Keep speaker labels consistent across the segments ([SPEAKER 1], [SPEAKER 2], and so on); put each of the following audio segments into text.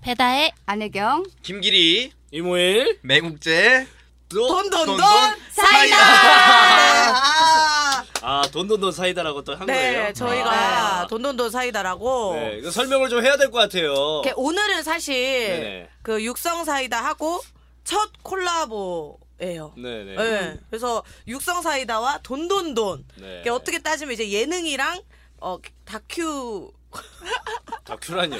[SPEAKER 1] 바다의
[SPEAKER 2] 안혜경
[SPEAKER 3] 김기리
[SPEAKER 4] 이모일
[SPEAKER 3] 매국제
[SPEAKER 4] 네. 어, 돈돈돈
[SPEAKER 3] 사이다.
[SPEAKER 4] 아 돈돈돈 사이다라고 또 한
[SPEAKER 5] 네,
[SPEAKER 4] 거예요. 아.
[SPEAKER 5] 저희가 돈돈돈 사이다라고.
[SPEAKER 4] 네, 이거 설명을 좀 해야 될 것 같아요.
[SPEAKER 5] 이렇게 오늘은 사실
[SPEAKER 4] 네네.
[SPEAKER 5] 그 육성 사이다 하고 첫 콜라보예요.
[SPEAKER 4] 네네.
[SPEAKER 5] 네, 그래서 육성 사이다와 돈돈돈.
[SPEAKER 4] 네.
[SPEAKER 5] 이게 어떻게 따지면 이제 예능이랑 어 다큐.
[SPEAKER 4] 다큐라뇨.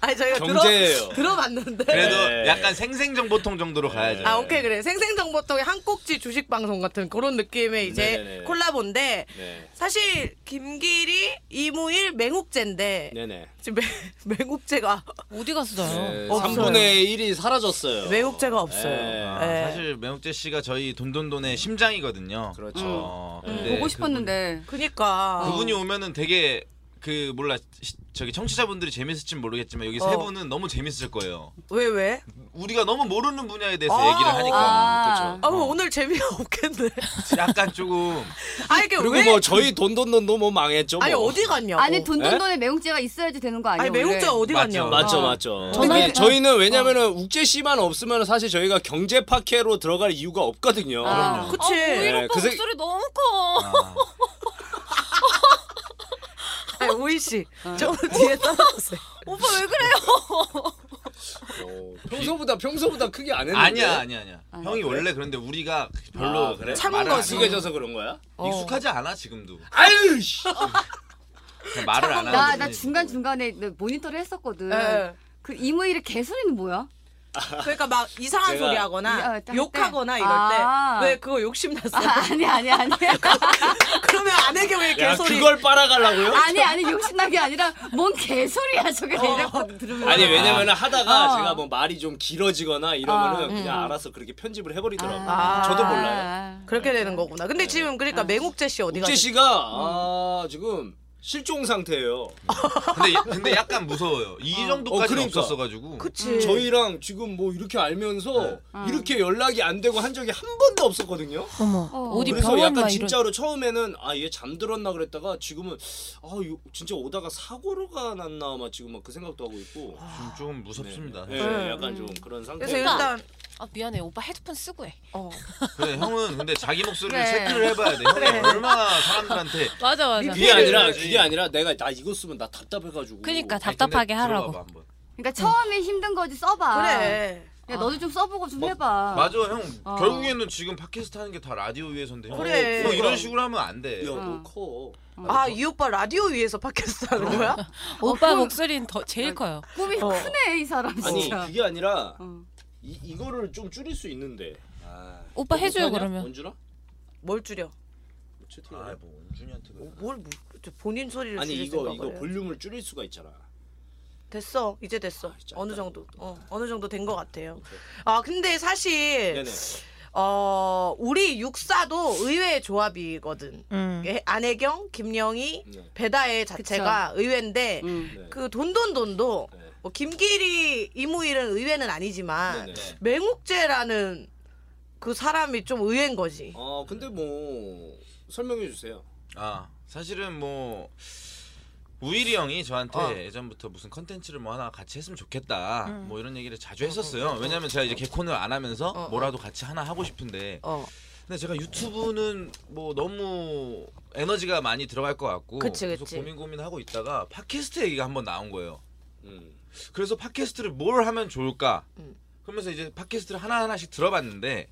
[SPEAKER 5] 아니 저희가
[SPEAKER 4] 경제예요.
[SPEAKER 5] 들어 들어봤는데.
[SPEAKER 3] 그래도
[SPEAKER 4] 네.
[SPEAKER 3] 약간 생생정보통 정도로 가야죠.
[SPEAKER 5] 아 오케이 그래 생생정보통의 한 꼭지 주식 방송 같은 그런 느낌의 이제
[SPEAKER 4] 네네네.
[SPEAKER 5] 콜라보인데
[SPEAKER 4] 네.
[SPEAKER 5] 사실 김길이 이무일 맹옥제인데
[SPEAKER 4] 네네.
[SPEAKER 5] 지금 맹, 맹옥제가
[SPEAKER 1] 어디 갔어요?
[SPEAKER 4] 네,
[SPEAKER 5] 없어요.
[SPEAKER 4] 3분의 1이 사라졌어요.
[SPEAKER 5] 매국제가 없어요.
[SPEAKER 4] 네.
[SPEAKER 5] 네.
[SPEAKER 3] 아, 사실 매국재 씨가 저희 돈돈돈의 심장이거든요.
[SPEAKER 4] 그렇죠.
[SPEAKER 3] 어, 근데
[SPEAKER 2] 보고 싶었는데
[SPEAKER 5] 그니까
[SPEAKER 3] 그분이 오면은 되게 그 몰라 시- 저기 청취자분들이 재밌을진 모르겠지만 여기 세
[SPEAKER 5] 어.
[SPEAKER 3] 분은 너무 재밌을 거예요.
[SPEAKER 5] 왜 왜?
[SPEAKER 3] 우리가 너무 모르는 분야에 대해서
[SPEAKER 5] 아,
[SPEAKER 3] 얘기를 하니까
[SPEAKER 4] 그렇죠.
[SPEAKER 2] 아.
[SPEAKER 5] 아 오늘 재미가 없겠네.
[SPEAKER 3] 그렇죠. 약간 조금
[SPEAKER 5] 아 이게
[SPEAKER 4] 그리고
[SPEAKER 5] 왜?
[SPEAKER 4] 뭐 저희 돈돈돈도 뭐 망했죠.
[SPEAKER 5] 아니
[SPEAKER 4] 뭐.
[SPEAKER 5] 어디 갔냐고.
[SPEAKER 2] 아니 돈돈돈에 매국제가 있어야지 되는 거 아니에요?
[SPEAKER 5] 아니 매국제가
[SPEAKER 2] 원래?
[SPEAKER 5] 어디
[SPEAKER 3] 맞죠.
[SPEAKER 5] 갔냐고.
[SPEAKER 4] 맞죠,
[SPEAKER 5] 아. 어.
[SPEAKER 4] 맞죠.
[SPEAKER 1] 저는-
[SPEAKER 4] 근데 저희는 왜냐면은 욱재 씨만 없으면 사실 저희가 경제 파케로 들어갈 이유가 없거든요.
[SPEAKER 2] 아.
[SPEAKER 5] 그치.
[SPEAKER 4] 오히려- 네,
[SPEAKER 1] 오빠
[SPEAKER 4] 그 생-
[SPEAKER 1] 목소리 너무 커.
[SPEAKER 3] 어.
[SPEAKER 5] 아니 오이 씨, 저 오늘 뒤에 따라왔어요.
[SPEAKER 1] 오빠 왜 그래요?
[SPEAKER 4] 어, 평소보다 평소보다 크게 안 했는데. 어,
[SPEAKER 3] 아니야 아니야 아니야. 형이 원래 그런데 우리가 별로
[SPEAKER 4] 네, 아, 그래?
[SPEAKER 5] 참은
[SPEAKER 3] 말을 안
[SPEAKER 5] 거지.
[SPEAKER 3] 해요.
[SPEAKER 4] 숙여져서 그런 거야?
[SPEAKER 3] 익숙하지 않아 지금도
[SPEAKER 4] 아유 씨.
[SPEAKER 3] 그냥 말을 안 하는
[SPEAKER 2] 나, 나
[SPEAKER 3] 편이지.
[SPEAKER 2] 중간 중간에 네, 모니터를 했었거든.
[SPEAKER 5] 예.
[SPEAKER 2] 그 이무일의 개소리는 뭐야?
[SPEAKER 5] 그러니까 막 이상한
[SPEAKER 4] 제가-
[SPEAKER 2] 아,
[SPEAKER 5] 소리하거나
[SPEAKER 2] 할때?
[SPEAKER 5] 욕하거나 이럴
[SPEAKER 2] 아.
[SPEAKER 5] 때 왜 그거 욕심 났어?
[SPEAKER 2] 아, 아니 아니 아니
[SPEAKER 5] 그러면 아내게 왜
[SPEAKER 4] 야
[SPEAKER 5] 개소리?
[SPEAKER 4] 그걸 빨아가려고요?
[SPEAKER 2] 아니 아니 욕심난 게 아니라 뭔 개소리야 저게 이랬거든 들으면.
[SPEAKER 4] 아니 왜냐면은 하다가
[SPEAKER 2] 어.
[SPEAKER 4] 제가 뭐 말이 좀 길어지거나 이러면은 그냥 알아서 그렇게 편집을 해버리더라고요. 아. 저도 몰라요.
[SPEAKER 2] 아.
[SPEAKER 5] 그렇게 되는 거구나. 근데 지금 그러니까 맹옥재 씨 어디
[SPEAKER 4] 욱재
[SPEAKER 5] 갔어?
[SPEAKER 4] 씨가 아, 지금 실종 상태예요.
[SPEAKER 3] 근데 야- 근데 약간 무서워요. 이 정도까지
[SPEAKER 4] 어, 그러니까.
[SPEAKER 3] 없었어가지고
[SPEAKER 5] 그치.
[SPEAKER 4] 저희랑 지금 뭐 이렇게 알면서 이렇게 연락이 안 되고 한 적이 한 번도 없었거든요.
[SPEAKER 1] 어머
[SPEAKER 2] 어.
[SPEAKER 1] 어디
[SPEAKER 4] 그래서
[SPEAKER 1] 병원
[SPEAKER 4] 약간
[SPEAKER 1] 막 이런.
[SPEAKER 4] 진짜로 처음에는 아 얘 잠들었나 그랬다가 지금은 아 이거 진짜 오다가 사고로가 났나 막 지금 막 그 생각도 하고 있고
[SPEAKER 3] 좀, 좀 무섭습니다.
[SPEAKER 4] 네,
[SPEAKER 5] 네.
[SPEAKER 4] 약간 좀 그런 상태.
[SPEAKER 2] 그러니까
[SPEAKER 5] 그래서 일단
[SPEAKER 1] 아 미안해 오빠 헤드폰 쓰고 해.
[SPEAKER 5] 어.
[SPEAKER 3] 그래 형은 근데 자기 목소리를
[SPEAKER 1] 네.
[SPEAKER 2] 그래.
[SPEAKER 3] 체크를 해봐야 돼. 형이 얼마나 사람들한테
[SPEAKER 1] 맞아 맞아.
[SPEAKER 4] 그게 아니라 그게 아니라 내가 나 이거 쓰면 나 답답해가지고.
[SPEAKER 1] 그러니까
[SPEAKER 3] 아니,
[SPEAKER 1] 답답하게
[SPEAKER 3] 네, 근데 들어봐봐,
[SPEAKER 1] 하라고.
[SPEAKER 3] 한번.
[SPEAKER 2] 그러니까 처음에 힘든 거지 써봐.
[SPEAKER 5] 그래.
[SPEAKER 2] 야 너도 좀 써보고 좀 해봐.
[SPEAKER 3] 맞아 형
[SPEAKER 2] 어.
[SPEAKER 3] 결국에는 지금 팟캐스트 하는 게 다 라디오 위에서인데 형,
[SPEAKER 5] 그래.
[SPEAKER 3] 형 이런 식으로 하면 안 돼.
[SPEAKER 4] 야너 커.
[SPEAKER 5] 아, 이 오빠 라디오 위에서 팟캐스트 하는 거야?
[SPEAKER 1] 오빠 목소리는 더 제일 커요.
[SPEAKER 2] 꿈이
[SPEAKER 5] 어.
[SPEAKER 2] 크네 이 사람
[SPEAKER 4] 아니
[SPEAKER 2] 진짜.
[SPEAKER 4] 그게 아니라
[SPEAKER 2] 어.
[SPEAKER 4] 이 이거를 좀 줄일 수 있는데. 아,
[SPEAKER 1] 오빠
[SPEAKER 4] 너
[SPEAKER 1] 해줘요
[SPEAKER 4] 못하냐?
[SPEAKER 1] 그러면.
[SPEAKER 4] 원주라?
[SPEAKER 5] 뭘 줄여?
[SPEAKER 4] 채팅.
[SPEAKER 3] 아, 뭐 은준이한테 그래.
[SPEAKER 5] 어, 뭘 뭐, 저 본인 소리를
[SPEAKER 4] 아니
[SPEAKER 5] 줄일
[SPEAKER 4] 이거
[SPEAKER 5] 생각을
[SPEAKER 4] 이거
[SPEAKER 5] 해요.
[SPEAKER 4] 볼륨을 줄일 수가 있잖아.
[SPEAKER 5] 됐어 이제 됐어
[SPEAKER 4] 진짜
[SPEAKER 5] 어느
[SPEAKER 4] 아깝다.
[SPEAKER 5] 정도 어 어느 정도 된 것 같아요 아 근데 사실
[SPEAKER 4] 네네.
[SPEAKER 5] 어 우리 육사도 의외의 조합이거든
[SPEAKER 1] 음.
[SPEAKER 5] 예, 안혜경 김영희
[SPEAKER 4] 네.
[SPEAKER 5] 배다혜 자체가 의외인데
[SPEAKER 2] 음.
[SPEAKER 4] 네.
[SPEAKER 5] 그 돈돈돈도
[SPEAKER 4] 네.
[SPEAKER 5] 뭐 김길이 이무일은 의외는 아니지만
[SPEAKER 4] 네네.
[SPEAKER 5] 맹욱재라는 그 사람이 좀 의외인 거지
[SPEAKER 4] 아 근데 뭐 설명해 주세요.
[SPEAKER 3] 아 사실은 뭐 우일이 형이 저한테
[SPEAKER 5] 어.
[SPEAKER 3] 예전부터 무슨 컨텐츠를 뭐 하나 같이 했으면 좋겠다
[SPEAKER 5] 음.
[SPEAKER 3] 뭐 이런 얘기를 자주 했었어요 왜냐면 제가 이제 개콘을 안 하면서
[SPEAKER 5] 어, 어.
[SPEAKER 3] 뭐라도 같이 하나 하고 싶은데
[SPEAKER 5] 어
[SPEAKER 3] 근데 제가 유튜브는 뭐 너무 에너지가 많이 들어갈 것 같고
[SPEAKER 5] 그치,
[SPEAKER 3] 계속
[SPEAKER 5] 그치.
[SPEAKER 3] 고민 고민 하고 있다가 팟캐스트 얘기가 한번 나온 거예요
[SPEAKER 4] 음.
[SPEAKER 3] 그래서 팟캐스트를 뭘 하면 좋을까?
[SPEAKER 5] 음.
[SPEAKER 3] 그러면서 이제 팟캐스트를 하나하나씩 들어봤는데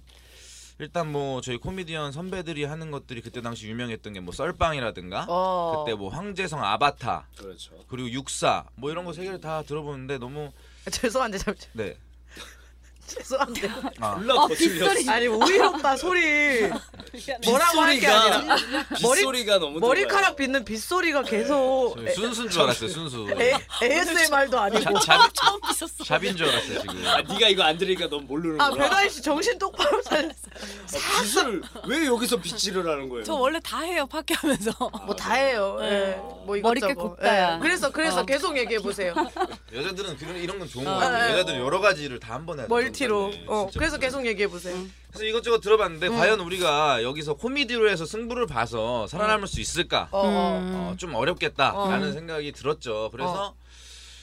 [SPEAKER 3] 일단 뭐 저희 코미디언 선배들이 하는 것들이 그때 당시 유명했던 게 뭐 썰빵이라든가
[SPEAKER 5] 어.
[SPEAKER 3] 그때 뭐 황재성 아바타
[SPEAKER 4] 그렇죠.
[SPEAKER 3] 그리고 육사 뭐 이런 거 세 개를 다 들어보는데 너무
[SPEAKER 5] 죄송한데 잠
[SPEAKER 3] 네.
[SPEAKER 5] 죄송한데
[SPEAKER 3] 아.
[SPEAKER 4] 몰라
[SPEAKER 2] 어,
[SPEAKER 4] 거칠렸어.
[SPEAKER 2] 빗소리.
[SPEAKER 5] 아니 뭐 우일 오빠 소리 뭐라고 할 게
[SPEAKER 4] 빗소리가-
[SPEAKER 5] 아니라 머리-
[SPEAKER 4] 빗소리가 너무
[SPEAKER 5] 머리카락 빗는 빗소리가 계속
[SPEAKER 3] 저희 순수인 줄 알았어요 순수
[SPEAKER 5] 에, ASMR도 아니고
[SPEAKER 3] 자, 잡,
[SPEAKER 1] 처음 삐졌어.
[SPEAKER 3] 잡인 줄 알았어요 지금
[SPEAKER 4] 들어요. 아 네가 이거 안 들으니까 넌 모르는
[SPEAKER 5] 아
[SPEAKER 4] 거야.
[SPEAKER 5] 배다희 씨 정신 똑바로 차렸어
[SPEAKER 4] 아, 빗을 왜 여기서 빗질을 하는 거예요? 아,
[SPEAKER 1] 저 원래 다 해요 파케 하면서.
[SPEAKER 3] 아,
[SPEAKER 5] 뭐 다해요 예. 뭐
[SPEAKER 2] 머리
[SPEAKER 5] 이것저것.
[SPEAKER 2] 꽤 곱다야.
[SPEAKER 5] 예. 그래서 그래서 계속 얘기해 보세요
[SPEAKER 3] 여자들은 그런 이런 건 좋은 거
[SPEAKER 5] 아,
[SPEAKER 3] 같아요
[SPEAKER 5] 아.
[SPEAKER 3] 여자들은 여러 가지를 다 한 번에 하는
[SPEAKER 5] 멀티로
[SPEAKER 3] 정도인데,
[SPEAKER 5] 어
[SPEAKER 3] 네, 진짜
[SPEAKER 5] 그래서
[SPEAKER 3] 무슨-
[SPEAKER 5] 계속 음. 얘기해 보세요
[SPEAKER 3] 그래서 이것저것 들어봤는데 과연 우리가 여기서 코미디로 해서 승부를 봐서 살아남을 수 있을까
[SPEAKER 5] 음. 어, 어.
[SPEAKER 3] 어, 좀 어렵겠다라는
[SPEAKER 5] 어.
[SPEAKER 3] 생각이 들었죠. 그래서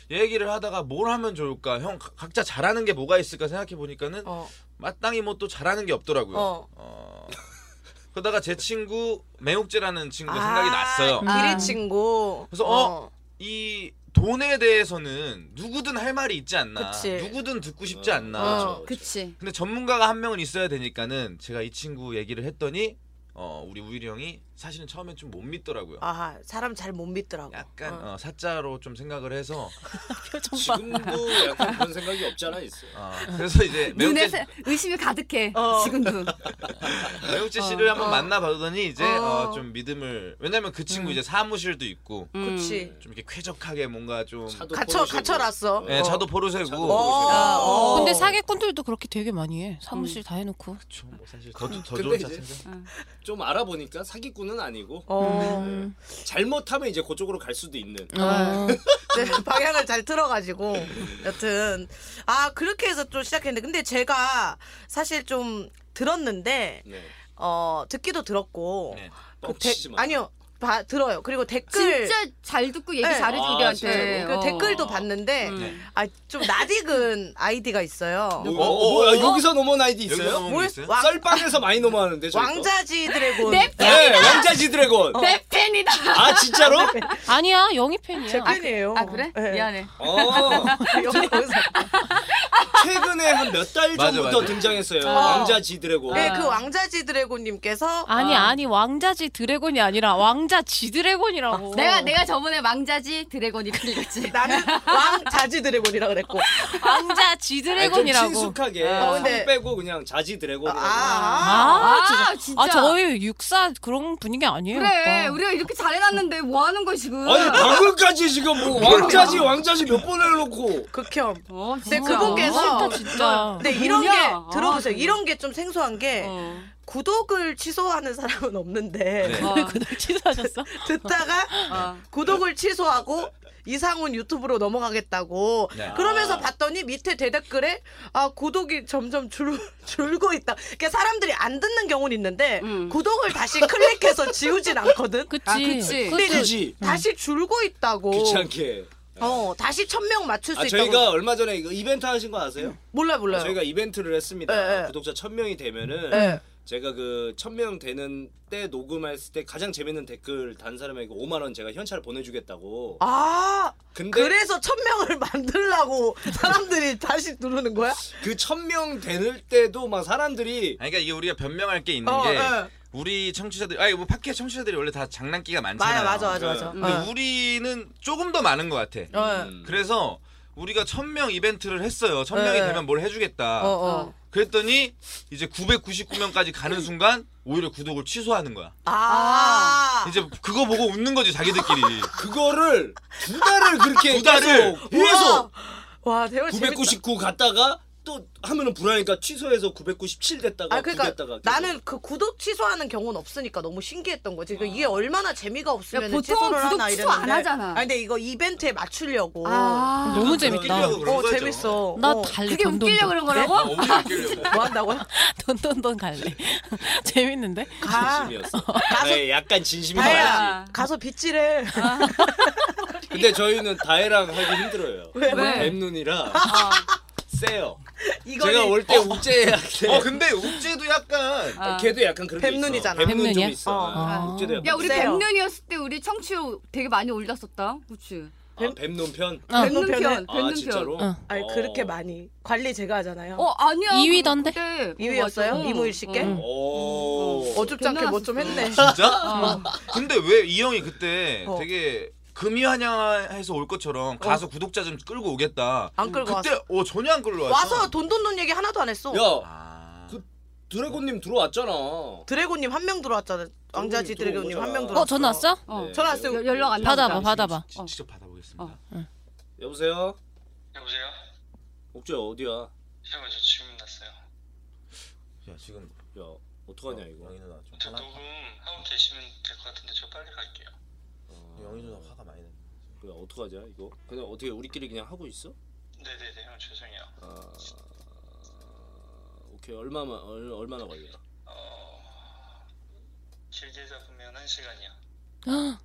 [SPEAKER 3] 얘기를 하다가 뭘 하면 좋을까? 형 가- 각자 잘하는 게 뭐가 있을까 생각해 보니까는
[SPEAKER 5] 어.
[SPEAKER 3] 마땅히 뭐 또 잘하는 게 없더라고요.
[SPEAKER 5] 어.
[SPEAKER 3] 어. 그러다가 제 친구 매혹제라는 친구 가 생각이 났어요.
[SPEAKER 5] 아,
[SPEAKER 2] 아.
[SPEAKER 5] 미래 친구.
[SPEAKER 3] 그래서 어, 이 돈에 대해서는 누구든 할 말이 있지 않나.
[SPEAKER 5] 그치.
[SPEAKER 3] 누구든 듣고 싶지
[SPEAKER 5] 어.
[SPEAKER 3] 않나.
[SPEAKER 5] 그렇죠.
[SPEAKER 2] 그치.
[SPEAKER 3] 근데 전문가가 한 명은 있어야 되니까는 제가 이 친구 얘기를 했더니 어, 우리 우일이 형이 사실은 처음엔 좀 못 믿더라고요.
[SPEAKER 5] 아 사람 잘 못 믿더라고.
[SPEAKER 3] 약간
[SPEAKER 5] 어.
[SPEAKER 3] 어, 사자로 좀 생각을 해서
[SPEAKER 1] 표정 봐.
[SPEAKER 4] 지금도 약간 그런 생각이 없지 않아 있어.
[SPEAKER 3] 어, 그래서 이제
[SPEAKER 2] 눈에
[SPEAKER 3] 매혹제,
[SPEAKER 2] 세- 의심이
[SPEAKER 3] 네.
[SPEAKER 2] 가득해.
[SPEAKER 5] 어.
[SPEAKER 2] 지금도.
[SPEAKER 3] 매혹제 씨를 한번
[SPEAKER 5] 어.
[SPEAKER 3] 만나봤더니 이제 어,
[SPEAKER 5] 어.
[SPEAKER 3] 좀 믿음을 왜냐면 그 친구 이제 사무실도 있고
[SPEAKER 5] 음. 그렇지.
[SPEAKER 3] 좀 이렇게 쾌적하게 뭔가 좀
[SPEAKER 4] 차도
[SPEAKER 5] 갇혀-
[SPEAKER 4] 포르쉐고.
[SPEAKER 5] 갇혀놨어.
[SPEAKER 3] 예,
[SPEAKER 5] 어.
[SPEAKER 3] 차도 포르쉐고
[SPEAKER 4] 차도
[SPEAKER 5] 어.
[SPEAKER 4] 어.
[SPEAKER 1] 근데 사기꾼들도 그렇게 되게 많이 해. 사무실 다 해놓고.
[SPEAKER 3] 그쵸, 뭐 사실 더, 더
[SPEAKER 4] 근데
[SPEAKER 3] 좋은
[SPEAKER 4] 이제-
[SPEAKER 3] 자세
[SPEAKER 4] 좀 알아보니까 사기꾼은 아니고 네.
[SPEAKER 5] 어.
[SPEAKER 1] 음.
[SPEAKER 4] 잘못하면 이제 그쪽으로 갈 수도 있는.
[SPEAKER 5] 음.
[SPEAKER 1] 어.
[SPEAKER 5] 네, 방향을 잘 틀어가지고 여튼 아 그렇게 해서 좀 시작했는데 근데 제가 사실 좀 들었는데
[SPEAKER 4] 네.
[SPEAKER 5] 어 듣기도 들었고
[SPEAKER 3] 네.
[SPEAKER 5] 그
[SPEAKER 4] 뻥치지 마.
[SPEAKER 5] 아니요 봐- 들어요 그리고 댓글
[SPEAKER 2] 진짜 잘 듣고 얘기
[SPEAKER 5] 네.
[SPEAKER 2] 잘해줘
[SPEAKER 4] 아,
[SPEAKER 2] 우리한테.
[SPEAKER 4] 진짜요?
[SPEAKER 5] 그
[SPEAKER 2] 어.
[SPEAKER 5] 댓글도 봤는데
[SPEAKER 2] 음.
[SPEAKER 3] 네.
[SPEAKER 5] 아 좀 낯익은 아이디가 있어요
[SPEAKER 4] 뭐,
[SPEAKER 3] 어, 어,
[SPEAKER 4] 뭐야
[SPEAKER 3] 어?
[SPEAKER 4] 여기서 넘어온 아이디
[SPEAKER 3] 여기서
[SPEAKER 4] 있어요?
[SPEAKER 3] 넘어온
[SPEAKER 5] 뭘-
[SPEAKER 3] 게 있어요?
[SPEAKER 5] 왕-
[SPEAKER 4] 썰빵에서 많이 넘어가는데 저희 거.
[SPEAKER 5] 왕자지 어. 드래곤
[SPEAKER 2] 네.
[SPEAKER 4] 네, 왕자지 드래곤.
[SPEAKER 2] 내 팬이다.
[SPEAKER 4] 아 진짜로?
[SPEAKER 5] 네.
[SPEAKER 1] 아니야 영희 팬이야.
[SPEAKER 5] 팬이에요
[SPEAKER 2] 아 그래?
[SPEAKER 5] 네.
[SPEAKER 2] 미안해.
[SPEAKER 4] 어.
[SPEAKER 5] 여기 거기서.
[SPEAKER 4] 최근에 한 몇 달
[SPEAKER 3] 맞아,
[SPEAKER 4] 전부터
[SPEAKER 3] 맞아.
[SPEAKER 4] 등장했어요.
[SPEAKER 5] 어.
[SPEAKER 4] 왕자지 드래곤.
[SPEAKER 5] 네, 그 왕자지 드래곤님께서
[SPEAKER 1] 아니 아니 왕자지 드래곤이 아니라 왕자 지
[SPEAKER 5] 어.
[SPEAKER 1] 드래곤이라고.
[SPEAKER 2] 아, 내가 내가 저번에 왕자지 드래곤이라고 읽었지.
[SPEAKER 5] 나는 왕자지 드래곤이라 그랬고
[SPEAKER 1] 왕자 지
[SPEAKER 4] 아니, 좀
[SPEAKER 1] 드래곤이라고.
[SPEAKER 4] 친숙하게
[SPEAKER 5] 어,
[SPEAKER 4] 손
[SPEAKER 5] 근데-
[SPEAKER 4] 빼고 그냥 자지 드래곤.
[SPEAKER 5] 아, 어. 아.
[SPEAKER 1] 아,
[SPEAKER 2] 아,
[SPEAKER 1] 진짜. 아 저희 육사 그런 분위기 아니에요.
[SPEAKER 2] 그래
[SPEAKER 1] 오빠.
[SPEAKER 2] 우리가 이렇게 잘해놨는데 뭐 하는 거야 지금?
[SPEAKER 4] 아니 방금까지 지금 뭐
[SPEAKER 3] 그러니까.
[SPEAKER 4] 왕자지 왕자지 몇 번 해놓고
[SPEAKER 5] 극혐
[SPEAKER 2] 어,
[SPEAKER 5] 네,
[SPEAKER 2] 진짜.
[SPEAKER 5] 그분께서-
[SPEAKER 1] 싫다 진짜.
[SPEAKER 5] 네 이런 게
[SPEAKER 2] 뭐냐?
[SPEAKER 5] 들어보세요
[SPEAKER 2] 아,
[SPEAKER 5] 이런 게 좀 생소한 게
[SPEAKER 2] 어.
[SPEAKER 5] 구독을 취소하는 사람은 없는데
[SPEAKER 3] 네.
[SPEAKER 2] 어.
[SPEAKER 1] 그날 취소하셨어?
[SPEAKER 5] 듣다가
[SPEAKER 2] 어.
[SPEAKER 5] 아. 구독을 취소하고 이상훈 유튜브로 넘어가겠다고
[SPEAKER 3] 네.
[SPEAKER 5] 그러면서
[SPEAKER 4] 아.
[SPEAKER 5] 봤더니 밑에 대댓글에 아 구독이 점점 줄, 줄고 있다 그러니까 사람들이 안 듣는 경우는 있는데
[SPEAKER 2] 음.
[SPEAKER 5] 구독을 다시 클릭해서 지우진 않거든
[SPEAKER 1] 그치.
[SPEAKER 2] 아, 그치.
[SPEAKER 1] 그-
[SPEAKER 5] 근데 이제
[SPEAKER 4] 그지?
[SPEAKER 5] 다시 줄고 있다고
[SPEAKER 4] 귀찮게.
[SPEAKER 5] 어 다시 천명 맞출 수
[SPEAKER 4] 아
[SPEAKER 5] 있다고
[SPEAKER 4] 저희가 얼마 전에 이거 이벤트 하신 거 아세요?
[SPEAKER 5] 몰라 몰라 요
[SPEAKER 4] 저희가 이벤트를 했습니다.
[SPEAKER 5] 예, 예.
[SPEAKER 4] 구독자 1000명이 되면은
[SPEAKER 5] 예.
[SPEAKER 4] 제가 그 1000명 되는 때 녹음했을 때 가장 재밌는 댓글 단 사람에게 5만 원 제가 현찰 보내 주겠다고.
[SPEAKER 5] 아
[SPEAKER 4] 근데
[SPEAKER 5] 그래서 천명을 만들려고 사람들이 다시 누르는 거야?
[SPEAKER 4] 그 1000명 되는 때도 막 사람들이
[SPEAKER 3] 아니, 그러니까 이게 우리가 변명할 게 있는
[SPEAKER 5] 어,
[SPEAKER 3] 게
[SPEAKER 5] 예.
[SPEAKER 3] 우리 청취자들 아니 뭐 팟캐 청취자들이 원래 다 장난기가
[SPEAKER 5] 맞아
[SPEAKER 3] 많잖아요.
[SPEAKER 5] 맞아 맞아 맞아.
[SPEAKER 3] 근데 우리는 조금 더 많은 것 같아.
[SPEAKER 5] 어.
[SPEAKER 4] 음.
[SPEAKER 3] 그래서 우리가 천 명 이벤트를 했어요. 천 명이
[SPEAKER 5] 네.
[SPEAKER 3] 되면 뭘 해주겠다.
[SPEAKER 5] 어, 어.
[SPEAKER 3] 그랬더니 이제 999명까지 가는 순간 오히려 구독을 취소하는 거야.
[SPEAKER 5] 아.
[SPEAKER 3] 이제 그거 보고 웃는 거지 자기들끼리.
[SPEAKER 4] 그거를 두 달을 그렇게
[SPEAKER 3] 두 달을?
[SPEAKER 4] 계속 계속
[SPEAKER 5] 와 대박 아, 재밌다.
[SPEAKER 4] 999 갔다가 또 하면은 불안하니까 취소해서 997 됐다가
[SPEAKER 5] 아 그러니까
[SPEAKER 4] 9 됐다가 계속.
[SPEAKER 5] 나는 그 구독 취소하는 경우는 없으니까 너무 신기했던 거지. 그러니까
[SPEAKER 4] 아.
[SPEAKER 5] 이게 얼마나 재미가 없으면
[SPEAKER 2] 야, 보통은
[SPEAKER 5] 취소를
[SPEAKER 2] 구독
[SPEAKER 5] 하나
[SPEAKER 2] 취소
[SPEAKER 5] 이랬는데.
[SPEAKER 2] 안 하잖아.
[SPEAKER 5] 아 근데 이거 이벤트에 맞추려고.
[SPEAKER 2] 아.
[SPEAKER 1] 너무
[SPEAKER 3] 웃기려고
[SPEAKER 1] 재밌다.
[SPEAKER 3] 그런
[SPEAKER 5] 어
[SPEAKER 3] 거죠.
[SPEAKER 5] 재밌어.
[SPEAKER 1] 나
[SPEAKER 5] 어.
[SPEAKER 1] 갈래.
[SPEAKER 2] 그게
[SPEAKER 1] 던던던.
[SPEAKER 2] 아, 웃기려고 그런 거라고?
[SPEAKER 3] 어, 오히려 웃기려고.
[SPEAKER 5] 뭐 한다고요?
[SPEAKER 1] 던던던 갈래. 재밌는데?
[SPEAKER 5] 가.
[SPEAKER 4] 진심이었어.
[SPEAKER 5] 아. 가서-
[SPEAKER 4] 네, 약간 진심이
[SPEAKER 5] 어.
[SPEAKER 4] 많았지.
[SPEAKER 5] 다야 가서 빗질해.
[SPEAKER 4] 아, 근데 저희는 다혜랑 하기 힘들어요.
[SPEAKER 5] 왜?
[SPEAKER 2] 왜?
[SPEAKER 4] 뱀 눈이라 세요.
[SPEAKER 5] 아, 이거는
[SPEAKER 4] 제가 올 때 욱제야.
[SPEAKER 3] 어 근데 욱제도 약간
[SPEAKER 2] 아.
[SPEAKER 4] 걔도 약간 그런
[SPEAKER 5] 뱀 눈이잖아.
[SPEAKER 4] 뱀 눈
[SPEAKER 1] 뱀
[SPEAKER 4] 좀
[SPEAKER 1] 눈이야?
[SPEAKER 4] 있어.
[SPEAKER 5] 어.
[SPEAKER 1] 아.
[SPEAKER 4] 네, 욱제도 약간.
[SPEAKER 2] 야 우리
[SPEAKER 5] 세요.
[SPEAKER 2] 백년이었을 때 우리 청취율 되게 많이 올렸었다. 그치?
[SPEAKER 4] 아, 뱀눈 편.
[SPEAKER 1] 어.
[SPEAKER 5] 뱀눈 편에?
[SPEAKER 2] 백눈편.
[SPEAKER 4] 아
[SPEAKER 2] 백눈편.
[SPEAKER 4] 진짜로?
[SPEAKER 1] 어.
[SPEAKER 5] 아니 그렇게 많이 관리 제가 하잖아요.
[SPEAKER 2] 어 아니야.
[SPEAKER 1] 이위던데?
[SPEAKER 2] 그때.
[SPEAKER 5] 이위였어요
[SPEAKER 2] 어, 맞아.
[SPEAKER 5] 이모일 씨께?
[SPEAKER 2] 어.
[SPEAKER 4] 오.
[SPEAKER 5] 어줍지 않게 뭐 좀
[SPEAKER 2] 괜찮았어.
[SPEAKER 5] 했네.
[SPEAKER 3] 진짜?
[SPEAKER 2] 어.
[SPEAKER 3] 근데 왜 이 형이 그때
[SPEAKER 5] 어.
[SPEAKER 3] 되게 금이환영해서 올 것처럼 가서 구독자 좀 끌고 오겠다.
[SPEAKER 5] 안 끌고
[SPEAKER 3] 그때
[SPEAKER 5] 왔어.
[SPEAKER 3] 어 전혀 안 끌러 왔어.
[SPEAKER 5] 와서 돈돈돈 얘기 하나도 안 했어.
[SPEAKER 4] 야
[SPEAKER 3] 아.
[SPEAKER 4] 그- 드래곤님 들어왔잖아.
[SPEAKER 5] 드래곤님 한 명 들어왔잖아. 왕자지 드래곤님 한 명 들어왔어.
[SPEAKER 1] 어, 전화 왔어?
[SPEAKER 2] 어.
[SPEAKER 4] 네,
[SPEAKER 5] 전화 왔어요.
[SPEAKER 4] 여-
[SPEAKER 2] 연락 안
[SPEAKER 1] 받아봐,
[SPEAKER 2] 나온다.
[SPEAKER 1] 받아봐.
[SPEAKER 3] 지- 직접 받아보겠습니다.
[SPEAKER 2] 어.
[SPEAKER 4] 여보세요.
[SPEAKER 6] 여보세요?
[SPEAKER 4] 옥주야 어디야?
[SPEAKER 6] 형은 저 지금 났어요.
[SPEAKER 3] 야 지금
[SPEAKER 4] 야 어떡하냐 이거.
[SPEAKER 3] 영희 누나 좀
[SPEAKER 6] 저
[SPEAKER 3] 화나-
[SPEAKER 6] 녹음 하고 계시면 될 것 같은데 저 빨리 갈게요.
[SPEAKER 3] 영희 누나 화가 많이 났네.
[SPEAKER 4] 그래 어떡하냐 이거 그냥 어떻게 우리끼리 그냥 하고 있어?
[SPEAKER 6] 네네네 형 죄송해요.
[SPEAKER 4] 아 오케이 얼마만 얼, 얼마나 걸려?
[SPEAKER 6] 어 길게 잡으면 한 시간이요.
[SPEAKER 4] 한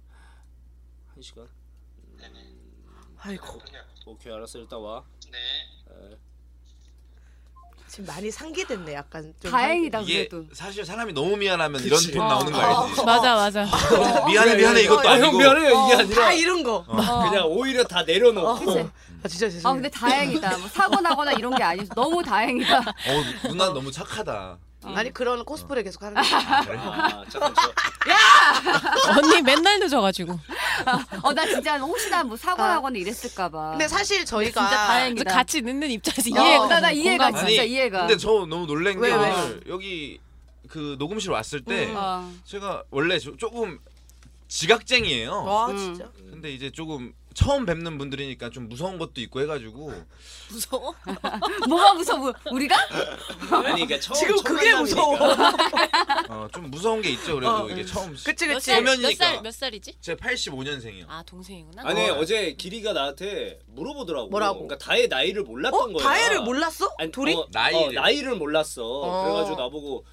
[SPEAKER 4] 시간?
[SPEAKER 6] 네네.
[SPEAKER 5] 아, 아이고
[SPEAKER 4] 오케이 알았어 일단 와.
[SPEAKER 6] 네.
[SPEAKER 4] 에.
[SPEAKER 5] 지금 많이 상기됐네 약간 좀 예.
[SPEAKER 2] 다행이다
[SPEAKER 3] 이게
[SPEAKER 2] 그래도.
[SPEAKER 3] 사실 사람이 너무 미안하면 이런
[SPEAKER 4] 그치.
[SPEAKER 3] 톤 나오는 거 알지?
[SPEAKER 1] 맞아 맞아.
[SPEAKER 3] 미안해 미안해 이것도
[SPEAKER 5] 어,
[SPEAKER 4] 아, 형
[SPEAKER 3] 아니고
[SPEAKER 4] 미안해요 이게
[SPEAKER 5] 상기- 어,
[SPEAKER 4] 아니라
[SPEAKER 5] 다 이런 거
[SPEAKER 4] 그냥 오히려 다 내려놓고
[SPEAKER 2] 그치?
[SPEAKER 5] 아, 진짜
[SPEAKER 2] 아
[SPEAKER 5] 죄송해요
[SPEAKER 2] 근데 다행이다. 뭐 사고 나거나 이런 게 아니어서 너무 다행이다.
[SPEAKER 3] 어, 누나 너무 착하다.
[SPEAKER 5] 음. 아니 그런 코스프레 계속 하는 거
[SPEAKER 4] 아 잠깐 저
[SPEAKER 1] 언니 맨날 늦어가지고.
[SPEAKER 2] 어 나 진짜 혹시나 뭐 사고
[SPEAKER 5] 아.
[SPEAKER 2] 나거나 이랬을까 봐.
[SPEAKER 5] 근데 사실 저희가
[SPEAKER 2] 진짜 다행이다.
[SPEAKER 1] 그래서 같이 늦는 입장에서
[SPEAKER 2] 어,
[SPEAKER 1] 이해가
[SPEAKER 2] 나- 나
[SPEAKER 1] 가고
[SPEAKER 2] 이해가
[SPEAKER 1] 공감이.
[SPEAKER 2] 진짜 이해가.
[SPEAKER 3] 근데 저 너무 놀란 게
[SPEAKER 5] 왜, 왜?
[SPEAKER 3] 오늘 여기 그 녹음실 왔을 때
[SPEAKER 2] 어.
[SPEAKER 3] 제가 원래 조- 조금 지각쟁이에요.
[SPEAKER 5] 와
[SPEAKER 2] 음.
[SPEAKER 5] 어, 진짜
[SPEAKER 3] 근데 이제 조금 처음 뵙는 분들이니까 좀 무서운 것도 있고 해가지고
[SPEAKER 1] 무서워.
[SPEAKER 2] 뭐가 무서워? 우리가?
[SPEAKER 4] 아니 그러니까 처음
[SPEAKER 5] 지금
[SPEAKER 4] 처음
[SPEAKER 5] 그게
[SPEAKER 4] 만남이니까.
[SPEAKER 5] 무서워
[SPEAKER 3] 어, 좀 무서운 게 있죠. 그래도
[SPEAKER 5] 어,
[SPEAKER 3] 이게 처음 시-
[SPEAKER 5] 그치
[SPEAKER 1] 몇
[SPEAKER 5] 그치
[SPEAKER 1] 살? 몇
[SPEAKER 3] 소면이니까.
[SPEAKER 1] 살? 몇 살이지?
[SPEAKER 3] 제 85년생이요.
[SPEAKER 1] 아 동생이구나.
[SPEAKER 4] 아니
[SPEAKER 3] 어.
[SPEAKER 4] 어제 길이가 나한테 물어보더라고.
[SPEAKER 5] 뭐라고?
[SPEAKER 4] 그러니까 다혜 나이를 몰랐던
[SPEAKER 5] 어?
[SPEAKER 4] 거야.
[SPEAKER 5] 다혜를 몰랐어?
[SPEAKER 4] 아니
[SPEAKER 5] 둘이?
[SPEAKER 4] 어,
[SPEAKER 3] 나이를.
[SPEAKER 4] 나이를. 어, 나이를 몰랐어.
[SPEAKER 5] 어.
[SPEAKER 4] 그래가지고 나보고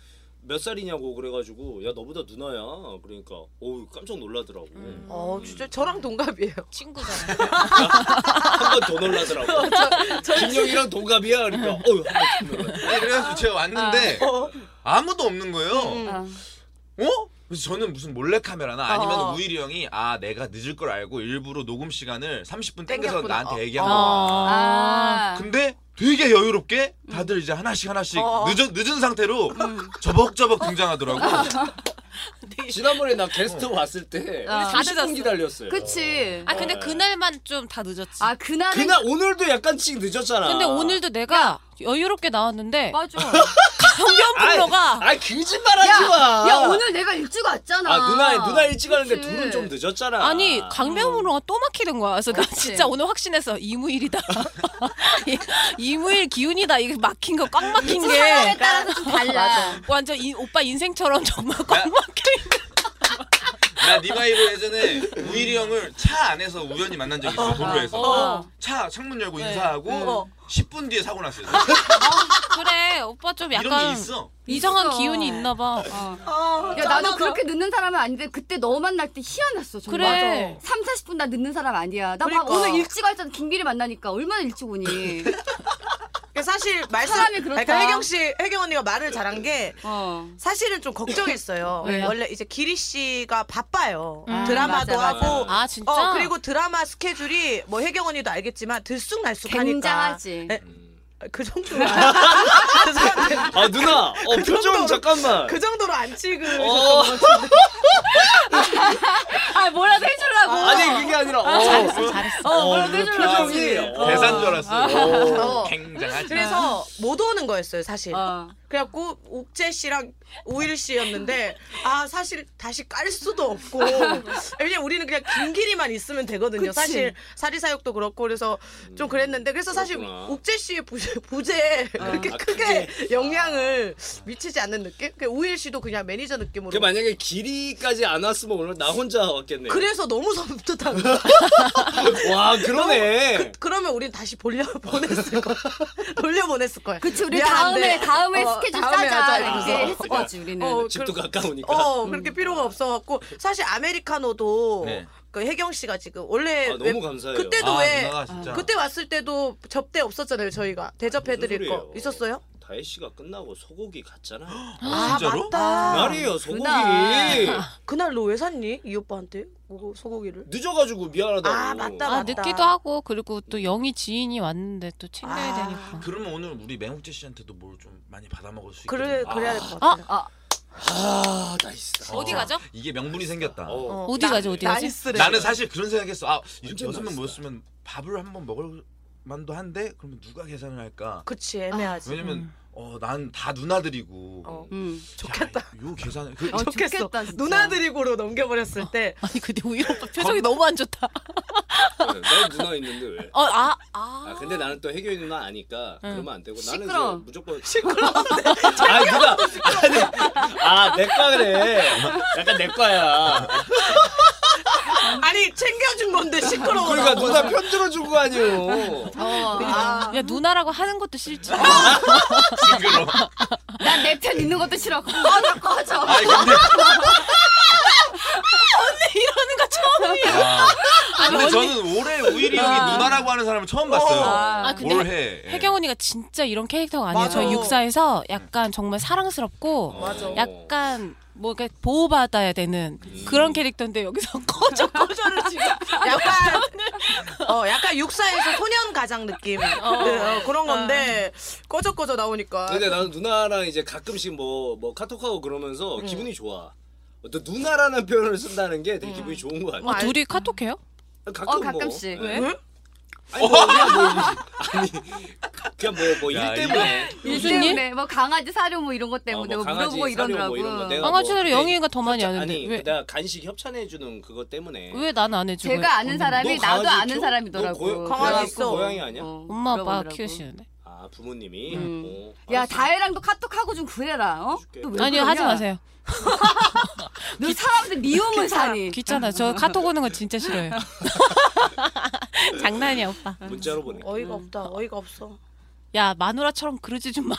[SPEAKER 4] 몇 살이냐고 그래가지고 야 너보다 누나야. 그러니까 어우 깜짝 놀라더라고.
[SPEAKER 5] 어 진짜 저랑 동갑이에요
[SPEAKER 1] 친구잖아.
[SPEAKER 4] 한 번 더 놀라더라고. 김영이랑 동갑이야. 그러니까 어우 한번더 놀라.
[SPEAKER 3] 아니, 네, 그래가지고 제가 왔는데
[SPEAKER 5] 어.
[SPEAKER 3] 아무도 없는 거예요.
[SPEAKER 5] 음.
[SPEAKER 2] 어.
[SPEAKER 3] 어? 그래서 저는 무슨 몰래카메라나 아니면
[SPEAKER 5] 어.
[SPEAKER 3] 우일이 형이 아 내가 늦을 걸 알고 일부러 녹음 시간을 30분 땡겨서
[SPEAKER 5] 땡겼구나.
[SPEAKER 3] 나한테
[SPEAKER 5] 어.
[SPEAKER 3] 얘기한 거야.
[SPEAKER 2] 아.
[SPEAKER 3] 근데 되게 여유롭게 다들 이제 하나씩 하나씩
[SPEAKER 5] 어. 음.
[SPEAKER 3] 늦은 늦은 상태로 저벅저벅 등장하더라고.
[SPEAKER 4] 지난번에 나 게스트 왔을 때
[SPEAKER 2] 아.
[SPEAKER 4] 30분 기다렸어요.
[SPEAKER 2] 그치.
[SPEAKER 1] 아 근데 그날만 좀 다 늦었지.
[SPEAKER 2] 아 그날은
[SPEAKER 4] 그날 오늘도 약간씩 늦었잖아.
[SPEAKER 1] 근데 오늘도 내가 여유롭게 나왔는데
[SPEAKER 2] 맞아.
[SPEAKER 1] 강변
[SPEAKER 4] 아,
[SPEAKER 1] 불러가
[SPEAKER 4] 아 거짓말하지 마.
[SPEAKER 2] 야 오늘 내가 일찍 왔잖아.
[SPEAKER 4] 아 누나 누나 일찍 가는데
[SPEAKER 2] 그치.
[SPEAKER 4] 둘은 좀 늦었잖아.
[SPEAKER 1] 아니 강변으로가 또 막히는 거야. 그래서 나
[SPEAKER 2] 그치.
[SPEAKER 1] 진짜 오늘 확신했어 이무일이다. 이- 이무일 기운이다. 이게 막힌 거 꽉 막힌 게
[SPEAKER 2] 사람에 따라서 좀 달라.
[SPEAKER 1] 완전 이, 오빠 인생처럼 정말 꽉 막혀 있는.
[SPEAKER 3] 나 니바이로 예전에 우일이 형을 차 안에서 우연히 만난 적이 있어 도로에서.
[SPEAKER 2] 어.
[SPEAKER 3] 차 창문 열고
[SPEAKER 1] 네.
[SPEAKER 3] 인사하고
[SPEAKER 5] 어. 아,
[SPEAKER 3] 10분 뒤에 사고 났어요.
[SPEAKER 1] 아, 그래 오빠 좀
[SPEAKER 3] 이런
[SPEAKER 1] 약간
[SPEAKER 3] 게 있어.
[SPEAKER 1] 이상한
[SPEAKER 2] 있어.
[SPEAKER 1] 기운이 있나 봐.
[SPEAKER 2] 어.
[SPEAKER 5] 아,
[SPEAKER 2] 야 나도 그렇게 늦는 사람은 아닌데 그때 너 만날 때 희한했어 정말
[SPEAKER 1] 그래.
[SPEAKER 2] 3, 40분 나 늦는 사람 아니야 나 막
[SPEAKER 5] 그러니까.
[SPEAKER 2] 오늘 일찍 왔잖아 김길이 만나니까 얼마나 일찍 오니
[SPEAKER 5] 그러니까 사실 말씀
[SPEAKER 2] 사람이 그렇다. 그,
[SPEAKER 5] 그러니까 혜경 씨 혜경 언니가 말을 잘한 게
[SPEAKER 2] 어.
[SPEAKER 5] 사실은 좀 걱정했어요.
[SPEAKER 1] 왜요?
[SPEAKER 5] 원래 이제 기리 씨가 바빠요.
[SPEAKER 1] 음,
[SPEAKER 5] 드라마도
[SPEAKER 2] 맞아, 맞아.
[SPEAKER 5] 하고.
[SPEAKER 1] 아 진짜?
[SPEAKER 5] 어 그리고 드라마 스케줄이 뭐 혜경 언니도 알겠지만 들쑥날쑥하니까
[SPEAKER 2] 굉장하지.
[SPEAKER 5] 네, 그 정도로 안- 그 사람들
[SPEAKER 4] 아 누나 어 표정 잠깐만.
[SPEAKER 5] 그 정도로 안 찍으셨던
[SPEAKER 4] 어.
[SPEAKER 5] 것 같은데
[SPEAKER 2] 아 뭐라도 해주려고
[SPEAKER 4] 아니 그게 아니라 어, 잘했어
[SPEAKER 2] 어, 뭐라도 해주려고
[SPEAKER 4] 표정이 어.
[SPEAKER 3] 계산 줄 알았어요.
[SPEAKER 5] 어.
[SPEAKER 3] 굉장하지.
[SPEAKER 5] 그래서 못 오는 거였어요 사실
[SPEAKER 2] 어.
[SPEAKER 5] 그래갖고 옥재 씨랑 오일 씨였는데 아 사실 다시 깔 수도 없고 왜냐면 우리는 그냥 김길이만 있으면 되거든요
[SPEAKER 2] 그치.
[SPEAKER 5] 사실 사리사욕도 그렇고 그래서 좀 그랬는데 그래서 사실
[SPEAKER 4] 음, 그렇구나.
[SPEAKER 5] 옥재 씨의 부재, 부재에 그렇게
[SPEAKER 4] 아,
[SPEAKER 5] 크게 영향을 미치지 않는 느낌 그 오일 씨도 그냥 매니저 느낌으로
[SPEAKER 4] 그 만약에 길이까지 안 왔으면 오늘 나 혼자 왔겠네.
[SPEAKER 5] 그래서 너무 섬뜩한 거야
[SPEAKER 4] 와 그러네.
[SPEAKER 5] 그러면 우린 다시 돌려 보냈을 거야 돌려 보냈을 거야
[SPEAKER 2] 그치 우리
[SPEAKER 5] 미안한데.
[SPEAKER 2] 다음에 다음에
[SPEAKER 5] 어,
[SPEAKER 2] 스케줄
[SPEAKER 5] 다음에
[SPEAKER 2] 짜자
[SPEAKER 5] 하자, 이러면서.
[SPEAKER 2] 이렇게 했을 거지 우리는
[SPEAKER 5] 어,
[SPEAKER 4] 집도 가까우니까. 아, 음.
[SPEAKER 5] 어 그렇게 필요가 없어갖고 사실 아메리카노도
[SPEAKER 3] 네.
[SPEAKER 5] 그 혜경 씨가 지금 원래
[SPEAKER 4] 아,
[SPEAKER 5] 왜-
[SPEAKER 4] 너무 감사해요.
[SPEAKER 5] 예, 그때도
[SPEAKER 3] 아,
[SPEAKER 5] 왜
[SPEAKER 3] 누나가 진짜.
[SPEAKER 5] 그때 왔을 때도 접대 없었잖아요 저희가 대접해드릴
[SPEAKER 4] 무슨
[SPEAKER 5] 거
[SPEAKER 4] 소리예요?
[SPEAKER 5] 있었어요?
[SPEAKER 4] 다혜 씨가 끝나고 소고기 갔잖아.
[SPEAKER 5] 아
[SPEAKER 3] 진짜로?
[SPEAKER 5] 맞다
[SPEAKER 4] 날이에요 소고기.
[SPEAKER 2] 그날.
[SPEAKER 5] 그날 너 왜 샀니 이 오빠한테 뭐, 소고기를
[SPEAKER 4] 늦어가지고 미안하다고.
[SPEAKER 5] 아, 맞다.
[SPEAKER 1] 아
[SPEAKER 5] 맞다.
[SPEAKER 1] 늦기도 하고 그리고 또 영희 지인이 왔는데 또 챙겨야
[SPEAKER 5] 아.
[SPEAKER 1] 되니까.
[SPEAKER 3] 그러면 오늘 우리 맹욱재 씨한테도 뭘 좀 많이 받아 먹을 수 있겠네.
[SPEAKER 5] 그래
[SPEAKER 3] 아,
[SPEAKER 5] 그래야 될 것 같아
[SPEAKER 2] 아,
[SPEAKER 4] 아 나이스.
[SPEAKER 1] 어디 가죠?
[SPEAKER 3] 이게 명분이 생겼다.
[SPEAKER 4] 어.
[SPEAKER 1] 어디 가지 어디 가지?
[SPEAKER 5] 나이스래
[SPEAKER 3] 나는 사실 그런 생각했어. 아, 이렇게
[SPEAKER 4] 완전
[SPEAKER 3] 여섯 명
[SPEAKER 4] 맛있다.
[SPEAKER 3] 모였으면 밥을 한 번 먹을 만도 한데 그러면 누가 계산을 할까?
[SPEAKER 5] 그치 애매하지
[SPEAKER 3] 왜냐면
[SPEAKER 1] 음.
[SPEAKER 3] 어, 난 다 누나들이고.
[SPEAKER 5] 어.
[SPEAKER 2] 음.
[SPEAKER 5] 좋겠다.
[SPEAKER 3] 야, 요 계산을 그,
[SPEAKER 2] 어,
[SPEAKER 5] 좋겠어
[SPEAKER 2] 좋겠다, 진짜.
[SPEAKER 5] 누나들이고로 넘겨버렸을 때
[SPEAKER 1] 아니 근데 우일 오빠 표정이 너무 안 좋다.
[SPEAKER 4] 네, 나 누나 있는데 왜?
[SPEAKER 1] 어 아 아.
[SPEAKER 4] 아 근데 나는 또 해경이 누나 아니까 그러면 안 되고 나는
[SPEAKER 2] 시끄러워.
[SPEAKER 4] 이제 무조건 시끄러워. 아 누나 아니 아 내과 그래. 약간 내과야.
[SPEAKER 5] 아니 챙겨준 건데 시끄러워
[SPEAKER 4] 그러니까 누나 편 들어주고 아니요.
[SPEAKER 5] 아,
[SPEAKER 1] 야 누나라고 하는 것도 싫지.
[SPEAKER 3] 징그러.
[SPEAKER 2] 난내 편 있는 것도 싫어 꺼져 꺼져
[SPEAKER 3] 아니 근데
[SPEAKER 1] 이러는 거 처음이야.
[SPEAKER 3] 아, 근데
[SPEAKER 1] 아니,
[SPEAKER 3] 저는 올해 우일이 형이
[SPEAKER 1] 아.
[SPEAKER 3] 누나라고 하는 사람을 처음 봤어요.
[SPEAKER 2] 아.
[SPEAKER 1] 아, 근데
[SPEAKER 3] 올해. 예.
[SPEAKER 1] 혜경 언니가 진짜 이런 캐릭터가 아니에요.
[SPEAKER 5] 맞아.
[SPEAKER 1] 저희 육사에서 약간
[SPEAKER 4] 음.
[SPEAKER 1] 정말 사랑스럽고
[SPEAKER 5] 맞아.
[SPEAKER 3] 어.
[SPEAKER 1] 약간 뭐 이렇게 보호받아야 되는
[SPEAKER 4] 음.
[SPEAKER 1] 그런 캐릭터인데 여기서 꺼져 꺼져를 지금
[SPEAKER 5] 약간 어 약간 육사에서 소년 가장 느낌 네, 어, 그런 건데 꺼져 꺼져 나오니까
[SPEAKER 4] 근데 나는 누나랑 이제 가끔씩 뭐 뭐 카톡하고 그러면서 기분이 좋아. 또 누나라는 표현을 쓴다는 게 되게 기분이 좋은 거 같아.
[SPEAKER 5] 뭐
[SPEAKER 1] 아,
[SPEAKER 5] 알-
[SPEAKER 1] 둘이 카톡해요?
[SPEAKER 4] 가끔
[SPEAKER 2] 어 가끔씩.
[SPEAKER 4] 뭐,
[SPEAKER 5] 왜?
[SPEAKER 4] 아니 뭐 그냥 뭐 아니 그냥 뭐 뭐 일
[SPEAKER 3] 야,
[SPEAKER 4] 때문에
[SPEAKER 1] 무슨
[SPEAKER 2] 일
[SPEAKER 1] 일?
[SPEAKER 2] 때문에 뭐 강아지 사료 뭐 이런 것 때문에
[SPEAKER 4] 어, 뭐
[SPEAKER 2] 뭐
[SPEAKER 4] 강아지
[SPEAKER 2] 물어보고
[SPEAKER 4] 사료
[SPEAKER 2] 이러더라고.
[SPEAKER 4] 뭐 이런 거 내가-
[SPEAKER 1] 강아지를
[SPEAKER 4] 뭐,
[SPEAKER 1] 영희가 더 많이
[SPEAKER 4] 아니 그러니까
[SPEAKER 1] 아는데 왜,
[SPEAKER 4] 내가 간식 협찬해 주는 그것 때문에
[SPEAKER 1] 왜 난 안 해줘?
[SPEAKER 2] 제가 아는 사람이
[SPEAKER 4] 너
[SPEAKER 2] 나도
[SPEAKER 4] 강아지
[SPEAKER 2] 아는
[SPEAKER 4] 키워?
[SPEAKER 2] 사람이더라고.
[SPEAKER 4] 너 고양-
[SPEAKER 5] 강아지
[SPEAKER 4] 고양이-
[SPEAKER 5] 있어.
[SPEAKER 4] 고양이 아니야?
[SPEAKER 2] 어,
[SPEAKER 1] 엄마 아빠
[SPEAKER 2] 물어보더라고.
[SPEAKER 1] 키우시는데
[SPEAKER 4] 아 부모님이.
[SPEAKER 2] 음.
[SPEAKER 4] 어,
[SPEAKER 2] 야
[SPEAKER 4] 알았어.
[SPEAKER 2] 다혜랑도 카톡하고 좀 그래라. 어?
[SPEAKER 4] 해줄게.
[SPEAKER 2] 또왜
[SPEAKER 1] 아니요
[SPEAKER 2] 그러냐?
[SPEAKER 1] 하지 마세요.
[SPEAKER 2] 너 사람들 미움을 사니.
[SPEAKER 1] 귀찮아. 저 카톡 오는 거 진짜 싫어요. 장난이야 오빠.
[SPEAKER 4] 문자로 보내.
[SPEAKER 5] 음. 어이가 없다 어이가 없어
[SPEAKER 1] 야 마누라처럼 그러지 좀 마.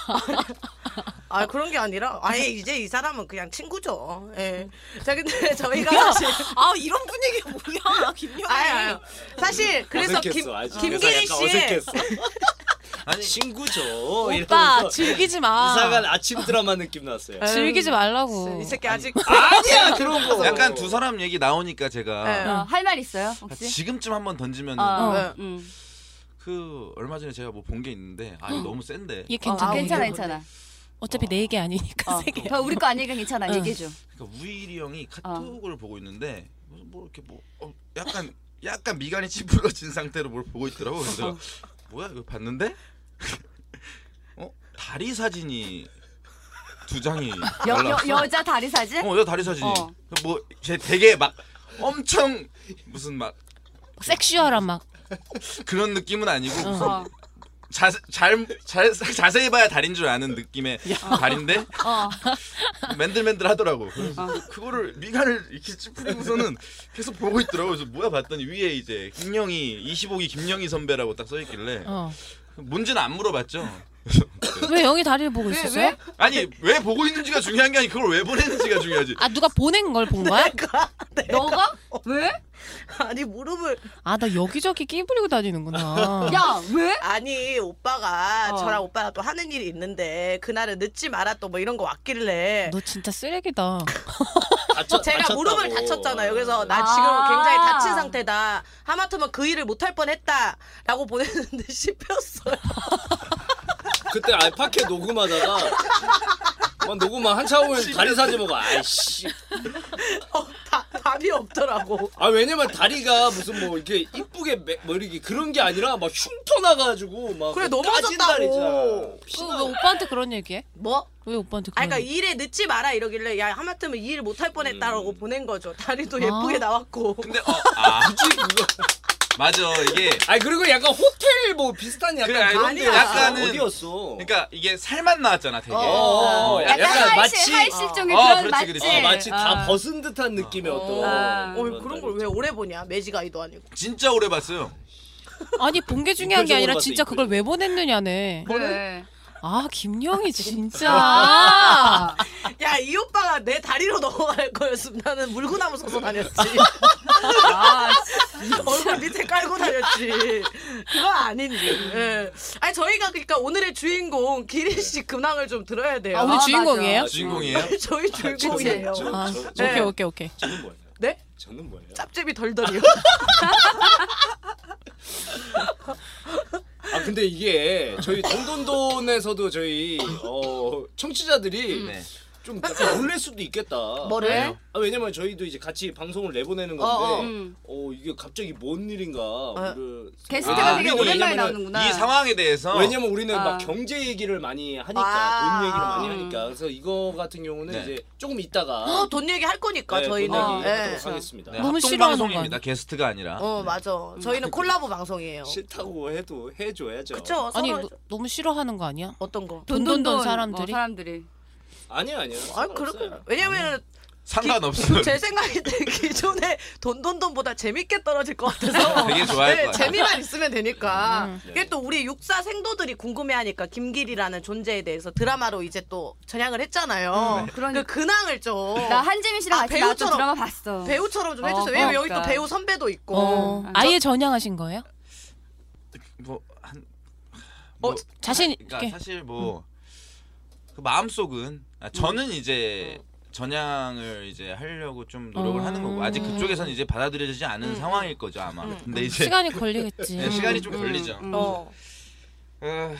[SPEAKER 5] 아 그런 게 아니라 아예 이제 이 사람은 그냥 친구죠 예. 자 근데 저희가 사실
[SPEAKER 1] 아 이런 분위기 뭐야 김영희.
[SPEAKER 5] 아유
[SPEAKER 4] 음,
[SPEAKER 5] 사실 그래서 김
[SPEAKER 4] 어색했어, 아직.
[SPEAKER 5] 김기희
[SPEAKER 4] 그래서
[SPEAKER 5] 씨의
[SPEAKER 4] 약간 어색했어. 아니 친구죠.
[SPEAKER 1] 오빠
[SPEAKER 4] 이러면서
[SPEAKER 1] 즐기지 마.
[SPEAKER 4] 이상한 아침 드라마 느낌 났어요.
[SPEAKER 1] 즐기지 말라고.
[SPEAKER 5] 이 새끼 아직
[SPEAKER 4] 아니야 그런 거.
[SPEAKER 3] 약간 두 사람 얘기 나오니까 제가
[SPEAKER 5] 네.
[SPEAKER 4] 아.
[SPEAKER 2] 할 말 있어요 혹시?
[SPEAKER 3] 지금쯤 한번 던지면
[SPEAKER 2] 어,
[SPEAKER 5] 네.
[SPEAKER 2] 음.
[SPEAKER 3] 그 얼마 전에 제가 뭐 본 게 있는데 아 이거 너무 센데
[SPEAKER 1] 얘
[SPEAKER 2] 어,
[SPEAKER 1] 괜찮아.
[SPEAKER 2] 괜찮아
[SPEAKER 1] 얘.
[SPEAKER 2] 괜찮아.
[SPEAKER 1] 어차피 내 얘기 아니니까
[SPEAKER 2] 어.
[SPEAKER 1] 세 개.
[SPEAKER 2] 더 우리 거 아니니까 괜찮아
[SPEAKER 1] 응.
[SPEAKER 2] 얘기해 줘.
[SPEAKER 3] 그러니까 우일이 형이
[SPEAKER 2] 아.
[SPEAKER 3] 카톡을 보고 있는데 무슨 뭐 이렇게 뭐 어, 약간 약간 미간이 찌푸러진 상태로 뭘 보고 있더라고 그래서
[SPEAKER 2] 어.
[SPEAKER 3] 내가 뭐야 이거 봤는데 어 다리 사진이 두 장이
[SPEAKER 4] 아,
[SPEAKER 2] 여,
[SPEAKER 3] 올라왔어.
[SPEAKER 2] 여, 여자 다리 사진?
[SPEAKER 3] 어, 여 다리 사진이.
[SPEAKER 2] 어.
[SPEAKER 3] 뭐, 제 되게 막 엄청 무슨 막
[SPEAKER 1] 섹슈얼한 막.
[SPEAKER 3] 그런 느낌은 아니고 무슨
[SPEAKER 2] 어.
[SPEAKER 3] 자, 잘, 잘, 자세히 봐야 다리인 줄 아는 느낌의 다리인데
[SPEAKER 2] 어.
[SPEAKER 3] 맨들맨들 하더라고. 그래서 그거를 미간을 이렇게 찌푸리고서는 계속 보고 있더라고. 그래서 뭐야 봤더니 위에 이제 김영희, 25기 김영희 선배라고 딱 써있길래
[SPEAKER 1] 어.
[SPEAKER 3] 뭔지는 안 물어봤죠.
[SPEAKER 1] 네. 왜 영희 다리를 보고 있었어요?
[SPEAKER 2] 왜?
[SPEAKER 3] 아니 왜 보고 있는지가 중요한 게 아니고 그걸 왜 보내는지가 중요하지.
[SPEAKER 1] 아 누가 보낸 걸 본 거야?
[SPEAKER 2] 너가? 왜?
[SPEAKER 5] 그러니까 아니 무릎을
[SPEAKER 1] 아 나 여기저기 끼부리고 다니는구나.
[SPEAKER 2] 야
[SPEAKER 4] 어,
[SPEAKER 2] 왜?
[SPEAKER 5] 아니 오빠가
[SPEAKER 2] 어.
[SPEAKER 5] 저랑 오빠가 또 하는 일이 있는데 그날은 늦지 마라 또 뭐 이런 거 왔길래
[SPEAKER 1] 너 진짜 쓰레기다.
[SPEAKER 4] 다쳐-
[SPEAKER 5] 제가
[SPEAKER 4] 다쳤다고.
[SPEAKER 5] 무릎을 다쳤잖아요. 그래서 나
[SPEAKER 2] 아.
[SPEAKER 5] 지금 굉장히 다친 상태다. 하마터면 그 일을 못할 뻔했다라고 보냈는데 씹혔어요.
[SPEAKER 4] 그때 알파케 녹음하다가 막 녹음 막 한참 후에 다리 아, 사진 보고 아이씨
[SPEAKER 5] 어, 다, 답이 없더라고.
[SPEAKER 4] 아 왜냐면 다리가 무슨 뭐 이렇게 이쁘게 매- 뭐 이렇게 그런 게 아니라 막 흉터 나가지고 막
[SPEAKER 5] 그래,
[SPEAKER 4] 그 까진
[SPEAKER 5] 넘어졌다고.
[SPEAKER 4] 다리잖아.
[SPEAKER 1] 그 왜 오빠한테 그런 얘기해?
[SPEAKER 5] 뭐?
[SPEAKER 1] 왜 오빠한테
[SPEAKER 5] 아,
[SPEAKER 1] 그런?
[SPEAKER 4] 음.
[SPEAKER 5] 그러니까
[SPEAKER 1] 얘기?
[SPEAKER 5] 일에 늦지 마라 이러길래 야 하마터면 이 일을 못할 뻔했다라고
[SPEAKER 4] 음.
[SPEAKER 5] 보낸 거죠. 다리도
[SPEAKER 4] 아.
[SPEAKER 5] 예쁘게 나왔고.
[SPEAKER 3] 근데 어, 아
[SPEAKER 4] 굳이 그거
[SPEAKER 3] 맞아 이게
[SPEAKER 4] 아니 그리고 약간 호텔 뭐 비슷한 약간
[SPEAKER 3] 그래,
[SPEAKER 4] 그런
[SPEAKER 5] 아니,
[SPEAKER 4] 데였어.
[SPEAKER 3] 약간은-
[SPEAKER 4] 어디였어?
[SPEAKER 3] 그러니까 이게 살만 나왔잖아 되게.
[SPEAKER 4] 어,
[SPEAKER 3] 어,
[SPEAKER 2] 약간,
[SPEAKER 4] 약간 마치-
[SPEAKER 2] 하이실, 하이실종의
[SPEAKER 3] 어,
[SPEAKER 2] 그런
[SPEAKER 3] 그렇지,
[SPEAKER 2] 맛집.
[SPEAKER 3] 그렇지.
[SPEAKER 4] 어, 마치 다
[SPEAKER 2] 아.
[SPEAKER 4] 벗은 듯한 느낌의 어. 떤
[SPEAKER 5] 네. 어,
[SPEAKER 2] 아.
[SPEAKER 5] 그런 걸 왜 오래 보냐? 매지가이도 아니고.
[SPEAKER 3] 진짜 오래 봤어요.
[SPEAKER 1] 아니 본 게 중요한 게 아니라
[SPEAKER 4] 인별적으로
[SPEAKER 1] 진짜
[SPEAKER 4] 봤어,
[SPEAKER 1] 그걸 왜 보냈느냐네.
[SPEAKER 2] 그래.
[SPEAKER 1] 아 김영희 진짜.
[SPEAKER 5] 야, 이 오빠가 내 다리로 넘어갈 거였으면 나는 물구나무 서서 다녔지.
[SPEAKER 2] 아,
[SPEAKER 5] 얼굴 밑에 깔고 다녔지. 그건 아닌데. 예. 아니 저희가 그러니까 오늘의 주인공 기린 씨
[SPEAKER 4] 네.
[SPEAKER 5] 근황을 좀 들어야 돼요.
[SPEAKER 1] 아 우리
[SPEAKER 2] 아,
[SPEAKER 1] 주인공이에요?
[SPEAKER 2] 맞아.
[SPEAKER 3] 주인공이에요?
[SPEAKER 5] 저희 주인공이에요.
[SPEAKER 4] 저는-
[SPEAKER 1] 아,
[SPEAKER 4] 저-
[SPEAKER 1] 오케이
[SPEAKER 5] 네.
[SPEAKER 1] 오케이 오케이.
[SPEAKER 4] 저는 뭐예요?
[SPEAKER 5] 네?
[SPEAKER 4] 저는 뭐예요?
[SPEAKER 5] 짭제비 덜덜이요.
[SPEAKER 4] 아 근데 이게 저희 돈돈돈에서도 저희 어 청취자들이
[SPEAKER 3] 네.
[SPEAKER 4] 좀 약간 놀랄 수도 있겠다.
[SPEAKER 5] 음. 뭐를?
[SPEAKER 4] 아 왜냐면 저희도 이제 같이 방송을 내보내는
[SPEAKER 5] 어, 어.
[SPEAKER 4] 건데
[SPEAKER 2] 음.
[SPEAKER 4] 어 이게 갑자기 뭔 일인가 우리를-
[SPEAKER 2] 게스트가
[SPEAKER 3] 아,
[SPEAKER 2] 되게
[SPEAKER 4] 우리는
[SPEAKER 2] 오랜만에
[SPEAKER 4] 왜냐면은
[SPEAKER 2] 나오는구나.
[SPEAKER 3] 이 상황에 대해서
[SPEAKER 4] 왜냐면 우리는
[SPEAKER 2] 아.
[SPEAKER 4] 막 경제 얘기를 많이 하니까
[SPEAKER 5] 아.
[SPEAKER 4] 돈 얘기를 많이
[SPEAKER 2] 음.
[SPEAKER 4] 하니까 그래서 이거 같은 경우는
[SPEAKER 3] 네.
[SPEAKER 4] 이제 조금 있다가
[SPEAKER 5] 어, 돈 얘기 할 거니까
[SPEAKER 4] 네,
[SPEAKER 5] 저희는.
[SPEAKER 4] 돈 얘기
[SPEAKER 5] 예.
[SPEAKER 4] 하도록 하겠습니다.
[SPEAKER 3] 네,
[SPEAKER 1] 너무
[SPEAKER 3] 합동
[SPEAKER 1] 싫어하는
[SPEAKER 3] 방송입니다.
[SPEAKER 1] 건.
[SPEAKER 3] 게스트가 아니라.
[SPEAKER 5] 어 맞아. 저희는 콜라보 방송이에요.
[SPEAKER 4] 싫다고 해도 해줘야죠.
[SPEAKER 5] 그쵸?
[SPEAKER 1] 아니
[SPEAKER 5] 서로
[SPEAKER 1] 너, 너무 싫어하는 거 아니야?
[SPEAKER 5] 어떤 거?
[SPEAKER 1] 돈돈돈 사람들이?
[SPEAKER 2] 어, 사람들이.
[SPEAKER 4] 아니요 아니요.
[SPEAKER 5] 아 그렇게 왜냐면
[SPEAKER 3] 상관없어요.
[SPEAKER 5] 제 생각이 기존에 돈돈돈보다 재밌게 떨어질 것 같아서
[SPEAKER 3] 되게 네, 좋아할 거야.
[SPEAKER 5] 네, 재미만 있으면 되니까
[SPEAKER 1] 음.
[SPEAKER 5] 이게 또 우리 육사 생도들이 궁금해하니까 김길이라는 존재에 대해서 드라마로 이제 또 전향을 했잖아요.
[SPEAKER 2] 그러니까.
[SPEAKER 5] 그 근황을 좀
[SPEAKER 2] 나 한재민 씨랑
[SPEAKER 5] 아,
[SPEAKER 2] 같이 나왔던
[SPEAKER 5] 배우처럼-
[SPEAKER 2] 드라마 봤어.
[SPEAKER 5] 배우처럼 좀
[SPEAKER 2] 어,
[SPEAKER 5] 해주세요. 왜냐면 여기 또
[SPEAKER 2] 그러니까.
[SPEAKER 5] 배우 선배도 있고
[SPEAKER 1] 어, 아예 전향하신 거예요?
[SPEAKER 3] 뭐한
[SPEAKER 5] 어,
[SPEAKER 1] 자신
[SPEAKER 3] 그러니까
[SPEAKER 1] 있게.
[SPEAKER 3] 사실 뭐 그 마음속은 아, 저는 이제 전향을 이제 하려고 좀 노력을
[SPEAKER 1] 어.
[SPEAKER 3] 하는 거고 아직 그쪽에선 이제 받아들여지지 않은 상황일 거죠 아마. 근데 이제
[SPEAKER 1] 시간이 걸리겠지. 음.
[SPEAKER 3] 네, 시간이
[SPEAKER 2] 음.
[SPEAKER 3] 좀 걸리죠.
[SPEAKER 5] 어.
[SPEAKER 3] 아,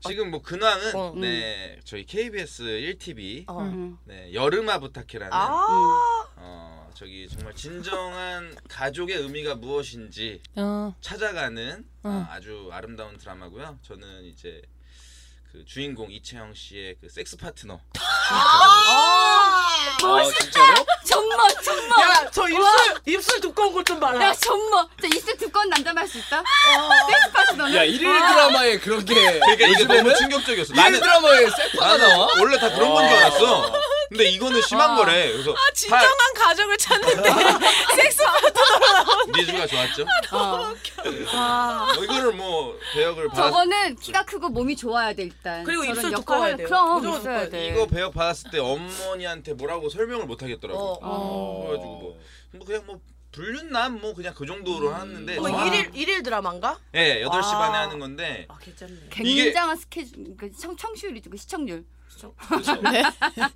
[SPEAKER 3] 지금 뭐 근황은
[SPEAKER 5] 어.
[SPEAKER 3] 네 저희 KBS 1TV
[SPEAKER 5] 어.
[SPEAKER 3] 네 여름아 부탁해라는
[SPEAKER 5] 아,
[SPEAKER 3] 어 저기 정말 진정한 가족의 의미가 무엇인지
[SPEAKER 1] 어,
[SPEAKER 3] 찾아가는
[SPEAKER 1] 어.
[SPEAKER 3] 아, 아주 아름다운 드라마고요. 저는 이제 그 주인공 이채영 씨의 그 섹스 파트너
[SPEAKER 4] 멋있다. 아, 진짜로?
[SPEAKER 2] 정말 정말.
[SPEAKER 5] 야, 저 입술 입술 두꺼운 걸 좀
[SPEAKER 2] 야
[SPEAKER 5] 말라.
[SPEAKER 2] 정말. 저 입술 두꺼운 남자 말할 수
[SPEAKER 5] 어.
[SPEAKER 2] 있다? 섹스 파트 너는.
[SPEAKER 4] 야 일일
[SPEAKER 5] 아.
[SPEAKER 4] 드라마에 그렇게
[SPEAKER 3] 그러니까 이게 너무
[SPEAKER 4] 요즘에는
[SPEAKER 3] 충격적이었어.
[SPEAKER 4] 일일
[SPEAKER 3] 나는
[SPEAKER 4] 드라마에 세파가
[SPEAKER 3] 나는
[SPEAKER 4] 나와? 아.
[SPEAKER 3] 원래 다 그런 건 줄
[SPEAKER 4] 와.
[SPEAKER 3] 알았어. 근데 이거는
[SPEAKER 5] 아.
[SPEAKER 3] 심한 거래. 그래서
[SPEAKER 1] 진정한 가족을 찾는데 섹스
[SPEAKER 3] 니즈가 좋았죠.
[SPEAKER 2] 어.
[SPEAKER 3] 뭐 이거를 뭐 배역을 받았
[SPEAKER 2] 저거는 키가 크고 몸이 좋아야 돼 일단.
[SPEAKER 5] 그리고
[SPEAKER 2] 저런
[SPEAKER 5] 입술
[SPEAKER 2] 역할을-
[SPEAKER 5] 두꺼워야 돼요.
[SPEAKER 2] 그럼
[SPEAKER 5] 무조건
[SPEAKER 2] 있어야
[SPEAKER 5] 두꺼워야
[SPEAKER 2] 돼.
[SPEAKER 3] 이거 배역 받았을 때 어머니한테 뭐라고 설명을 못 하겠더라고.
[SPEAKER 5] 어.
[SPEAKER 2] 어.
[SPEAKER 3] 그래가지고 뭐, 뭐 그냥 뭐 불륜남 뭐 그냥 그 정도로 하는데
[SPEAKER 5] 뭐
[SPEAKER 3] 정확-
[SPEAKER 5] 일일 일일 드라마인가?
[SPEAKER 3] 예, 8시
[SPEAKER 5] 와.
[SPEAKER 3] 반에 하는 건데
[SPEAKER 5] 아, 괜찮네.
[SPEAKER 2] 굉장한 스케줄, 그 청, 청취율이 고 시청률.
[SPEAKER 5] 네.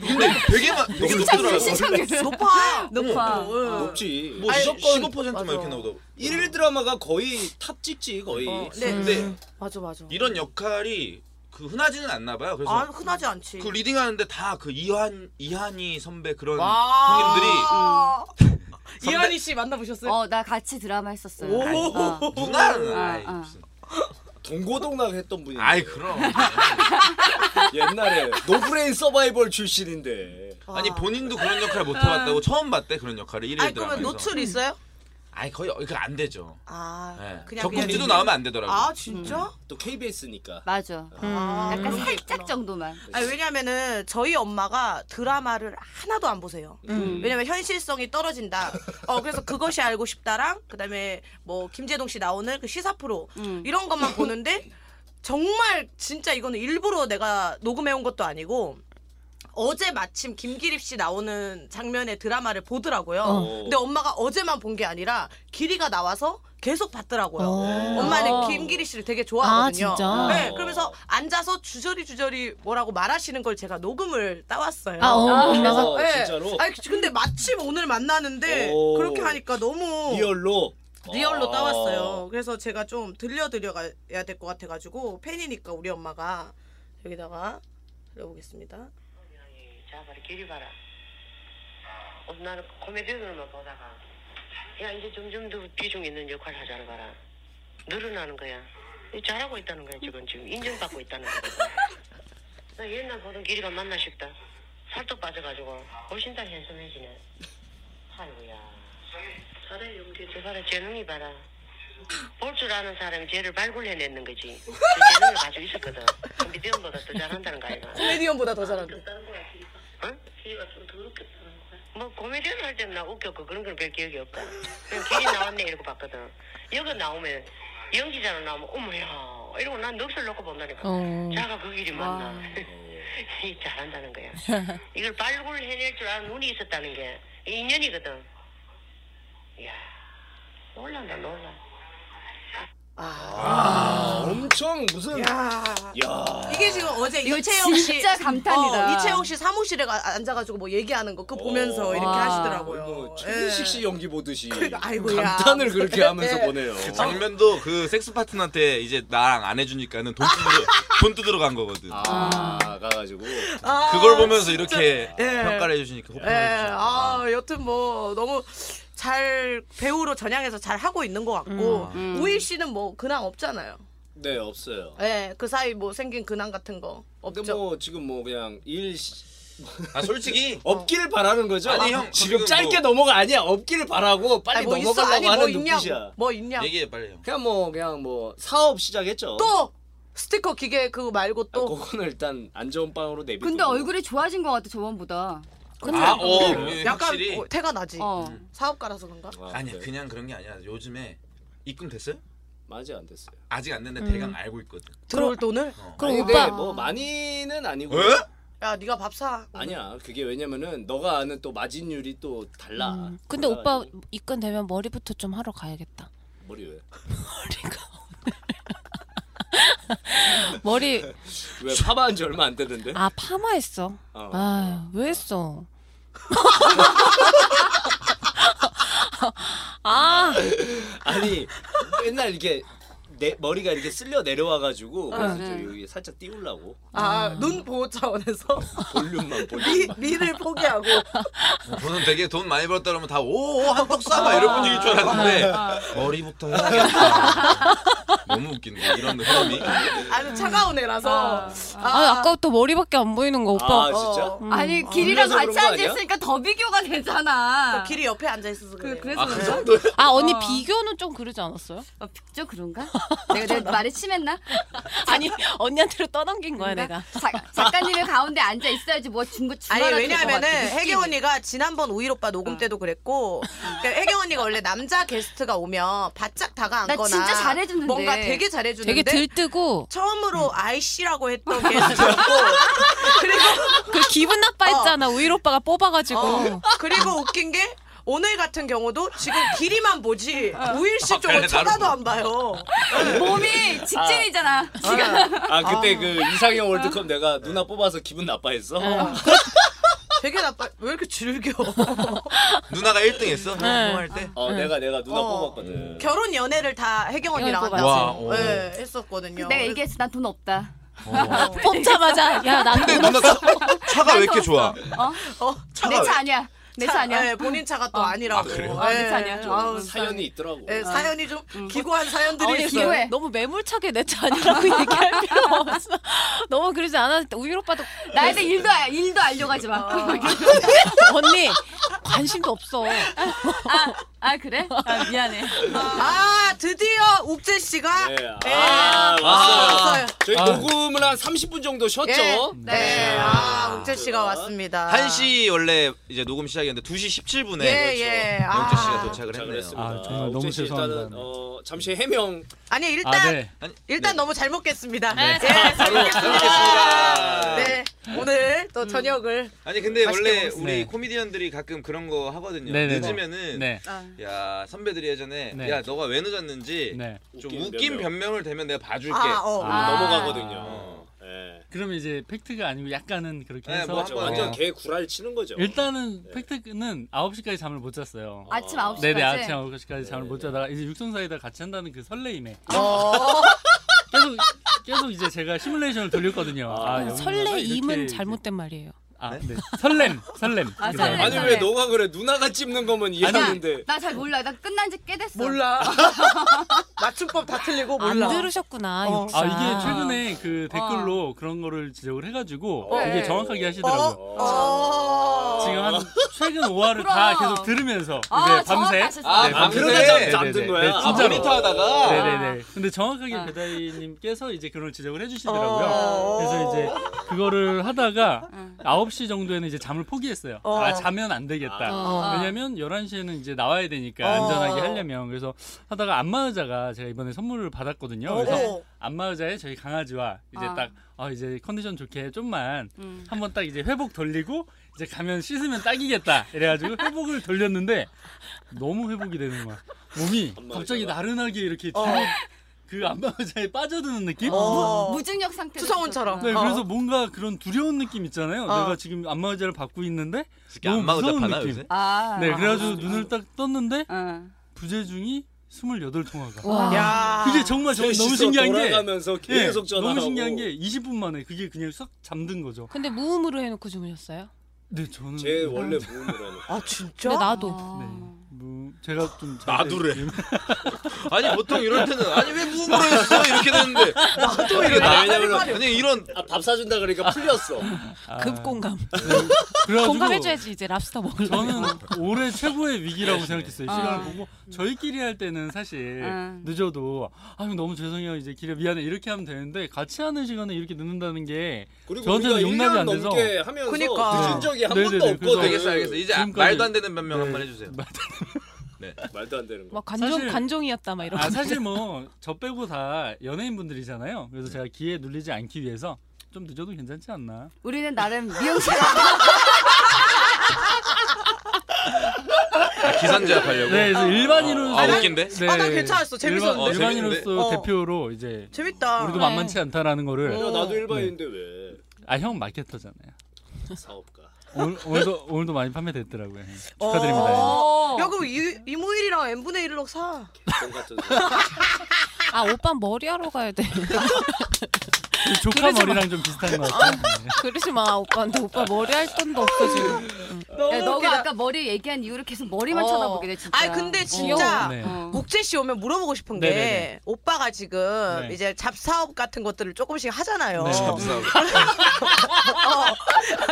[SPEAKER 3] 근데 되게 막 되게
[SPEAKER 2] 시청률,
[SPEAKER 3] 높더라고.
[SPEAKER 2] 시청률
[SPEAKER 5] 높아.
[SPEAKER 2] 높아.
[SPEAKER 5] 어, 응.
[SPEAKER 4] 높지.
[SPEAKER 3] 뭐
[SPEAKER 5] 아니,
[SPEAKER 3] 15%만
[SPEAKER 5] 맞아.
[SPEAKER 3] 이렇게 나오더라고.
[SPEAKER 4] 일일 드라마가 거의 탑 찍지 거의.
[SPEAKER 5] 어, 네.
[SPEAKER 3] 근데
[SPEAKER 5] 맞아 맞아.
[SPEAKER 3] 이런 역할이 그 흔하지는 않나 봐요. 그래서
[SPEAKER 5] 아, 흔하지 않지.
[SPEAKER 3] 그 리딩하는데 다 그 이한 이한이 선배 그런
[SPEAKER 5] 와.
[SPEAKER 3] 형님들이 음.
[SPEAKER 5] 이한희 씨 만나보셨어요?
[SPEAKER 2] 어, 나 같이 드라마 했었어요.
[SPEAKER 5] 오.
[SPEAKER 2] 아, 어.
[SPEAKER 3] 선배 누나는
[SPEAKER 2] 아,
[SPEAKER 3] 아이
[SPEAKER 2] 아.
[SPEAKER 3] 무슨
[SPEAKER 4] 동고동락 했던 분이.
[SPEAKER 3] 아이 그럼
[SPEAKER 4] 옛날에 노브레인 서바이벌 출신인데.
[SPEAKER 3] 아니 본인도 그런 역할 못 해봤다고 처음 봤대 그런 역할을 일일
[SPEAKER 5] 아. 아니
[SPEAKER 3] 네, 드라마에서
[SPEAKER 5] 그러면 노출 있어요?
[SPEAKER 3] 아이 거의 그안 되죠.
[SPEAKER 5] 아
[SPEAKER 3] 예.
[SPEAKER 5] 그냥
[SPEAKER 3] 적금지도
[SPEAKER 5] 그냥-
[SPEAKER 3] 나오면 안 되더라고.
[SPEAKER 5] 아 진짜?
[SPEAKER 4] 또 KBS니까.
[SPEAKER 2] 맞아.
[SPEAKER 5] 아,
[SPEAKER 2] 약간
[SPEAKER 5] 그런 게
[SPEAKER 2] 살짝
[SPEAKER 5] 있구나.
[SPEAKER 2] 정도만.
[SPEAKER 5] 아니 왜냐면은 저희 엄마가 드라마를 하나도 안 보세요. 음. 왜냐면 현실성이 떨어진다. 어 그래서 그것이 알고 싶다랑 그다음에 뭐 김재동 씨 나오는 그 시사 프로
[SPEAKER 2] 음.
[SPEAKER 5] 이런 것만 보는데 정말 진짜 이거는 일부러 내가 녹음해 온 것도 아니고 어제 마침 김기립 씨 나오는 장면의 드라마를 보더라고요.
[SPEAKER 4] 어.
[SPEAKER 5] 근데 엄마가 어제만 본 게 아니라 길이가 나와서 계속 봤더라고요.
[SPEAKER 1] 어.
[SPEAKER 5] 엄마는 김기리 씨를 되게 좋아하거든요.
[SPEAKER 1] 아, 진짜?
[SPEAKER 5] 네, 그러면서 앉아서 주저리 주저리 뭐라고 말하시는 걸 제가 녹음을 따왔어요.
[SPEAKER 1] 아, 어, 엄마가
[SPEAKER 4] 그래서
[SPEAKER 5] 네.
[SPEAKER 4] 진짜로
[SPEAKER 5] 아니 근데 마침 오늘 만나는데
[SPEAKER 4] 오.
[SPEAKER 5] 그렇게 하니까 너무
[SPEAKER 4] 리얼로.
[SPEAKER 5] 리얼로
[SPEAKER 4] 아.
[SPEAKER 5] 따왔어요. 그래서 제가 좀 들려드려야 될 것 같아가지고 팬이니까 우리 엄마가 여기다가 들려보겠습니다.
[SPEAKER 7] じゃあ、バリキリバラ。女のコメディドラマ보다가 야, 이제 점점 더 비중 있는 역할을 하자는 거라. 늘어나는 거야. 잘하고 있다는 거야, 지금. 지금 인정받고 있다는 거야. 나 옛날 보던 길이가 맞나 싶다. 살도 빠져가지고 훨씬 더 현선해지네. 아이고야. 잘해, 용기. 저 봐라, 재능이 봐라. 볼 줄 아는 사람이 쟤를 발굴해냈는 거지. 그 재능을 가지고 있었거든. 미디엄보다 더 잘한다는 거 아이가.
[SPEAKER 5] 코미디언보다 더 잘한대.
[SPEAKER 7] 응? 길이가 좀 더럽겠다는 거야. 뭐 코미디언 할 때는 나 웃겼고 그런 건 별 기억이 없다. 그냥 길이 나왔네 이러고 봤거든. 여기 나오면 연기자로 나오면 어머야 이러고 난 넋을 놓고 본다니까.
[SPEAKER 1] 어.
[SPEAKER 7] 자가 그 길이 맞나. 이 잘한다는 거야. 이걸 발굴해낼 줄 아는 눈이 있었다는 게 인연이거든. 이야 놀란다 놀라.
[SPEAKER 4] 아, 엄청 무슨
[SPEAKER 5] 야.
[SPEAKER 4] 야.
[SPEAKER 5] 이게 지금 어제
[SPEAKER 2] 이거
[SPEAKER 5] 이채영 씨
[SPEAKER 2] 진짜 감탄이다.
[SPEAKER 5] 어, 이채영 씨 사무실에 가, 앉아가지고 뭐 얘기하는 거 그거 보면서
[SPEAKER 4] 어.
[SPEAKER 5] 이렇게
[SPEAKER 2] 와.
[SPEAKER 5] 하시더라고요. 예.
[SPEAKER 4] 뭐 최민식 씨 연기 보듯이
[SPEAKER 5] 아이고야. 예.
[SPEAKER 4] 감탄을 그렇게 하면서 보내요.
[SPEAKER 3] 그 장면도 그 섹스 파트너한테 이제 나랑 안 해주니까는 돈 뜯으러 돈 뜯으러 간 거거든.
[SPEAKER 4] 아, 가가지고
[SPEAKER 3] 그걸 보면서 이렇게
[SPEAKER 5] 예.
[SPEAKER 3] 평가를 해주시니까 호평을
[SPEAKER 5] 아, 예.
[SPEAKER 3] 해주시니까.
[SPEAKER 5] 아 여튼 뭐 너무 잘 배우로 전향해서 잘 하고 있는 것 같고 우일 씨는 뭐 근황 없잖아요.
[SPEAKER 4] 네 없어요.
[SPEAKER 5] 예. 그 사이 뭐 생긴 근황 같은 거
[SPEAKER 4] 근데
[SPEAKER 5] 없죠.
[SPEAKER 4] 뭐 지금 뭐 그냥 일 시-
[SPEAKER 3] 아 솔직히
[SPEAKER 4] 없기를 바라는 거죠.
[SPEAKER 3] 아니, 형,
[SPEAKER 4] 지금
[SPEAKER 3] 그리고
[SPEAKER 4] 짧게
[SPEAKER 3] 뭐-
[SPEAKER 4] 넘어가 아니야. 없기를 바라고 빨리
[SPEAKER 5] 아니, 뭐 있어?
[SPEAKER 4] 넘어가려고
[SPEAKER 5] 아니 뭐
[SPEAKER 4] 하는
[SPEAKER 5] 있냐?
[SPEAKER 4] 눈빛이야.
[SPEAKER 5] 뭐 있냐?
[SPEAKER 3] 얘기해 빨리 형.
[SPEAKER 4] 그냥 뭐 그냥 뭐 사업 시작했죠.
[SPEAKER 5] 또 스티커 기계 그거 말고
[SPEAKER 4] 아,
[SPEAKER 5] 또
[SPEAKER 4] 그거는 일단 안 좋은 빵으로 내비두고.
[SPEAKER 2] 근데 얼굴이 좋아진 것 같아, 저번보다.
[SPEAKER 5] 근데
[SPEAKER 3] 아,
[SPEAKER 1] 뭐
[SPEAKER 3] 어,
[SPEAKER 1] 음.
[SPEAKER 3] 예,
[SPEAKER 5] 약간
[SPEAKER 3] 확실히.
[SPEAKER 5] 어, 태가 나지.
[SPEAKER 2] 어.
[SPEAKER 5] 사업가라서 그런가?
[SPEAKER 4] 아,
[SPEAKER 3] 아니야
[SPEAKER 4] 네.
[SPEAKER 3] 그냥 그런 게 아니야. 요즘에 입금 됐어요?
[SPEAKER 4] 많이 안 됐어요.
[SPEAKER 3] 아직 안 됐는데
[SPEAKER 1] 음.
[SPEAKER 3] 대강 알고 있거든.
[SPEAKER 5] 들어올 돈을?
[SPEAKER 3] 어.
[SPEAKER 1] 그럼
[SPEAKER 4] 아니,
[SPEAKER 1] 오빠
[SPEAKER 4] 근데 뭐 많이는 아니고.
[SPEAKER 5] 야, 네가 밥 사.
[SPEAKER 4] 아니야. 그게 왜냐면은 너가 아는 또 마진율이 또 달라. 그러니까
[SPEAKER 1] 음, 근데 오빠
[SPEAKER 4] 그래가지고
[SPEAKER 1] 입건 되면 머리부터 좀 하러 가야겠다.
[SPEAKER 4] 머리 왜?
[SPEAKER 1] 머리
[SPEAKER 4] 왜 파마한 지 얼마 안 됐는데?
[SPEAKER 1] 아 파마했어.
[SPEAKER 4] 어.
[SPEAKER 1] 아유 왜 했어? 아
[SPEAKER 4] 아니 맨날 이렇게 내 머리가 이렇게 쓸려 내려와가지고 그래서 저 여기 살짝 띄우려고
[SPEAKER 5] 아, 눈 보호 차원에서
[SPEAKER 4] 볼륨만
[SPEAKER 5] 미,
[SPEAKER 4] 볼륨만.
[SPEAKER 5] 미를 포기하고.
[SPEAKER 3] 저는 되게 돈 많이 벌었다 그러면 다 오오 한턱 쏴봐 이런 분위기일 줄 알았는데 머리부터 해야겠다. 너무 웃긴데 이런 흐름이.
[SPEAKER 5] 아주 차가운 애라서.
[SPEAKER 1] 아, 아까부터 머리밖에 안 보이는 거 오빠. 어.
[SPEAKER 4] 아 진짜?
[SPEAKER 2] 아니 길이랑
[SPEAKER 4] 그래서 그런
[SPEAKER 2] 같이
[SPEAKER 4] 거 아니야?
[SPEAKER 2] 앉아있으니까 더 비교가 되잖아.
[SPEAKER 5] 그러니까 길이 옆에 앉아 있어서 그래.
[SPEAKER 2] 그, 그래서
[SPEAKER 4] 아 그
[SPEAKER 2] 그래요?
[SPEAKER 4] 정도야?
[SPEAKER 1] 아 언니
[SPEAKER 2] 어.
[SPEAKER 1] 비교는 좀 그러지 않았어요?
[SPEAKER 2] 아, 좀 그런가? 내가 내 말에 심했나?
[SPEAKER 1] 아니 언니한테로 떠넘긴 거야
[SPEAKER 2] 그런가?
[SPEAKER 1] 내가.
[SPEAKER 2] 자- 작가님의 가운데 앉아 있어야지 뭐 중고
[SPEAKER 5] 아니
[SPEAKER 2] 중간에
[SPEAKER 5] 왜냐하면은 혜경 언니가 지난번 우일 오빠 녹음 때도 그랬고 그러니까 혜경 언니가 원래 남자 게스트가 오면 바짝 다가앉거나
[SPEAKER 2] 나 진짜 잘해주는데.
[SPEAKER 5] 뭔가 되게 잘해주는데
[SPEAKER 1] 되게 들뜨고
[SPEAKER 5] 처음으로 아이씨라고 했던 게스트였고
[SPEAKER 1] 그 기분 나빠했잖아 우일 오빠가 뽑아가지고.
[SPEAKER 5] 어. 그리고 웃긴 게 오늘 같은 경우도 지금 길이만 보지 우일 씨 쪽을
[SPEAKER 3] 아, 그래,
[SPEAKER 5] 쳐다도
[SPEAKER 3] 나를
[SPEAKER 5] 안 봐요
[SPEAKER 2] 몸이 직진이잖아.
[SPEAKER 4] 아 그때 그 이상형 월드컵 내가 누나 뽑아서 기분 나빠했어?
[SPEAKER 5] 되게 나빠 왜 이렇게 즐겨
[SPEAKER 3] 누나가 1등했어. 뭐할 때.
[SPEAKER 4] 어 내가 내가 누나
[SPEAKER 5] 어.
[SPEAKER 4] 뽑았거든
[SPEAKER 5] 결혼 연애를 다 혜경 언니랑
[SPEAKER 1] 연애
[SPEAKER 5] 같이
[SPEAKER 3] 뽑았지. 네. 와, 오.
[SPEAKER 5] 네, 했었거든요
[SPEAKER 2] 내가 얘기했어 난 돈 없다.
[SPEAKER 1] 뽑자마자
[SPEAKER 3] 근데
[SPEAKER 1] 야난
[SPEAKER 3] 누나 차, 차가 왜 이렇게 좋아?
[SPEAKER 5] 어,
[SPEAKER 2] 내 차 아니야. 내 차 아니야.
[SPEAKER 5] 네, 본인 차가 또 아니라고
[SPEAKER 3] 아, 그래요?
[SPEAKER 2] 어, 내차 아니야.
[SPEAKER 5] 네,
[SPEAKER 2] 좀
[SPEAKER 5] 아우,
[SPEAKER 4] 사연이 아. 있더라고
[SPEAKER 5] 네, 사연이 좀 기고한 사연들이
[SPEAKER 1] 아니,
[SPEAKER 5] 있어요
[SPEAKER 2] 기고해.
[SPEAKER 1] 너무 매몰차게 내 차 아니라고 얘기할 필요 없어. 너무 그러지 않았는데 우일 오빠도
[SPEAKER 2] 나한테 일도 알- 일도 알려가지 마.
[SPEAKER 5] 어.
[SPEAKER 1] 언니 관심도 없어.
[SPEAKER 2] 아, 아 그래? 아, 미안해.
[SPEAKER 5] 아 드디어 욱재 씨가
[SPEAKER 4] 네, 아,
[SPEAKER 5] 네.
[SPEAKER 4] 왔어요
[SPEAKER 5] 왔어요. 예.
[SPEAKER 4] 저희
[SPEAKER 8] 아.
[SPEAKER 4] 녹음을 한 30분 정도 쉬었죠?
[SPEAKER 5] 네, 아, 욱재 씨가 왔습니다.
[SPEAKER 3] 1시 원래 이제 녹음 시작이었는데 2시 17분에 그렇죠.
[SPEAKER 5] 예, 예. 아.
[SPEAKER 3] 영재 씨가 도착을
[SPEAKER 4] 자,
[SPEAKER 3] 했네요.
[SPEAKER 4] 그랬습니다.
[SPEAKER 3] 아,
[SPEAKER 8] 아, 정말
[SPEAKER 4] 옥재
[SPEAKER 8] 너무
[SPEAKER 4] 씨 일단은
[SPEAKER 8] 죄송합니다.
[SPEAKER 4] 어, 잠시 해명
[SPEAKER 5] 아니, 일단
[SPEAKER 8] 아, 네.
[SPEAKER 5] 일단 너무 잘 먹겠습니다.
[SPEAKER 2] 네,
[SPEAKER 5] 예, 잘 먹겠습니다.
[SPEAKER 4] 먹겠습니다.
[SPEAKER 5] 네, 오늘
[SPEAKER 3] 음.
[SPEAKER 5] 또 저녁을
[SPEAKER 3] 아니 근데
[SPEAKER 5] 맛있게
[SPEAKER 3] 원래
[SPEAKER 5] 먹었어요.
[SPEAKER 3] 우리
[SPEAKER 8] 네.
[SPEAKER 3] 코미디언들이 가끔 그런 거 하거든요.
[SPEAKER 8] 네네네.
[SPEAKER 3] 늦으면은
[SPEAKER 8] 네.
[SPEAKER 3] 야 선배들이 예전에
[SPEAKER 8] 네.
[SPEAKER 3] 야 너가 왜 늦었는지
[SPEAKER 8] 네.
[SPEAKER 3] 좀
[SPEAKER 4] 웃긴
[SPEAKER 3] 웃긴
[SPEAKER 4] 변명.
[SPEAKER 3] 변명을 대면 내가 봐줄게.
[SPEAKER 5] 아, 어.
[SPEAKER 8] 아.
[SPEAKER 4] 넘어가거든요. 예.
[SPEAKER 8] 그럼 이제 팩트가 아니고 약간은 그렇게
[SPEAKER 3] 네,
[SPEAKER 8] 해서
[SPEAKER 3] 뭐
[SPEAKER 4] 그렇죠.
[SPEAKER 3] 한번
[SPEAKER 4] 완전
[SPEAKER 8] 어,
[SPEAKER 4] 개 구랄 치는 거죠.
[SPEAKER 8] 일단은
[SPEAKER 7] 네.
[SPEAKER 8] 팩트는 9시까지 잠을 못 잤어요.
[SPEAKER 2] 아침 9시까지.
[SPEAKER 8] 네네 아침 9시까지 잠을 못 자다가 이제 육성사이다 같이 한다는 그 설레임에
[SPEAKER 5] 어.
[SPEAKER 8] 계속 계속 이제 제가 시뮬레이션을 돌렸거든요. 아,
[SPEAKER 1] 네,
[SPEAKER 8] 여기가
[SPEAKER 1] 설레임은
[SPEAKER 8] 이렇게
[SPEAKER 1] 잘못된 말이에요.
[SPEAKER 8] 아, 네. 설렘, 설렘. 네.
[SPEAKER 2] 아,
[SPEAKER 8] 그래요.
[SPEAKER 2] 설렘.
[SPEAKER 4] 아니 왜 너가 그래? 누나가 찝는 거면 이해하는데.
[SPEAKER 2] 나 잘 몰라. 나 끝난 지 꽤 됐어.
[SPEAKER 5] 몰라. 맞춤법 다 틀리고 어, 몰라.
[SPEAKER 1] 안 들으셨구나.
[SPEAKER 5] 어.
[SPEAKER 1] 육사.
[SPEAKER 8] 아 이게 최근에 그
[SPEAKER 2] 어.
[SPEAKER 8] 댓글로 그런 거를 지적을 해가지고
[SPEAKER 4] 네.
[SPEAKER 8] 어, 이게 정확하게 하시더라고요.
[SPEAKER 5] 어? 어.
[SPEAKER 8] 지금 한 최근 5화를
[SPEAKER 2] 그럼.
[SPEAKER 8] 다 계속 들으면서
[SPEAKER 2] 아,
[SPEAKER 8] 이제 밤새
[SPEAKER 2] 정확하셨어.
[SPEAKER 4] 아,
[SPEAKER 8] 네,
[SPEAKER 4] 밤새
[SPEAKER 3] 밤새.
[SPEAKER 4] 잠- 잠든
[SPEAKER 8] 네네네.
[SPEAKER 4] 거야. 아,
[SPEAKER 8] 네, 진짜로.
[SPEAKER 3] 모니터하다가
[SPEAKER 8] 아, 네네네. 근데 정확하게
[SPEAKER 2] 아.
[SPEAKER 8] 배다이님께서 이제 그런 지적을 해주시더라고요.
[SPEAKER 5] 어.
[SPEAKER 8] 그래서 이제 그거를 하다가
[SPEAKER 2] 어.
[SPEAKER 8] 9시 정도에는 이제 잠을 포기했어요.
[SPEAKER 5] 어.
[SPEAKER 8] 아, 자면 안 되겠다.
[SPEAKER 1] 어.
[SPEAKER 8] 왜냐면 11시에는 이제 나와야 되니까
[SPEAKER 5] 어.
[SPEAKER 8] 안전하게 하려면. 그래서 하다가 안마의자가 제가 이번에 선물을 받았거든요.
[SPEAKER 5] 어.
[SPEAKER 8] 그래서
[SPEAKER 5] 어.
[SPEAKER 8] 안마의자에 저희 강아지와 이제
[SPEAKER 2] 아.
[SPEAKER 8] 딱, 아, 이제 컨디션 좋게 좀만 한번 딱 이제 회복 돌리고 이제 가면 씻으면 딱이겠다. 이래가지고 회복을 돌렸는데 너무 회복이 되는 거야. 몸이
[SPEAKER 4] 안마의자가?
[SPEAKER 8] 갑자기 나른하게 이렇게
[SPEAKER 5] 어.
[SPEAKER 8] 그 안마의자에 빠져드는 느낌?
[SPEAKER 5] 어.
[SPEAKER 2] 무중력 상태.
[SPEAKER 5] 투성훈처럼.
[SPEAKER 8] 네,
[SPEAKER 5] 어.
[SPEAKER 8] 그래서 뭔가 그런 두려운 느낌 있잖아요.
[SPEAKER 5] 어.
[SPEAKER 8] 내가 지금 안마의자를 받고 있는데
[SPEAKER 3] 이렇게
[SPEAKER 8] 너무
[SPEAKER 3] 안마의자
[SPEAKER 8] 무서운
[SPEAKER 3] 파나,
[SPEAKER 8] 느낌.
[SPEAKER 3] 요새?
[SPEAKER 2] 아.
[SPEAKER 8] 네, 그래가지고 눈을 딱 떴는데
[SPEAKER 2] 어.
[SPEAKER 8] 부재중이 28통화가.
[SPEAKER 1] 와.
[SPEAKER 5] 어. 야.
[SPEAKER 8] 그게 정말 저 너무 신기한 게
[SPEAKER 4] 네, 돌아가면서
[SPEAKER 8] 예,
[SPEAKER 4] 계속 전화하고.
[SPEAKER 8] 너무 신기한 게 20분 만에 그게 그냥 싹 잠든 거죠.
[SPEAKER 1] 근데 무음으로 해놓고 주무셨어요?
[SPEAKER 4] 음.
[SPEAKER 8] 네, 저는
[SPEAKER 4] 제 원래 무음으로 하는.
[SPEAKER 5] 아
[SPEAKER 1] 근데
[SPEAKER 5] 진짜?
[SPEAKER 1] 나도
[SPEAKER 8] 네. 무 제가 좀 잘- 네.
[SPEAKER 3] 나도래. 아니 보통 이럴 때는 아니 왜 무음으로 했어 이렇게 되는데 또 이랬다.
[SPEAKER 4] 왜냐면은-
[SPEAKER 3] 아니 이런
[SPEAKER 4] 아, 밥 사준다 그러니까 풀렸어.
[SPEAKER 8] 아,
[SPEAKER 1] 급공감.
[SPEAKER 8] 그래가지고
[SPEAKER 1] 공감해줘야지 이제 랍스터 먹을.
[SPEAKER 8] 저는 올해 최고의 위기라고 생각했어요.
[SPEAKER 2] 아.
[SPEAKER 8] 시간을 보고 저희끼리 할 때는 사실
[SPEAKER 2] 아.
[SPEAKER 8] 늦어도 아 이거 너무 죄송해요 이제 길에 미안해 이렇게 하면 되는데 같이 하는 시간에 이렇게 늦는다는 게
[SPEAKER 4] 그리고
[SPEAKER 8] 저한테는
[SPEAKER 4] 우리가
[SPEAKER 8] 용납이
[SPEAKER 4] 1년
[SPEAKER 8] 안 돼서.
[SPEAKER 4] 넘게 하면서
[SPEAKER 5] 그니까.
[SPEAKER 4] 늦은 적이 한
[SPEAKER 8] 네네네,
[SPEAKER 4] 번도
[SPEAKER 8] 그래서-
[SPEAKER 4] 없거든.
[SPEAKER 3] 알겠어 알겠어 이제
[SPEAKER 8] 지금까지-
[SPEAKER 3] 말도 안 되는 변명
[SPEAKER 8] 네.
[SPEAKER 3] 한번 해주세요.
[SPEAKER 4] 말도 안 되는 거.
[SPEAKER 1] 막 관종
[SPEAKER 8] 사실-
[SPEAKER 1] 관종이었다 막 이런.
[SPEAKER 8] 아 사실 뭐 저 빼고 다 연예인분들이잖아요. 그래서 제가 기에 눌리지 않기 위해서 좀 늦어도 괜찮지 않나.
[SPEAKER 2] 우리는 나름 미용실
[SPEAKER 3] 아, 기산제압하려고.
[SPEAKER 8] 네, 그래서 일반인으로서
[SPEAKER 3] 아 웃긴데.
[SPEAKER 8] 네,
[SPEAKER 5] 아, 난 괜찮았어. 재밌었는데.
[SPEAKER 3] 어,
[SPEAKER 8] 일반, 인으로
[SPEAKER 3] 재밌는데?
[SPEAKER 8] 서
[SPEAKER 5] 어.
[SPEAKER 8] 대표로 이제
[SPEAKER 5] 재밌다.
[SPEAKER 8] 우리도
[SPEAKER 1] 그래.
[SPEAKER 8] 만만치 않다라는 거를
[SPEAKER 5] 어.
[SPEAKER 4] 야, 나도 일반인인데 왜
[SPEAKER 8] 아 형 마케터잖아요.
[SPEAKER 4] 사업가?
[SPEAKER 8] 오늘, 오늘도 오늘도 많이 판매됐더라고요.
[SPEAKER 5] 어.
[SPEAKER 8] 축하드립니다.
[SPEAKER 1] 어.
[SPEAKER 5] 야, 그럼 이, 이모일이랑 n분의 1로 사.
[SPEAKER 4] 돈 같은 사업.
[SPEAKER 1] 아 오빠 머리하러 가야 돼.
[SPEAKER 8] 예. 조카
[SPEAKER 1] 그러지 마.
[SPEAKER 8] 머리랑 좀 비슷한 것 같아요.
[SPEAKER 1] 그러지 마 오빠한테 오빠 머리할 돈도 없어 지금.
[SPEAKER 2] 야,
[SPEAKER 5] 너무
[SPEAKER 2] 네, 너가
[SPEAKER 5] 웃기다.
[SPEAKER 2] 아까 머리 얘기한 이후로 계속 머리만
[SPEAKER 5] 어.
[SPEAKER 2] 쳐다보게 돼 진짜.
[SPEAKER 5] 아니, 근데 진짜
[SPEAKER 8] 네.
[SPEAKER 2] 어.
[SPEAKER 5] 국제 씨 오면 물어보고 싶은 게
[SPEAKER 8] 네네네.
[SPEAKER 5] 오빠가 지금
[SPEAKER 8] 네.
[SPEAKER 5] 이제 잡사업 같은 것들을 조금씩 하잖아요.
[SPEAKER 8] 네.
[SPEAKER 3] 잡사업.
[SPEAKER 5] 어.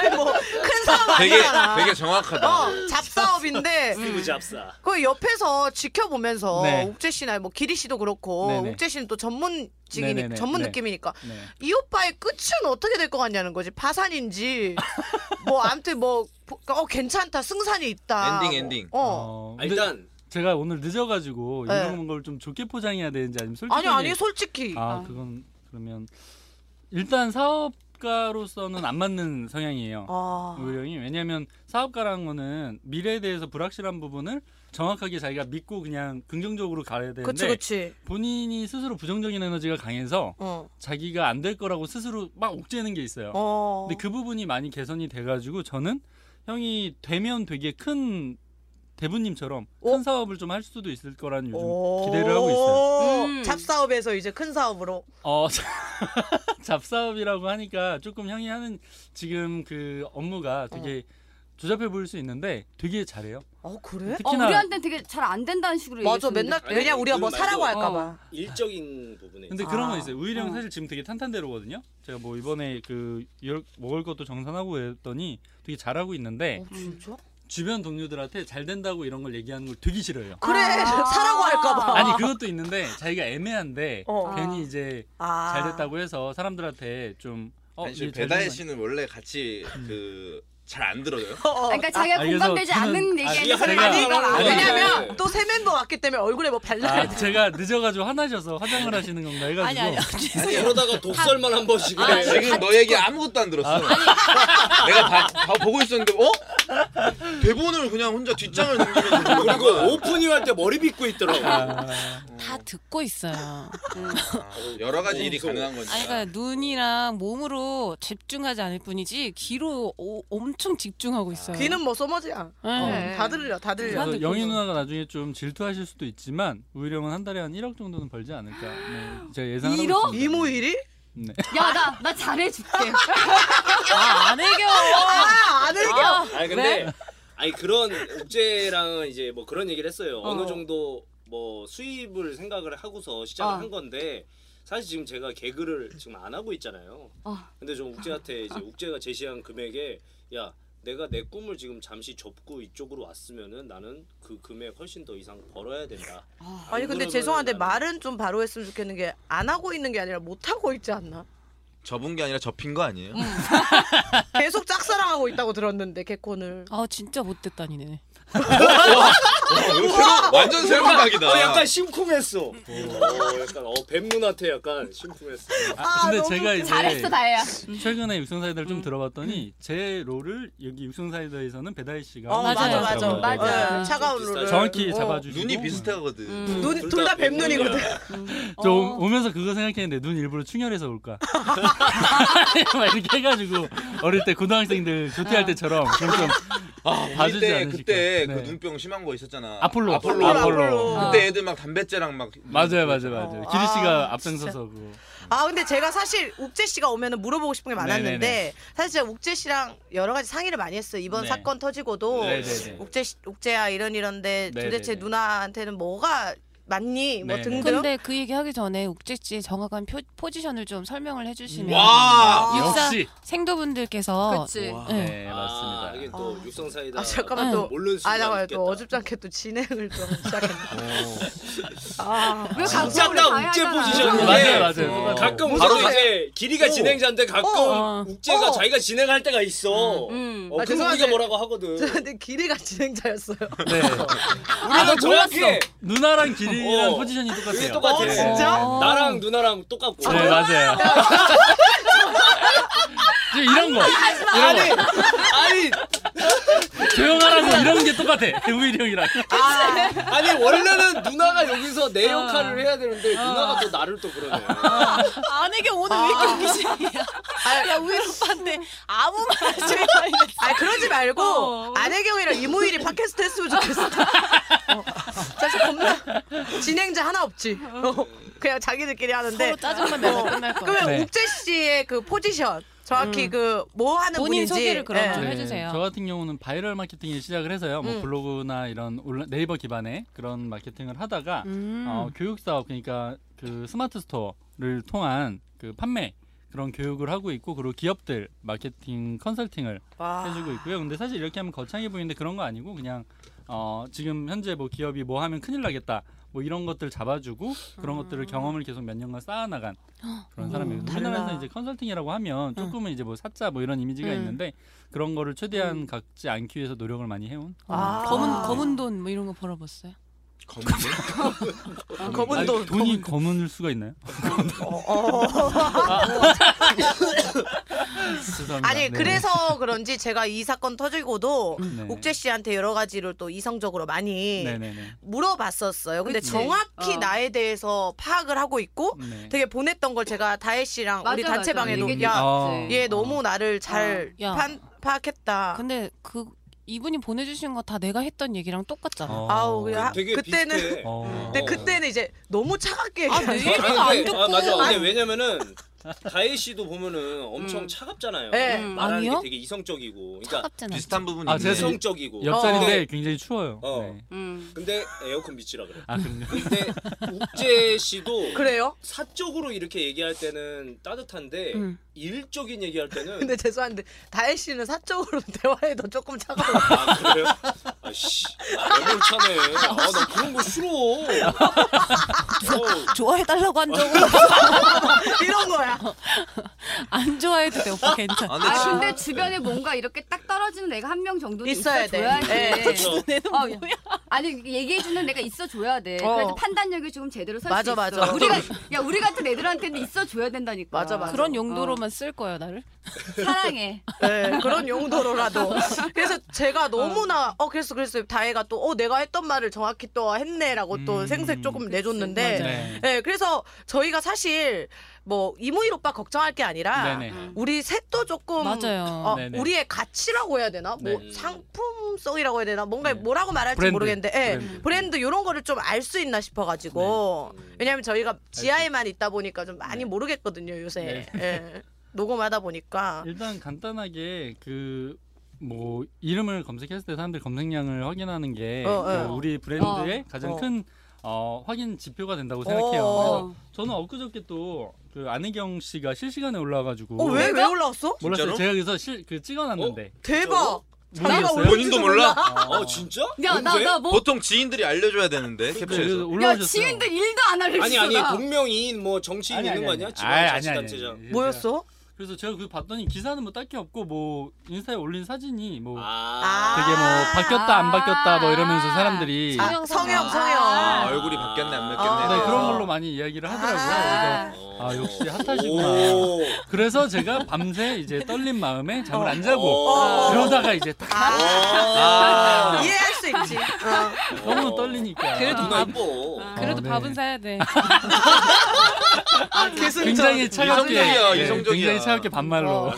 [SPEAKER 5] 아니 뭐 큰 사업
[SPEAKER 3] 되게
[SPEAKER 5] 아니잖아.
[SPEAKER 3] 되게 정확하다.
[SPEAKER 5] 어, 잡사업인데
[SPEAKER 4] 피부 잡사.
[SPEAKER 5] 그 옆에서 지켜보면서
[SPEAKER 8] 네.
[SPEAKER 5] 옥재 씨나 뭐 기리 씨도 그렇고
[SPEAKER 8] 네네.
[SPEAKER 5] 옥재 씨는 또 전문직이니
[SPEAKER 8] 네네네.
[SPEAKER 5] 전문
[SPEAKER 8] 네.
[SPEAKER 5] 느낌이니까
[SPEAKER 8] 네.
[SPEAKER 5] 이 오빠의 끝은 어떻게 될 것 같냐는 거지 파산인지 뭐 아무튼 뭐어 괜찮다 승산이 있다
[SPEAKER 3] 엔딩,
[SPEAKER 5] 뭐.
[SPEAKER 3] 엔딩.
[SPEAKER 5] 어
[SPEAKER 4] 아,
[SPEAKER 8] 근데
[SPEAKER 4] 일단
[SPEAKER 8] 제가 오늘 늦어가지고
[SPEAKER 5] 네.
[SPEAKER 8] 이런 걸 좀 좋게 포장해야 되는지 아니면 솔직히
[SPEAKER 5] 아니 아니 솔직히
[SPEAKER 8] 아 그건 그러면 일단 사업가로서는 안 맞는 성향이에요.
[SPEAKER 5] 아.
[SPEAKER 8] 오히려이 왜냐하면 사업가라는 거는 미래에 대해서 불확실한 부분을 정확하게 자기가 믿고 그냥 긍정적으로 가야 되는데
[SPEAKER 5] 그치 그치
[SPEAKER 8] 본인이 스스로 부정적인 에너지가 강해서
[SPEAKER 5] 어.
[SPEAKER 8] 자기가 안 될 거라고 스스로 막 옥죄는 게 있어요.
[SPEAKER 5] 어.
[SPEAKER 8] 근데 그 부분이 많이 개선이 돼가지고 저는 형이 되면 되게 큰 대부님처럼 큰
[SPEAKER 5] 어?
[SPEAKER 8] 사업을 좀 할 수도 있을 거라는 요즘
[SPEAKER 5] 오.
[SPEAKER 8] 기대를 하고 있어요.
[SPEAKER 2] 음.
[SPEAKER 5] 잡사업에서 이제 큰 사업으로
[SPEAKER 8] 어 잡사업이라고 하니까 조금 형이 하는 지금 그 업무가 되게 조잡해 보일 수 있는데 되게 잘해요.
[SPEAKER 5] 어 그래
[SPEAKER 2] 어,
[SPEAKER 8] 특히나
[SPEAKER 2] 우리한테는 되게 잘 안 된다는 식으로
[SPEAKER 5] 맞아
[SPEAKER 2] 얘기했었는데.
[SPEAKER 5] 맨날
[SPEAKER 4] 아니,
[SPEAKER 5] 왜냐 우리가 뭐
[SPEAKER 4] 그건
[SPEAKER 5] 사라고
[SPEAKER 4] 말고.
[SPEAKER 5] 할까봐
[SPEAKER 8] 어.
[SPEAKER 4] 일적인 부분에
[SPEAKER 8] 근데 그런
[SPEAKER 5] 아.
[SPEAKER 8] 건 있어요. 우일이 형
[SPEAKER 2] 어.
[SPEAKER 8] 사실 지금 되게 탄탄대로거든요. 제가 뭐 이번에 그 열- 먹을 것도 정산하고 했더니 되게 잘하고 있는데
[SPEAKER 5] 어, 진짜
[SPEAKER 8] 주변 동료들한테 잘 된다고 이런 걸 얘기하는 걸 되게 싫어해요.
[SPEAKER 5] 그래
[SPEAKER 2] 아.
[SPEAKER 5] 사라고 할까봐
[SPEAKER 8] 아니 그것도 있는데 자기가 애매한데
[SPEAKER 5] 어.
[SPEAKER 8] 괜히 이제
[SPEAKER 5] 아.
[SPEAKER 8] 잘 됐다고 해서 사람들한테 좀 어,
[SPEAKER 3] 아니,
[SPEAKER 8] 이게 음.
[SPEAKER 3] 지금
[SPEAKER 8] 잘
[SPEAKER 3] 배다혜
[SPEAKER 8] 된
[SPEAKER 3] 씨는 원래 같이 그 잘 안 들어요.
[SPEAKER 2] 그러니까 자기가
[SPEAKER 8] 아, 그래서
[SPEAKER 2] 공감되지 그러니까
[SPEAKER 8] 저는-
[SPEAKER 2] 않는
[SPEAKER 8] 아,
[SPEAKER 2] 얘기에
[SPEAKER 4] 이해할
[SPEAKER 2] 대해서
[SPEAKER 8] 수가
[SPEAKER 2] 아닌 걸
[SPEAKER 8] 없어요.
[SPEAKER 2] 알아요.
[SPEAKER 5] 왜냐면 또 새 멤버 왔기 때문에 얼굴에 뭐
[SPEAKER 8] 거
[SPEAKER 5] 발라야
[SPEAKER 8] 아니야?
[SPEAKER 5] 돼.
[SPEAKER 8] 아, 제가 늦어가지고 화나셔서 화장을 하시는 건가 해가지고
[SPEAKER 1] 아니 아니.
[SPEAKER 4] 그러다가 독설만 한 번씩 해.
[SPEAKER 3] 야, 지금 너 얘기 아무것도 안 들었어. 내가 다, 다 보고 있었는데 어? 대본을 그냥 혼자 뒷장을 넘기면서
[SPEAKER 4] 그리고 오프닝 할 때 머리 빗고 있더라고.
[SPEAKER 8] 아,
[SPEAKER 1] 다 듣고 있어요.
[SPEAKER 3] 여러 가지 일이
[SPEAKER 4] 무서워.
[SPEAKER 3] 가능한 거니까.
[SPEAKER 1] 아니 그러니까 눈이랑 몸으로 집중하지 않을 뿐이지 귀로 오- 엄청 집중하고 있어요.
[SPEAKER 5] 귀는 뭐 소머지야.
[SPEAKER 1] 네.
[SPEAKER 5] 어, 다 들려, 다 들려.
[SPEAKER 8] 그래서
[SPEAKER 1] 그래서
[SPEAKER 8] 영희 누나가 나중에 좀 질투하실 수도 있지만 우일형은 한 달에 한 1억 정도는 벌지 않을까 네, 제가 예상하고
[SPEAKER 2] 1억?
[SPEAKER 8] 있습니다.
[SPEAKER 5] 이모일이?
[SPEAKER 8] 네.
[SPEAKER 2] 야, 나, 나 잘해줄게.
[SPEAKER 1] 아, 안 해겨.
[SPEAKER 5] 아, 안 들려.
[SPEAKER 4] 아니 근데
[SPEAKER 5] 네?
[SPEAKER 4] 아니 그런 옥제랑 이제 뭐 그런 얘기를 했어요. 어. 느 정도 뭐 수입을 생각을 하고서 시작을
[SPEAKER 2] 어.
[SPEAKER 4] 한 건데 사실 지금 제가 개그를 지금 안 하고 있잖아요.
[SPEAKER 2] 어.
[SPEAKER 4] 근데 좀 옥제한테 이제 옥제가 제시한 금액에 야 내가 내 꿈을 지금 잠시 접고 이쪽으로 왔으면은 나는 그 금액 훨씬 더 이상 벌어야 된다.
[SPEAKER 5] 아니 근데 죄송한데 말은 좀 바로 했으면 좋겠는 게 안 하고 있는 게 아니라 못 하고 있지 않나?
[SPEAKER 3] 접은 게 아니라 접힌 거 아니에요?
[SPEAKER 5] 계속 짝사랑하고 있다고 들었는데 개콘을.
[SPEAKER 1] 아 진짜 못됐다니네.
[SPEAKER 3] 어, 이거 새로- 완전 새로운 각이다.
[SPEAKER 4] 어, 약간 심쿵했어. 어, 약간 어, 뱀눈한테 약간 심쿵했어.
[SPEAKER 8] 아, 근데 제가 이제
[SPEAKER 2] 잘했어, 다혜야.
[SPEAKER 8] 최근에 육성사이다를 좀 들어봤더니 제 롤을 여기 육성사이다에서는 배다희 씨가
[SPEAKER 5] 어 맞아
[SPEAKER 1] 맞아요.
[SPEAKER 5] 맞아
[SPEAKER 8] 맡았더라고요.
[SPEAKER 2] 맞아.
[SPEAKER 5] 네, 차가운 룰을.
[SPEAKER 8] 정확히
[SPEAKER 5] 어.
[SPEAKER 8] 잡아주시고
[SPEAKER 3] 눈이 비슷하거든.
[SPEAKER 5] 눈, 둘 다 뱀눈이거든.
[SPEAKER 8] 저
[SPEAKER 2] 어.
[SPEAKER 8] 오면서 그거 생각했는데 눈 일부러 충혈해서 올까 막 이렇게 해가지고 어릴 때 고등학생들 조퇴할 때처럼 그럼 좀
[SPEAKER 3] 아, 우리
[SPEAKER 8] 봐주지
[SPEAKER 3] 때
[SPEAKER 8] 않으실까.
[SPEAKER 3] 그때
[SPEAKER 8] 네.
[SPEAKER 3] 그 눈병 심한 거 있었잖아.
[SPEAKER 8] 아폴로
[SPEAKER 3] 아폴로.
[SPEAKER 5] 아폴로.
[SPEAKER 3] 그때 애들 막 담배째랑 막
[SPEAKER 8] 맞아요 맞아요 맞아요
[SPEAKER 5] 어.
[SPEAKER 8] 기리 씨가
[SPEAKER 5] 아,
[SPEAKER 8] 앞장서서 그거
[SPEAKER 5] 아 근데 제가 사실 욱재 씨가 오면은 물어보고 싶은 게 많았는데
[SPEAKER 8] 네네네.
[SPEAKER 5] 사실 제가 욱재 씨랑 여러 가지 상의를 많이 했어요. 이번
[SPEAKER 8] 네.
[SPEAKER 5] 사건 터지고도
[SPEAKER 8] 네네네.
[SPEAKER 5] 욱재 씨- 욱재야 이런 이런데
[SPEAKER 8] 네네네.
[SPEAKER 5] 도대체 누나한테는 뭐가 맞니? 뭐
[SPEAKER 8] 네네.
[SPEAKER 5] 등등.
[SPEAKER 1] 근데 그 얘기하기 전에 욱재 씨의 정확한 표, 포지션을 좀 설명을 해주시면
[SPEAKER 3] 와.
[SPEAKER 1] 육사
[SPEAKER 8] 역시.
[SPEAKER 1] 생도분들께서
[SPEAKER 2] 그치.
[SPEAKER 3] 와.
[SPEAKER 1] 네.
[SPEAKER 8] 네 맞습니다.
[SPEAKER 4] 아, 이게 또
[SPEAKER 5] 아.
[SPEAKER 4] 육성 사이다.
[SPEAKER 5] 아 잠깐만 또.
[SPEAKER 4] 모르는
[SPEAKER 5] 아
[SPEAKER 4] 순간
[SPEAKER 5] 잠깐만
[SPEAKER 4] 있겠다.
[SPEAKER 5] 또 어줍잖게 또 진행을 또 시작했네. 아,
[SPEAKER 2] 왜
[SPEAKER 4] 진짜
[SPEAKER 2] 각자
[SPEAKER 4] 나 욱제 포지션이네. 어,
[SPEAKER 8] 맞아요, 맞아요. 똑같아요.
[SPEAKER 4] 가끔
[SPEAKER 5] 바로
[SPEAKER 4] 바로 이제 길이가
[SPEAKER 5] 오.
[SPEAKER 4] 진행자인데 가끔
[SPEAKER 1] 어.
[SPEAKER 4] 욱제가
[SPEAKER 5] 어.
[SPEAKER 4] 자기가 진행할 때가 있어.
[SPEAKER 2] 음.
[SPEAKER 4] 어,
[SPEAKER 5] 아,
[SPEAKER 4] 그럼
[SPEAKER 5] 죄송한데.
[SPEAKER 4] 우리가 뭐라고 하거든.
[SPEAKER 5] 저한테 길이가 진행자였어요.
[SPEAKER 8] 네.
[SPEAKER 4] 우리는 정확해.
[SPEAKER 8] 누나랑 길이랑
[SPEAKER 4] 어.
[SPEAKER 8] 포지션이 똑같아요.
[SPEAKER 4] 똑같아.
[SPEAKER 5] 어, 진짜?
[SPEAKER 1] 어.
[SPEAKER 4] 나랑 누나랑 똑같고.
[SPEAKER 8] 네 맞아요. 이제 이런 거. 이런 거.
[SPEAKER 4] 아니
[SPEAKER 8] 조용하라고 이런 게 똑같아. 우일이 형이랑.
[SPEAKER 4] 아니 원래는 누나가 여기서 내 역할을 해야 되는데 누나가 또 나를 또 그러네.
[SPEAKER 1] 아내게 오늘 왜 이렇게 웃기지? 네. 야 우일 오빠한테 아무 말하지 마.
[SPEAKER 5] 아 그러지 말고
[SPEAKER 1] 어.
[SPEAKER 5] 안혜경이랑 이모일이 팟캐스트 했으면 좋겠어. 어. 사실 겁나 진행자 하나 없지. 어. 그냥 자기들끼리 하는데.
[SPEAKER 1] 서로 짜증만 내고 끝날 거.
[SPEAKER 5] 그러면
[SPEAKER 8] 네.
[SPEAKER 5] 욱재 씨의 그 포지션 정확히 그 뭐 하는
[SPEAKER 1] 음. 본인
[SPEAKER 5] 분인지.
[SPEAKER 1] 소개를 그럼
[SPEAKER 5] 예.
[SPEAKER 1] 좀 해주세요.
[SPEAKER 8] 네. 저 같은 경우는 바이럴 마케팅을 시작을 해서요. 뭐
[SPEAKER 5] 음.
[SPEAKER 8] 블로그나 이런 온라- 네이버 기반의 그런 마케팅을 하다가
[SPEAKER 1] 음.
[SPEAKER 8] 어, 교육 사업 그러니까 그 스마트 스토어를 통한 그 판매 그런 교육을 하고 있고 그리고 기업들 마케팅 컨설팅을
[SPEAKER 5] 와.
[SPEAKER 8] 해주고 있고요. 근데 사실 이렇게 하면 거창해 보이는데 그런 거 아니고 그냥 어, 지금 현재 뭐 기업이 뭐 하면 큰일 나겠다 뭐 이런 것들 잡아주고 그런
[SPEAKER 5] 음.
[SPEAKER 8] 것들을 경험을 계속 몇 년간 쌓아나간 그런 사람이에요.
[SPEAKER 5] 어. 달라. 음.
[SPEAKER 8] 우리나라에서 이제 컨설팅이라고 하면 조금은 이제 뭐 사짜 뭐 이런 이미지가
[SPEAKER 1] 음.
[SPEAKER 8] 있는데 그런 거를
[SPEAKER 5] 음.
[SPEAKER 8] 최대한 갖지 않기 위해서 노력을 많이 해온.
[SPEAKER 5] 아.
[SPEAKER 1] 검은 검은 돈 뭐 이런 거 벌어봤어요?
[SPEAKER 3] 검은
[SPEAKER 8] 아니,
[SPEAKER 5] 검은 돈.
[SPEAKER 8] 돈이 검은 수가 있나요? 죄송합니다.
[SPEAKER 5] 어. 아니
[SPEAKER 8] 네.
[SPEAKER 5] 그래서 그런지 제가 이 사건 터지고도
[SPEAKER 8] 네.
[SPEAKER 5] 욱재 씨한테 여러 가지를 또 이성적으로 많이
[SPEAKER 8] 네네네.
[SPEAKER 5] 물어봤었어요. 근데
[SPEAKER 2] 그치.
[SPEAKER 5] 정확히
[SPEAKER 2] 어.
[SPEAKER 5] 나에 대해서 파악을 하고 있고
[SPEAKER 8] 네.
[SPEAKER 5] 되게 보냈던 걸 제가 다혜 씨랑 우리
[SPEAKER 2] 맞아,
[SPEAKER 5] 단체방에도
[SPEAKER 2] 맞아.
[SPEAKER 5] 야
[SPEAKER 8] 아.
[SPEAKER 2] 얘기했지.
[SPEAKER 5] 얘 너무 나를 잘
[SPEAKER 1] 어. 야.
[SPEAKER 5] 판- 파악했다.
[SPEAKER 1] 근데 그 이분이 보내주신 거 다 내가 했던 얘기랑 똑같잖아.
[SPEAKER 8] 어.
[SPEAKER 5] 아우 그냥
[SPEAKER 4] 되게
[SPEAKER 5] 그때는
[SPEAKER 4] 비슷해.
[SPEAKER 8] 어.
[SPEAKER 5] 근데 그때는 이제 너무 차갑게
[SPEAKER 1] 아,
[SPEAKER 5] 얘기하는
[SPEAKER 1] 네.
[SPEAKER 5] 거예요.
[SPEAKER 1] 얘기도 안 듣고.
[SPEAKER 4] 아, 맞아. 근데 왜냐면은 다혜 씨도 보면은 엄청 차갑잖아요.
[SPEAKER 5] 네.
[SPEAKER 2] 음,
[SPEAKER 4] 말하는
[SPEAKER 1] 아니요?
[SPEAKER 4] 게 되게 이성적이고, 그러니까
[SPEAKER 1] 차갑잖아.
[SPEAKER 3] 비슷한 부분이
[SPEAKER 8] 아,
[SPEAKER 3] 있네.
[SPEAKER 8] 죄송-
[SPEAKER 4] 이성적이고.
[SPEAKER 8] 옆자리인데
[SPEAKER 4] 근데,
[SPEAKER 8] 굉장히 추워요.
[SPEAKER 4] 어.
[SPEAKER 8] 네.
[SPEAKER 2] 음.
[SPEAKER 4] 근데 에어컨 밑이라 그래.
[SPEAKER 8] 아 그럼요.
[SPEAKER 4] 근데 욱재 씨도
[SPEAKER 5] 그래요?
[SPEAKER 4] 사적으로 이렇게 얘기할 때는 따뜻한데
[SPEAKER 1] 음.
[SPEAKER 4] 일적인 얘기할 때는
[SPEAKER 5] 근데 죄송한데 다혜 씨는 사적으로 대화에도 조금 차가워.
[SPEAKER 4] 아 그래요? 아씨 너무 차네. 아나 그런 거 싫어. 어,
[SPEAKER 1] 좋아해달라고 한 적은 없어.
[SPEAKER 5] 이런 거야.
[SPEAKER 1] 안 좋아해도 돼 오빠 괜찮아.
[SPEAKER 3] 아, 근데
[SPEAKER 2] 아
[SPEAKER 3] 진-
[SPEAKER 2] 근데 주변에 뭔가 이렇게 딱 떨어지는 애가 한 명 정도는
[SPEAKER 5] 있어야 돼.
[SPEAKER 2] 줘야지.
[SPEAKER 5] 예.
[SPEAKER 4] 그렇죠.
[SPEAKER 1] 얘는
[SPEAKER 2] 어,
[SPEAKER 1] 뭐야?
[SPEAKER 2] 아니 얘기해 주는 내가 있어 줘야 돼.
[SPEAKER 5] 어.
[SPEAKER 2] 그래도 판단력이 조금 제대로 설 수
[SPEAKER 5] 맞아,
[SPEAKER 2] 있어.
[SPEAKER 5] 맞아.
[SPEAKER 2] 우리가 야 우리 같은 애들한테는 있어 줘야 된다니까.
[SPEAKER 5] 맞아, 맞아.
[SPEAKER 1] 그런 용도로만 쓸 거야 나를.
[SPEAKER 2] 어, 사랑해.
[SPEAKER 5] 네, 그런 용도로라도. 그래서 제가 너무나 어 그래서 그래서 다혜가 또 어 내가 했던 말을 정확히 또 했네라고 또
[SPEAKER 8] 음.
[SPEAKER 5] 생색 조금 내줬는데
[SPEAKER 1] 맞아요.
[SPEAKER 8] 네.
[SPEAKER 5] 네, 그래서 저희가 사실 뭐 이모일 오빠 걱정할 게 아니라
[SPEAKER 8] 네네.
[SPEAKER 5] 우리 셋도 조금
[SPEAKER 1] 맞아요.
[SPEAKER 5] 어,
[SPEAKER 8] 네네.
[SPEAKER 5] 우리의 가치라고 해야 되나? 뭐
[SPEAKER 4] 네.
[SPEAKER 5] 상품성이라고 해야 되나? 뭔가
[SPEAKER 8] 네.
[SPEAKER 5] 뭐라고 말할지
[SPEAKER 8] 브랜드.
[SPEAKER 5] 모르겠는데 예,
[SPEAKER 8] 브랜드.
[SPEAKER 5] 브랜드 이런 거를 좀 알 수 있나 싶어가지고
[SPEAKER 4] 네. 음.
[SPEAKER 5] 왜냐면 저희가 지하에만 있다 보니까 좀 많이 모르겠거든요 요새 예. 녹음하다 보니까
[SPEAKER 8] 일단 간단하게 그 뭐 이름을 검색했을 때 사람들 검색량을 확인하는 게
[SPEAKER 5] 어,
[SPEAKER 8] 그
[SPEAKER 5] 어.
[SPEAKER 8] 우리 브랜드의 가장
[SPEAKER 5] 어.
[SPEAKER 8] 큰 어, 확인 지표가 된다고 생각해요.
[SPEAKER 5] 어.
[SPEAKER 8] 그래서 저는 엊그저께 또 그 안혜경 씨가 실시간에 올라와가지고
[SPEAKER 5] 어 왜 왜 올라왔어?
[SPEAKER 8] 몰랐어요.
[SPEAKER 3] 진짜로?
[SPEAKER 8] 제가 그래서 실, 그 찍어놨는데
[SPEAKER 5] 대박
[SPEAKER 8] 모르겠어요.
[SPEAKER 5] 올라올
[SPEAKER 3] 본인도
[SPEAKER 5] 줄도
[SPEAKER 3] 몰라?
[SPEAKER 4] 어 진짜?
[SPEAKER 2] 야 나
[SPEAKER 4] 뭔데?
[SPEAKER 2] 나 뭐?
[SPEAKER 3] 보통 지인들이 알려줘야 되는데
[SPEAKER 8] 그래서
[SPEAKER 3] 캡처해서
[SPEAKER 5] 뭐,
[SPEAKER 2] 야
[SPEAKER 8] 올라오셨어요.
[SPEAKER 2] 지인들 일도 안 알려줘.
[SPEAKER 4] 아니 아니 동명이인 뭐 정치인 있는 거 아니야? 지방 자치단체장.
[SPEAKER 8] 그
[SPEAKER 5] 뭐였어?
[SPEAKER 8] 그래서 제가 그 봤더니 기사는 뭐 딱히 없고 뭐 인스타에 올린 사진이 뭐
[SPEAKER 4] 아.
[SPEAKER 8] 되게 뭐 바뀌었다 안 바뀌었다 뭐 이러면서 사람들이
[SPEAKER 5] 아,
[SPEAKER 1] 성형,
[SPEAKER 5] 성형
[SPEAKER 1] 성형.
[SPEAKER 5] 성형
[SPEAKER 3] 아, 얼굴이 바뀌었네 안 바뀌었네.
[SPEAKER 5] 아.
[SPEAKER 8] 네,
[SPEAKER 5] 어.
[SPEAKER 8] 그런 걸로 많이 이야기를 하더라고요. 그래서 아 역시 핫하시구나.
[SPEAKER 4] 오.
[SPEAKER 8] 그래서 제가 밤새 이제 떨린 마음에 잠을 안 자고
[SPEAKER 4] 어.
[SPEAKER 8] 그러다가 이제 딱
[SPEAKER 5] 아,
[SPEAKER 4] 아.
[SPEAKER 5] 이해할 수 있지. 어.
[SPEAKER 8] 너무 떨리니까.
[SPEAKER 1] 그래도
[SPEAKER 4] 누나
[SPEAKER 1] 밥-
[SPEAKER 4] 이뻐.
[SPEAKER 8] 아,
[SPEAKER 1] 그래도
[SPEAKER 8] 네.
[SPEAKER 1] 밥은 사야 돼.
[SPEAKER 5] 아, 계속
[SPEAKER 8] 굉장히 차갑게
[SPEAKER 3] 이성적이야,
[SPEAKER 8] 예,
[SPEAKER 3] 이성적이야.
[SPEAKER 8] 굉장히 차갑게 반말로.
[SPEAKER 2] 어.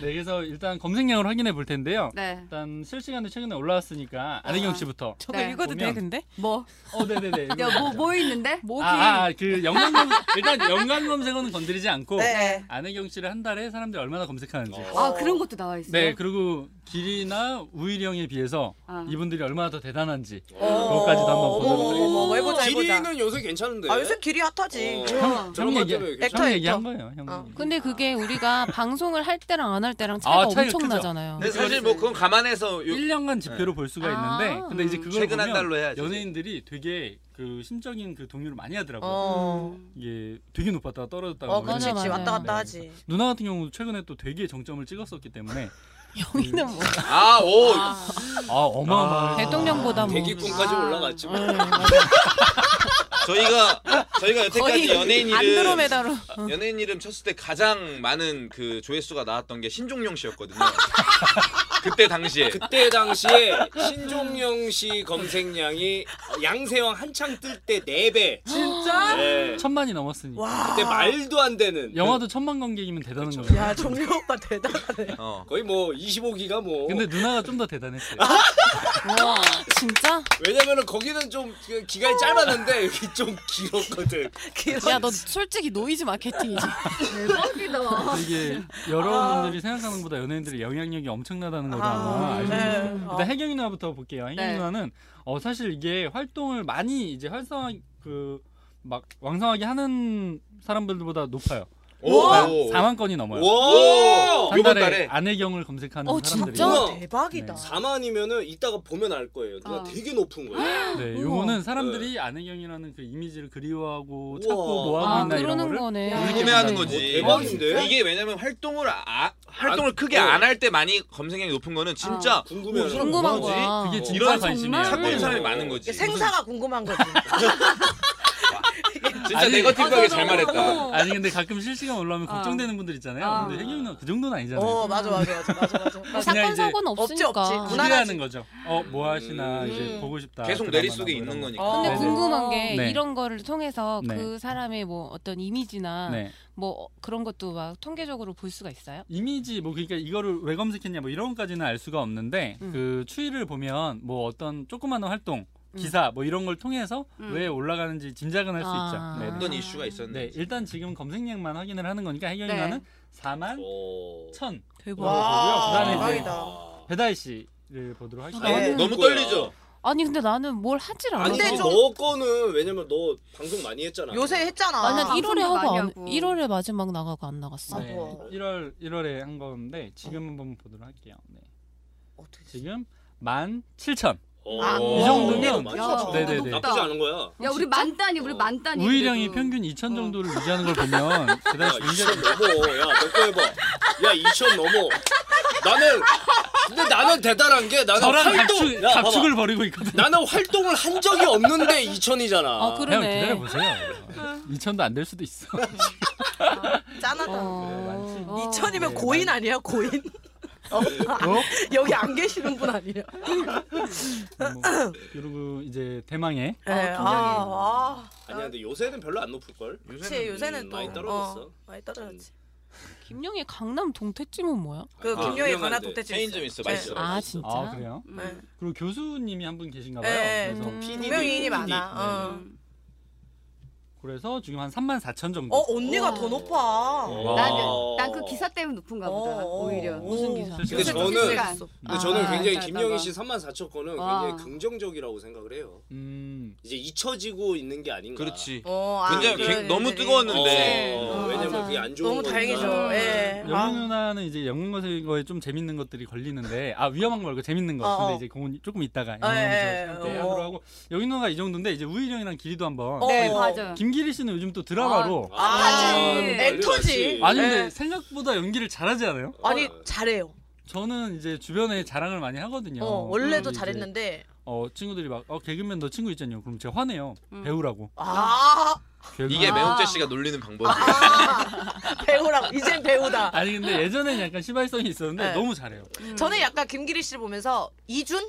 [SPEAKER 8] 네, 그래서 일단 검색량을 확인해 볼 텐데요.
[SPEAKER 2] 네.
[SPEAKER 8] 일단 실시간에 최근에 올라왔으니까 안혜경 씨부터.
[SPEAKER 1] 저거
[SPEAKER 2] 네.
[SPEAKER 1] 읽어도 돼
[SPEAKER 8] 보면-
[SPEAKER 1] 근데?
[SPEAKER 2] 뭐?
[SPEAKER 8] 어, 네, 네, 네.
[SPEAKER 2] 야, 뭐, 뭐 있는데?
[SPEAKER 1] 뭐기
[SPEAKER 8] 아, 아, 그 연관 검, 일단 연관 검색어는 건드리지 않고
[SPEAKER 5] 네.
[SPEAKER 8] 안혜경 씨를 한 달에 사람들이 얼마나 검색하는지.
[SPEAKER 4] 어.
[SPEAKER 2] 아, 그런 것도 나와 있어요.
[SPEAKER 8] 네, 그리고 길이나 우일이 형에 비해서
[SPEAKER 2] 아.
[SPEAKER 8] 이분들이 얼마나 더 대단한지.
[SPEAKER 4] 어.
[SPEAKER 8] 그것까지도 한번
[SPEAKER 5] 어머,
[SPEAKER 8] 보도록
[SPEAKER 5] 어머, 어머, 어머, 해보자 해보자.
[SPEAKER 4] 지리는 요새 괜찮은데.
[SPEAKER 5] 아 요새 길이 핫하지.
[SPEAKER 4] 어.
[SPEAKER 2] 우와.
[SPEAKER 4] 저런 것
[SPEAKER 8] 얘기-
[SPEAKER 4] 때문에 괜찮-
[SPEAKER 5] 액터,
[SPEAKER 8] 형
[SPEAKER 5] 액터.
[SPEAKER 8] 얘기한 거예요, 형.
[SPEAKER 5] 어.
[SPEAKER 1] 근데 그게 우리가 방송을 할 때랑 안 할 때랑 차이가
[SPEAKER 8] 아, 차이가
[SPEAKER 1] 엄청
[SPEAKER 8] 크죠.
[SPEAKER 1] 나잖아요.
[SPEAKER 3] 근데
[SPEAKER 8] 네.
[SPEAKER 3] 사실 뭐 그건 감안해서 요, 네.
[SPEAKER 8] 1년간 집회로 볼 수가
[SPEAKER 1] 아.
[SPEAKER 8] 있는데 근데 이제 그걸
[SPEAKER 3] 최근 한
[SPEAKER 8] 보면
[SPEAKER 3] 달로 해야지.
[SPEAKER 8] 연예인들이 되게 그 심적인 그 동요를 많이 하더라고요.
[SPEAKER 5] 어.
[SPEAKER 8] 이게 되게 높았다가 떨어졌다가
[SPEAKER 5] 어,
[SPEAKER 8] 뭐 이런
[SPEAKER 5] 그렇지,
[SPEAKER 1] 맞아,
[SPEAKER 5] 그렇지.
[SPEAKER 1] 맞아.
[SPEAKER 5] 왔다 갔다
[SPEAKER 8] 네.
[SPEAKER 5] 하지.
[SPEAKER 8] 누나 같은 경우도 최근에 또 되게 정점을 찍었었기 때문에
[SPEAKER 1] 영희는 뭐
[SPEAKER 3] 아, 오.
[SPEAKER 8] 아 어마어마한
[SPEAKER 1] 대통령보다 뭐
[SPEAKER 4] 대기권까지
[SPEAKER 2] 아.
[SPEAKER 4] 올라갔지만
[SPEAKER 3] 저희가 저희가 여태까지
[SPEAKER 1] 거의
[SPEAKER 3] 연예인 이름
[SPEAKER 1] 안드로메다로
[SPEAKER 3] 연예인 이름 쳤을 때 가장 많은 그 조회수가 나왔던 게 신종용 씨였거든요. 그때 당시에
[SPEAKER 4] 그때 당시에 신종영 씨 검색량이 양세형 한창 뜰 때 4배.
[SPEAKER 5] 진짜?
[SPEAKER 4] 네.
[SPEAKER 8] 천만이 넘었으니까
[SPEAKER 5] 아. 와.
[SPEAKER 4] 그때 말도 안 되는.
[SPEAKER 8] 영화도 천만 관객이면 대단한
[SPEAKER 4] 그쵸.
[SPEAKER 8] 거예요.
[SPEAKER 5] 야 정유 오빠 대단하네.
[SPEAKER 3] 어.
[SPEAKER 4] 거의 뭐 25기가 뭐.
[SPEAKER 8] 근데 누나가 좀 더 대단했어요.
[SPEAKER 1] 와 진짜?
[SPEAKER 4] 왜냐면은 거기는 좀그 기간이 짧았는데 여기 좀 길었거든.
[SPEAKER 1] 야 너 솔직히 노이즈 마케팅이지.
[SPEAKER 2] 대박이다.
[SPEAKER 8] 이게
[SPEAKER 1] 아,
[SPEAKER 8] 여러분들이 생각하는 것보다 연예인들의 영향력이 엄청나다는 거죠.
[SPEAKER 1] 그러니까.
[SPEAKER 8] 아마
[SPEAKER 5] 아,
[SPEAKER 8] 알고
[SPEAKER 5] 네.
[SPEAKER 8] 계세요.
[SPEAKER 5] 어.
[SPEAKER 8] 일단 혜경이 누나부터 볼게요. 혜경이
[SPEAKER 2] 네.
[SPEAKER 8] 누나는 어, 사실 이게 활동을 많이 이제 활성화 그 막 왕성하게 하는 사람들보다 높아요.
[SPEAKER 3] 오.
[SPEAKER 8] 아, 4만 건이 넘어요.
[SPEAKER 4] 와!
[SPEAKER 8] 한
[SPEAKER 3] 요번
[SPEAKER 8] 달에
[SPEAKER 3] 달에
[SPEAKER 8] 안혜경을 검색하는
[SPEAKER 1] 어,
[SPEAKER 8] 사람들이
[SPEAKER 1] 진짜?
[SPEAKER 5] 우와, 대박이다.
[SPEAKER 8] 네.
[SPEAKER 4] 4만이면은 이따가 보면 알 거예요. 누나
[SPEAKER 5] 아.
[SPEAKER 2] 어.
[SPEAKER 4] 되게 높은 거예요.
[SPEAKER 8] 네,
[SPEAKER 1] 우와.
[SPEAKER 8] 요거는 사람들이 안혜경이라는 그 이미지를 그리워하고 찾고
[SPEAKER 4] 우와.
[SPEAKER 8] 뭐 하고
[SPEAKER 1] 아
[SPEAKER 8] 있나 이런
[SPEAKER 1] 그러는
[SPEAKER 8] 거를
[SPEAKER 1] 거네.
[SPEAKER 2] 우리
[SPEAKER 8] 팀에
[SPEAKER 3] 구매하는
[SPEAKER 8] 어,
[SPEAKER 3] 거지.
[SPEAKER 4] 뭐 대박인데?
[SPEAKER 3] 이게 왜냐면 활동을 아, 활동을
[SPEAKER 4] 아,
[SPEAKER 3] 크게
[SPEAKER 4] 어.
[SPEAKER 3] 안 할 때 많이 검색량이 높은 거는 진짜
[SPEAKER 4] 궁금해요.
[SPEAKER 3] 어, 이 사람
[SPEAKER 1] 궁금한
[SPEAKER 3] 뭐하지?
[SPEAKER 1] 거야.
[SPEAKER 8] 그게
[SPEAKER 4] 어.
[SPEAKER 8] 진짜
[SPEAKER 3] 이런
[SPEAKER 8] 관심이에요.
[SPEAKER 3] 찾고 있는
[SPEAKER 4] 어.
[SPEAKER 3] 사람이 많은 거지.
[SPEAKER 5] 생사가 궁금한 거지.
[SPEAKER 3] 진짜
[SPEAKER 8] 아니,
[SPEAKER 3] 네거티브하게 잘 말했다.
[SPEAKER 8] 아니 근데 가끔 실시간 올라오면
[SPEAKER 1] 아.
[SPEAKER 2] 어.
[SPEAKER 8] 걱정되는 분들 있잖아요.
[SPEAKER 2] 어.
[SPEAKER 8] 근데 혜경이 누나 그 정도는 아니잖아요.
[SPEAKER 5] 어 맞아 맞아 맞아 맞아 맞아.
[SPEAKER 1] 뭐
[SPEAKER 8] 그냥
[SPEAKER 1] 사건
[SPEAKER 8] 이제
[SPEAKER 1] 사고는
[SPEAKER 5] 없지,
[SPEAKER 1] 없으니까.
[SPEAKER 5] 없지. 무난-
[SPEAKER 8] 기대하는 거죠. 어, 뭐 하시나
[SPEAKER 4] 음.
[SPEAKER 8] 이제 보고 싶다.
[SPEAKER 3] 계속
[SPEAKER 8] 드라마나
[SPEAKER 3] 뇌리 속에
[SPEAKER 8] 뭐 이런
[SPEAKER 3] 있는
[SPEAKER 8] 거.
[SPEAKER 3] 거니까.
[SPEAKER 5] 어.
[SPEAKER 1] 근데
[SPEAKER 8] 네네.
[SPEAKER 1] 궁금한 게
[SPEAKER 8] 네.
[SPEAKER 1] 이런 거를 통해서
[SPEAKER 8] 네.
[SPEAKER 1] 그 사람의 뭐 어떤 이미지나
[SPEAKER 8] 네.
[SPEAKER 1] 뭐 그런 것도 막 통계적으로 볼 수가 있어요?
[SPEAKER 8] 이미지 뭐 그러니까 이거를 왜 검색했냐 뭐 이런 것까지는 알 수가 없는데
[SPEAKER 1] 음.
[SPEAKER 8] 그 추이를 보면 뭐 어떤 조그마한 활동, 기사 뭐 이런 걸 통해서
[SPEAKER 2] 음.
[SPEAKER 8] 왜 올라가는지 짐작은 할 수
[SPEAKER 1] 아.
[SPEAKER 8] 있죠. 네.
[SPEAKER 3] 어떤 이슈가
[SPEAKER 8] 네.
[SPEAKER 3] 있었는데.
[SPEAKER 8] 일단 지금 검색량만 확인을 하는 거니까
[SPEAKER 2] 네.
[SPEAKER 8] 해결이나는 4만
[SPEAKER 3] 어.
[SPEAKER 4] 오.
[SPEAKER 8] 1천
[SPEAKER 1] 대박.
[SPEAKER 8] 어,
[SPEAKER 5] 와
[SPEAKER 8] 그다음에 이제
[SPEAKER 5] 아, 대박이다.
[SPEAKER 8] 배다이 씨를 보도록 할게요.
[SPEAKER 1] 네.
[SPEAKER 3] 너무 떨리죠?
[SPEAKER 1] 아니 근데 나는 뭘 하질 않아.
[SPEAKER 4] 아, 아니
[SPEAKER 5] 근데 좀-
[SPEAKER 4] 너 거는 왜냐면 너 방송 많이 했잖아.
[SPEAKER 5] 요새 했잖아.
[SPEAKER 1] 나는
[SPEAKER 2] 아,
[SPEAKER 1] 1월에
[SPEAKER 2] 방송도
[SPEAKER 1] 하고
[SPEAKER 2] 많이
[SPEAKER 1] 안,
[SPEAKER 2] 하고.
[SPEAKER 1] 1월에 마지막 나가고 안 나갔어.
[SPEAKER 8] 네.
[SPEAKER 5] 뭐.
[SPEAKER 8] 1월 1월에 한 건데 지금 한번 보도록 할게요. 네.
[SPEAKER 5] 어떻게 지-
[SPEAKER 8] 지금 17,000.
[SPEAKER 4] 오.
[SPEAKER 5] 아,
[SPEAKER 8] 이 정도면-
[SPEAKER 4] 오, 많이 나왔어.
[SPEAKER 8] 네네네.
[SPEAKER 4] 어. 나쁘지 않은 거야.
[SPEAKER 2] 야, 우리 만단이, 우리 만단이.
[SPEAKER 8] 우일형이
[SPEAKER 2] 그래도.
[SPEAKER 8] 평균 2,000 정도를 유지하는 걸 보면
[SPEAKER 4] 야,
[SPEAKER 8] 그다지
[SPEAKER 4] 2천
[SPEAKER 8] 굉장히
[SPEAKER 4] 넘어. 야, 너거 해봐. 야, 2천 넘어. 나는 근데 나는 대단한 게 나는
[SPEAKER 8] 저랑
[SPEAKER 4] 활동
[SPEAKER 8] 각축,
[SPEAKER 4] 야, 봐봐.
[SPEAKER 8] 각축을 벌이고 있거든요.
[SPEAKER 4] 나는 활동을 한 적이 없는데 2천이잖아.
[SPEAKER 1] 아
[SPEAKER 8] 형
[SPEAKER 1] 그러네.
[SPEAKER 8] 기다려 보세요. 2,000도 안 될 수도 있어.
[SPEAKER 5] 짠하다.
[SPEAKER 1] 어...
[SPEAKER 2] 어.
[SPEAKER 5] 이천이면
[SPEAKER 8] 네,
[SPEAKER 5] 고인 아니야 고인? 어, 여기 안 계시는 분 아니에요?
[SPEAKER 8] 뭐, 그리고 이제 대망의
[SPEAKER 5] 네, 아, 아,
[SPEAKER 4] 아니야, 근데 요새는 별로 안 높을 걸.
[SPEAKER 5] 그치 요새는
[SPEAKER 4] 음,
[SPEAKER 5] 또
[SPEAKER 4] 많이 떨어졌어.
[SPEAKER 5] 어, 많이 떨어졌지.
[SPEAKER 1] 김영희 강남 동태찜은 뭐야?
[SPEAKER 5] 그
[SPEAKER 4] 아,
[SPEAKER 5] 김용희
[SPEAKER 4] 유명한데.
[SPEAKER 5] 가나 독대집.
[SPEAKER 3] 체인점 있어, 맛있어.
[SPEAKER 1] 아 진짜?
[SPEAKER 8] 아 그래요?
[SPEAKER 5] 네.
[SPEAKER 8] 그리고 교수님이 한 분 계신가 봐요.
[SPEAKER 5] 네.
[SPEAKER 8] 그래서
[SPEAKER 1] 음.
[SPEAKER 5] 분명히인이 많아. 어.
[SPEAKER 2] 음.
[SPEAKER 8] 그래서 지금 한 34,000 정도. 네.
[SPEAKER 5] 어 언니가 더 높아.
[SPEAKER 4] 와.
[SPEAKER 2] 나는 난그 기사 때문에 높은가 보다.
[SPEAKER 5] 어,
[SPEAKER 2] 오히려.
[SPEAKER 5] 어.
[SPEAKER 1] 무슨 기사?
[SPEAKER 8] 근데
[SPEAKER 5] 요새
[SPEAKER 4] 저는-
[SPEAKER 5] 실시간.
[SPEAKER 4] 근데
[SPEAKER 1] 아,
[SPEAKER 4] 저는 굉장히
[SPEAKER 2] 나, 나,
[SPEAKER 4] 김영희
[SPEAKER 2] 나.
[SPEAKER 4] 씨 3만 4천 건은
[SPEAKER 2] 와.
[SPEAKER 4] 굉장히 긍정적이라고 생각을 해요.
[SPEAKER 8] 음.
[SPEAKER 4] 이제 잊혀지고 있는 게 아닌가.
[SPEAKER 3] 그렇지. 네.
[SPEAKER 5] 어, 아,
[SPEAKER 3] 굉장히
[SPEAKER 5] 그래,
[SPEAKER 3] 굉-
[SPEAKER 5] 그래,
[SPEAKER 3] 너무
[SPEAKER 5] 그래.
[SPEAKER 4] 어,
[SPEAKER 3] 뜨거웠는데
[SPEAKER 4] 어,
[SPEAKER 2] 어,
[SPEAKER 4] 왜냐면
[SPEAKER 1] 맞아.
[SPEAKER 4] 그게 안 좋은
[SPEAKER 5] 네. 너무
[SPEAKER 4] 거니까.
[SPEAKER 5] 다행이죠. 예.
[SPEAKER 8] 영희
[SPEAKER 5] 아,
[SPEAKER 8] 누나는 이제 영문과에 좀 재밌는 것들이 걸리는데 아 위험한 거 말고 재밌는 거
[SPEAKER 5] 어,
[SPEAKER 8] 근데
[SPEAKER 5] 어.
[SPEAKER 8] 이제 그건 조금 있다가
[SPEAKER 5] 아, 예, 예,
[SPEAKER 8] 영문과 때
[SPEAKER 5] 예.
[SPEAKER 8] 하기로 하고 영희 누나가 이 정도인데 이제 우일형이랑 길이도 한번
[SPEAKER 5] 어.
[SPEAKER 2] 네, 맞아요.
[SPEAKER 8] 김기리 씨는 요즘 또 드라마로
[SPEAKER 5] 아, 엔터지.
[SPEAKER 3] 그-
[SPEAKER 8] 아니
[SPEAKER 5] 예.
[SPEAKER 3] 네.
[SPEAKER 8] 근데 생각보다 연기를 잘하지 않아요?
[SPEAKER 5] 아니 잘해요.
[SPEAKER 8] 저는 이제 주변에 자랑을 많이 하거든요.
[SPEAKER 5] 어, 원래도
[SPEAKER 8] 근데 이제,
[SPEAKER 5] 잘했는데
[SPEAKER 8] 어 친구들이 막 어, 개그맨 너 친구 있잖요. 그럼 제가 화내요.
[SPEAKER 2] 음.
[SPEAKER 8] 배우라고.
[SPEAKER 5] 아,
[SPEAKER 8] 개그-
[SPEAKER 3] 이게
[SPEAKER 2] 아.
[SPEAKER 3] 매혹재 씨가 놀리는 방법이야.
[SPEAKER 5] 아 배우라고 이젠 배우다.
[SPEAKER 8] 아니 근데 예전엔 약간 시발성이 있었는데
[SPEAKER 5] 네.
[SPEAKER 8] 너무 잘해요.
[SPEAKER 5] 저는 약간 김기리 씨를 보면서 이준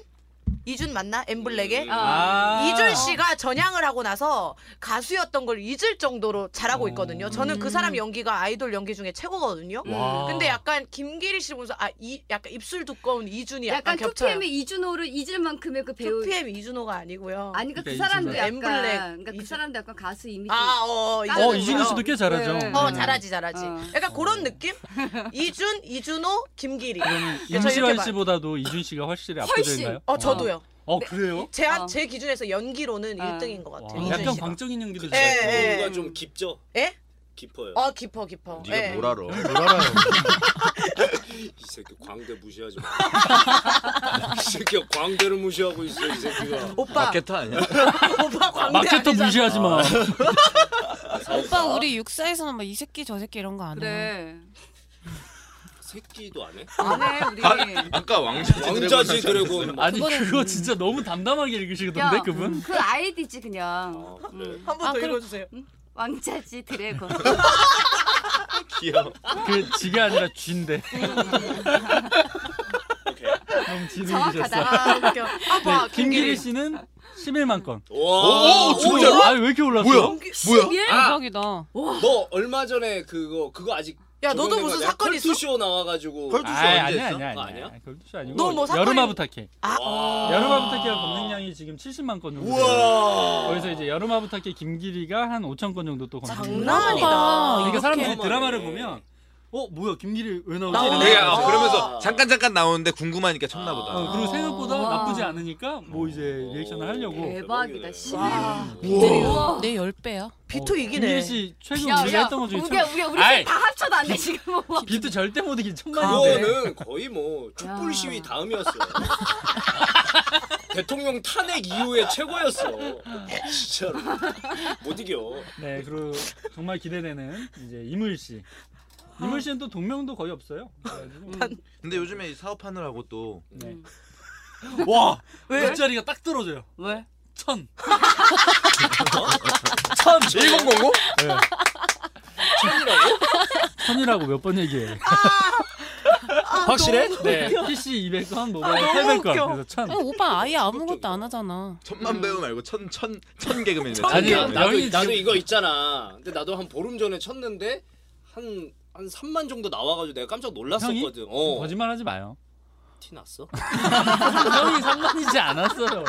[SPEAKER 5] 이준 맞나? 엠블랙에
[SPEAKER 2] 어.
[SPEAKER 4] 음.
[SPEAKER 8] 아.
[SPEAKER 5] 이준 씨가 전향을 하고 나서 가수였던 걸 잊을 정도로 잘하고 있거든요. 저는 그 사람 연기가 아이돌 연기 중에 최고거든요.
[SPEAKER 8] 와.
[SPEAKER 5] 음, 근데 약간 김기리 씨 보면서 아 이 약간 입술 두꺼운 이준이 약간,
[SPEAKER 2] 약간
[SPEAKER 5] 겹쳐요.
[SPEAKER 2] 2PM의 이준호를 잊을 만큼의 그 배우
[SPEAKER 5] 2PM 이준호가 아니고요.
[SPEAKER 2] 아니 그러니까 그
[SPEAKER 8] 그러니까
[SPEAKER 2] 사람도
[SPEAKER 8] 이준호.
[SPEAKER 2] 약간
[SPEAKER 5] 엠블랙,
[SPEAKER 2] 그러니까 그
[SPEAKER 5] 이준-
[SPEAKER 2] 사람도 약간 가수 이미지
[SPEAKER 5] 아, 어,
[SPEAKER 2] 어,
[SPEAKER 8] 어
[SPEAKER 5] 이준호.
[SPEAKER 8] 이준호 씨도 꽤 잘하죠.
[SPEAKER 2] 네.
[SPEAKER 5] 어
[SPEAKER 8] 음.
[SPEAKER 5] 잘하지 잘하지.
[SPEAKER 2] 어.
[SPEAKER 5] 약간 그런 느낌? 이준, 이준호, 김기리. 그래서 그러니까 이렇게
[SPEAKER 8] 임시완
[SPEAKER 5] 봐-
[SPEAKER 8] 씨보다도 이준 씨가 훨씬
[SPEAKER 2] 훨씬.
[SPEAKER 8] 압도적인가요?
[SPEAKER 5] 어 저도요.
[SPEAKER 8] 어 그래요?
[SPEAKER 5] 제, 한-
[SPEAKER 2] 어.
[SPEAKER 5] 제 기준에서 연기로는
[SPEAKER 2] 어.
[SPEAKER 5] 1등인 것
[SPEAKER 8] 와,
[SPEAKER 5] 같아요. 이준
[SPEAKER 8] 약간
[SPEAKER 5] 씨가.
[SPEAKER 8] 광적인 연기도
[SPEAKER 5] 예,
[SPEAKER 8] 잘하고.
[SPEAKER 5] 예.
[SPEAKER 4] 뭔가 좀 깊죠?
[SPEAKER 5] 예?
[SPEAKER 4] 깊어요.
[SPEAKER 5] 어 깊어 깊어.
[SPEAKER 3] 네가
[SPEAKER 5] 예.
[SPEAKER 3] 뭘 알아?
[SPEAKER 9] 뭘 알아요?
[SPEAKER 4] 이 새끼 광대 무시하지 마. 이 새끼 광대를 무시하고 있어 이 새끼가.
[SPEAKER 5] 오빠
[SPEAKER 3] 마케터 아니야?
[SPEAKER 5] 오빠 광대
[SPEAKER 8] 마케터
[SPEAKER 5] 아니잖아.
[SPEAKER 8] 무시하지 마.
[SPEAKER 5] 어,
[SPEAKER 8] 아,
[SPEAKER 1] 오빠 우리 육사에서는 막 이 새끼 저 새끼 이런 거 안 해.
[SPEAKER 2] 그래
[SPEAKER 4] 새끼도 안 해?
[SPEAKER 2] 안해 우리
[SPEAKER 3] 아까 왕자지
[SPEAKER 4] 왕자지
[SPEAKER 3] 드래곤
[SPEAKER 4] 드래곤.
[SPEAKER 8] 아니
[SPEAKER 1] 그거는-
[SPEAKER 8] 그거 진짜 너무 담담하게 읽으시던데
[SPEAKER 2] 야,
[SPEAKER 8] 그분?
[SPEAKER 2] 그 아이디지 그냥
[SPEAKER 8] 어.
[SPEAKER 4] 아, 그래.
[SPEAKER 5] 한 번 더
[SPEAKER 1] 아, 그럼-
[SPEAKER 5] 읽어주세요.
[SPEAKER 2] 왕자지 드래곤
[SPEAKER 3] 귀여워.
[SPEAKER 8] 그 지게 아니라 쥔데.
[SPEAKER 4] 오케이.
[SPEAKER 8] 너무 지능이셨어.
[SPEAKER 5] 아
[SPEAKER 2] 정확하다
[SPEAKER 5] 웃겨. 아빠
[SPEAKER 8] 네, 김기리 씨는 11만 건.
[SPEAKER 4] 와,
[SPEAKER 3] 오, 진짜로?
[SPEAKER 8] 아왜 이렇게 올랐어?
[SPEAKER 3] 뭐야? 뭐야?
[SPEAKER 8] 예?
[SPEAKER 1] 아, 대박이다.
[SPEAKER 4] 너 얼마 전에 그거 그거 아직
[SPEAKER 5] 야 너도
[SPEAKER 4] 적용된
[SPEAKER 5] 무슨
[SPEAKER 4] 거냐? 아,
[SPEAKER 5] 사건 있어?
[SPEAKER 4] 컬투쇼 나와가지고
[SPEAKER 3] 컬투-
[SPEAKER 8] 아,
[SPEAKER 3] 컬투쇼 언제
[SPEAKER 8] 아니야
[SPEAKER 3] 했어?
[SPEAKER 8] 아니야
[SPEAKER 4] 그거
[SPEAKER 8] 아니야.
[SPEAKER 4] 아니야?
[SPEAKER 8] 걸투쇼 아니고
[SPEAKER 5] 너뭐 사건이-
[SPEAKER 8] 여름아 부탁해.
[SPEAKER 4] 와.
[SPEAKER 8] 여름아 부탁해가 검색량이 지금 70만 건 정도. 돼요.
[SPEAKER 4] 우와.
[SPEAKER 8] 거기서 이제 여름아 부탁해 김기리가 한 5천 건 정도 또 검색.
[SPEAKER 5] 장난 아니다.
[SPEAKER 8] 그러니까 사람들이
[SPEAKER 4] 어마어마해.
[SPEAKER 8] 드라마를 보면 어 뭐야 김기리 왜 나오지?
[SPEAKER 5] 나오네.
[SPEAKER 8] 이러면서
[SPEAKER 3] 내가 어,
[SPEAKER 5] 아.
[SPEAKER 3] 그러면서 잠깐 잠깐 나오는데 궁금하니까
[SPEAKER 4] 아.
[SPEAKER 3] 쳤나 보다.
[SPEAKER 8] 어, 그리고 생각보다
[SPEAKER 5] 아.
[SPEAKER 2] 와.
[SPEAKER 8] 나쁘지 않으니까 뭐 이제 리액션을 하려고. 어,
[SPEAKER 2] 대박이다 신
[SPEAKER 1] 우와. 내 10배야.
[SPEAKER 5] 비토 이기네.
[SPEAKER 8] 김기리 씨 최근 우리가 했던 것 중에
[SPEAKER 2] 우리
[SPEAKER 8] 참-
[SPEAKER 2] 우리 우리
[SPEAKER 8] 아이.
[SPEAKER 2] 다 합쳐도 안돼 지금 뭐
[SPEAKER 8] 비트 절대 못 이긴 천만인데.
[SPEAKER 4] 그거는
[SPEAKER 3] 네.
[SPEAKER 4] 거의 뭐 촛불 시위 다음이었어요. 대통령 탄핵 이후에 최고였어. 진짜로 못 이겨.
[SPEAKER 8] 네, 그리고 정말 기대되는 이제 이물 씨. 이물 씨는 또 동명도 거의 없어요. 그래가지고
[SPEAKER 5] 음.
[SPEAKER 3] 근데 요즘에 이 사업하느라고 또
[SPEAKER 8] 네.
[SPEAKER 5] 음.
[SPEAKER 8] 와, 뒷자리가 딱 떨어져요.
[SPEAKER 2] 왜?
[SPEAKER 8] 천. 천.
[SPEAKER 3] 1009?
[SPEAKER 8] 네.
[SPEAKER 4] 천이라고?
[SPEAKER 8] 천이라고 몇 번 얘기해.
[SPEAKER 5] 아,
[SPEAKER 4] 확실해?
[SPEAKER 8] 네. PC 200건, 모바일
[SPEAKER 5] 아, 너무
[SPEAKER 8] 800건.
[SPEAKER 5] 웃겨.
[SPEAKER 8] 그래서 천.
[SPEAKER 1] 어, 오빠 아예 아무것도 안 하잖아.
[SPEAKER 3] 천만 배우 말고 천 천 천 개그맨이네.
[SPEAKER 8] 아니,
[SPEAKER 3] 개그맨.
[SPEAKER 8] 나-
[SPEAKER 4] 나도
[SPEAKER 8] 여기
[SPEAKER 4] 나도
[SPEAKER 8] 지금-
[SPEAKER 4] 이거 있잖아. 근데 나도 한 보름 전에 쳤는데 한한 3만 정도 나와가지고 내가 깜짝 놀랐었거든. 어.
[SPEAKER 8] 거짓말 하지 마요.
[SPEAKER 4] 티 났어?
[SPEAKER 8] 형이 상관이지 않았어요.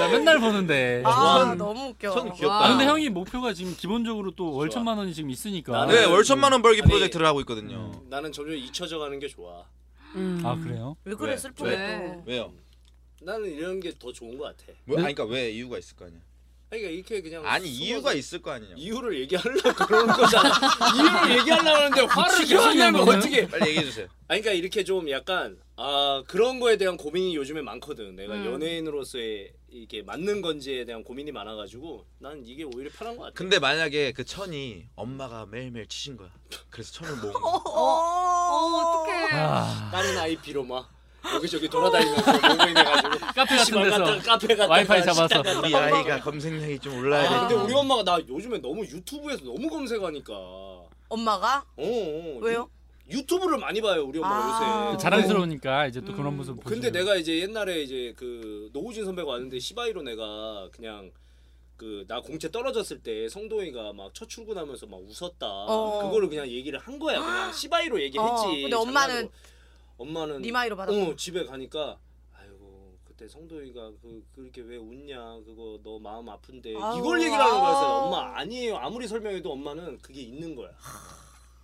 [SPEAKER 8] 나 맨날 보는데.
[SPEAKER 5] 아
[SPEAKER 3] 전-
[SPEAKER 5] 너무 웃겨.
[SPEAKER 3] 천 귀엽다.
[SPEAKER 8] 아, 근데 형이 목표가 지금 기본적으로 또 월 천만 원이 지금 있으니까.
[SPEAKER 4] 나는-
[SPEAKER 3] 네, 월 천만 원 벌기
[SPEAKER 4] 아니,
[SPEAKER 3] 프로젝트를 하고 있거든요.
[SPEAKER 8] 음.
[SPEAKER 4] 나는 점점 잊혀져 가는 게 좋아.
[SPEAKER 1] 음.
[SPEAKER 8] 아, 그래요?
[SPEAKER 5] 왜 그래
[SPEAKER 3] 왜?
[SPEAKER 5] 슬프게 또.
[SPEAKER 3] 왜요?
[SPEAKER 4] 나는 이런 게 더 좋은 것 같아.
[SPEAKER 8] 네?
[SPEAKER 3] 뭐, 아니 그러니까 왜 이유가 있을 거 아니야?
[SPEAKER 4] 아니, 그러니까 이렇게 그냥
[SPEAKER 3] 아니
[SPEAKER 4] 숨어서-
[SPEAKER 3] 이유가 있을 거 아니냐?
[SPEAKER 4] 이유를 얘기하려고 그러는 거잖아. 이유를 얘기하려고
[SPEAKER 8] 아,
[SPEAKER 4] 하는데 화를 계속
[SPEAKER 8] 미치겠냐,
[SPEAKER 4] 내면
[SPEAKER 8] 너는?
[SPEAKER 4] 어떻게?
[SPEAKER 3] 빨리 얘기해 주세요.
[SPEAKER 4] 아니 그러니까 이렇게 좀 약간 아 그런 거에 대한 고민이 요즘에 많거든. 내가 연예인으로서의 이게 맞는 건지에 대한 고민이 많아가지고 난 이게 오히려 편한 것 같아.
[SPEAKER 3] 근데 만약에 그 천이 엄마가 매일매일 치신 거야. 그래서 천을 모은 거야.
[SPEAKER 5] 어, 어,
[SPEAKER 2] 어떡해
[SPEAKER 8] 아,
[SPEAKER 4] 다른 아이피로 막 여기저기 돌아다니면서 모임해가지고
[SPEAKER 8] 카페 같은 데서
[SPEAKER 4] 카페 갔다가
[SPEAKER 8] 와이파이
[SPEAKER 4] 식당
[SPEAKER 8] 잡아서.
[SPEAKER 4] 갔다가.
[SPEAKER 3] 우리 아이가 검색량이 좀 올라야 돼.
[SPEAKER 4] 아, 근데 우리 엄마가 나 요즘에 너무 유튜브에서 너무 검색하니까. 어,
[SPEAKER 5] 엄마가
[SPEAKER 4] 어.
[SPEAKER 5] 왜요?
[SPEAKER 4] 유, 유튜브를 많이 봐요 우리 엄마
[SPEAKER 5] 아.
[SPEAKER 4] 요새.
[SPEAKER 8] 자랑스러우니까 이제 또 그런 모습
[SPEAKER 4] 음,
[SPEAKER 8] 보시고.
[SPEAKER 4] 근데 내가 이제 옛날에 이제 그 노우진 선배가 왔는데 시바이로 내가 그냥 그 나 공채 떨어졌을 때 성동이가 막 첫 출근하면서 막 웃었다
[SPEAKER 5] 어.
[SPEAKER 4] 그거를 그냥 얘기를 한 거야 그냥 시바이로 얘기했지
[SPEAKER 5] 어, 근데 엄마는
[SPEAKER 4] 장난으로. 엄마는
[SPEAKER 5] 니마이로 받아.
[SPEAKER 4] 어 집에 가니까 아이고 그때 성도이가 그 그렇게 왜 웃냐 그거 너 마음 아픈데
[SPEAKER 5] 아우,
[SPEAKER 4] 이걸 얘기를 하는 거야 그래서
[SPEAKER 5] 아우.
[SPEAKER 4] 엄마 아니에요 아무리 설명해도 엄마는 그게 있는 거야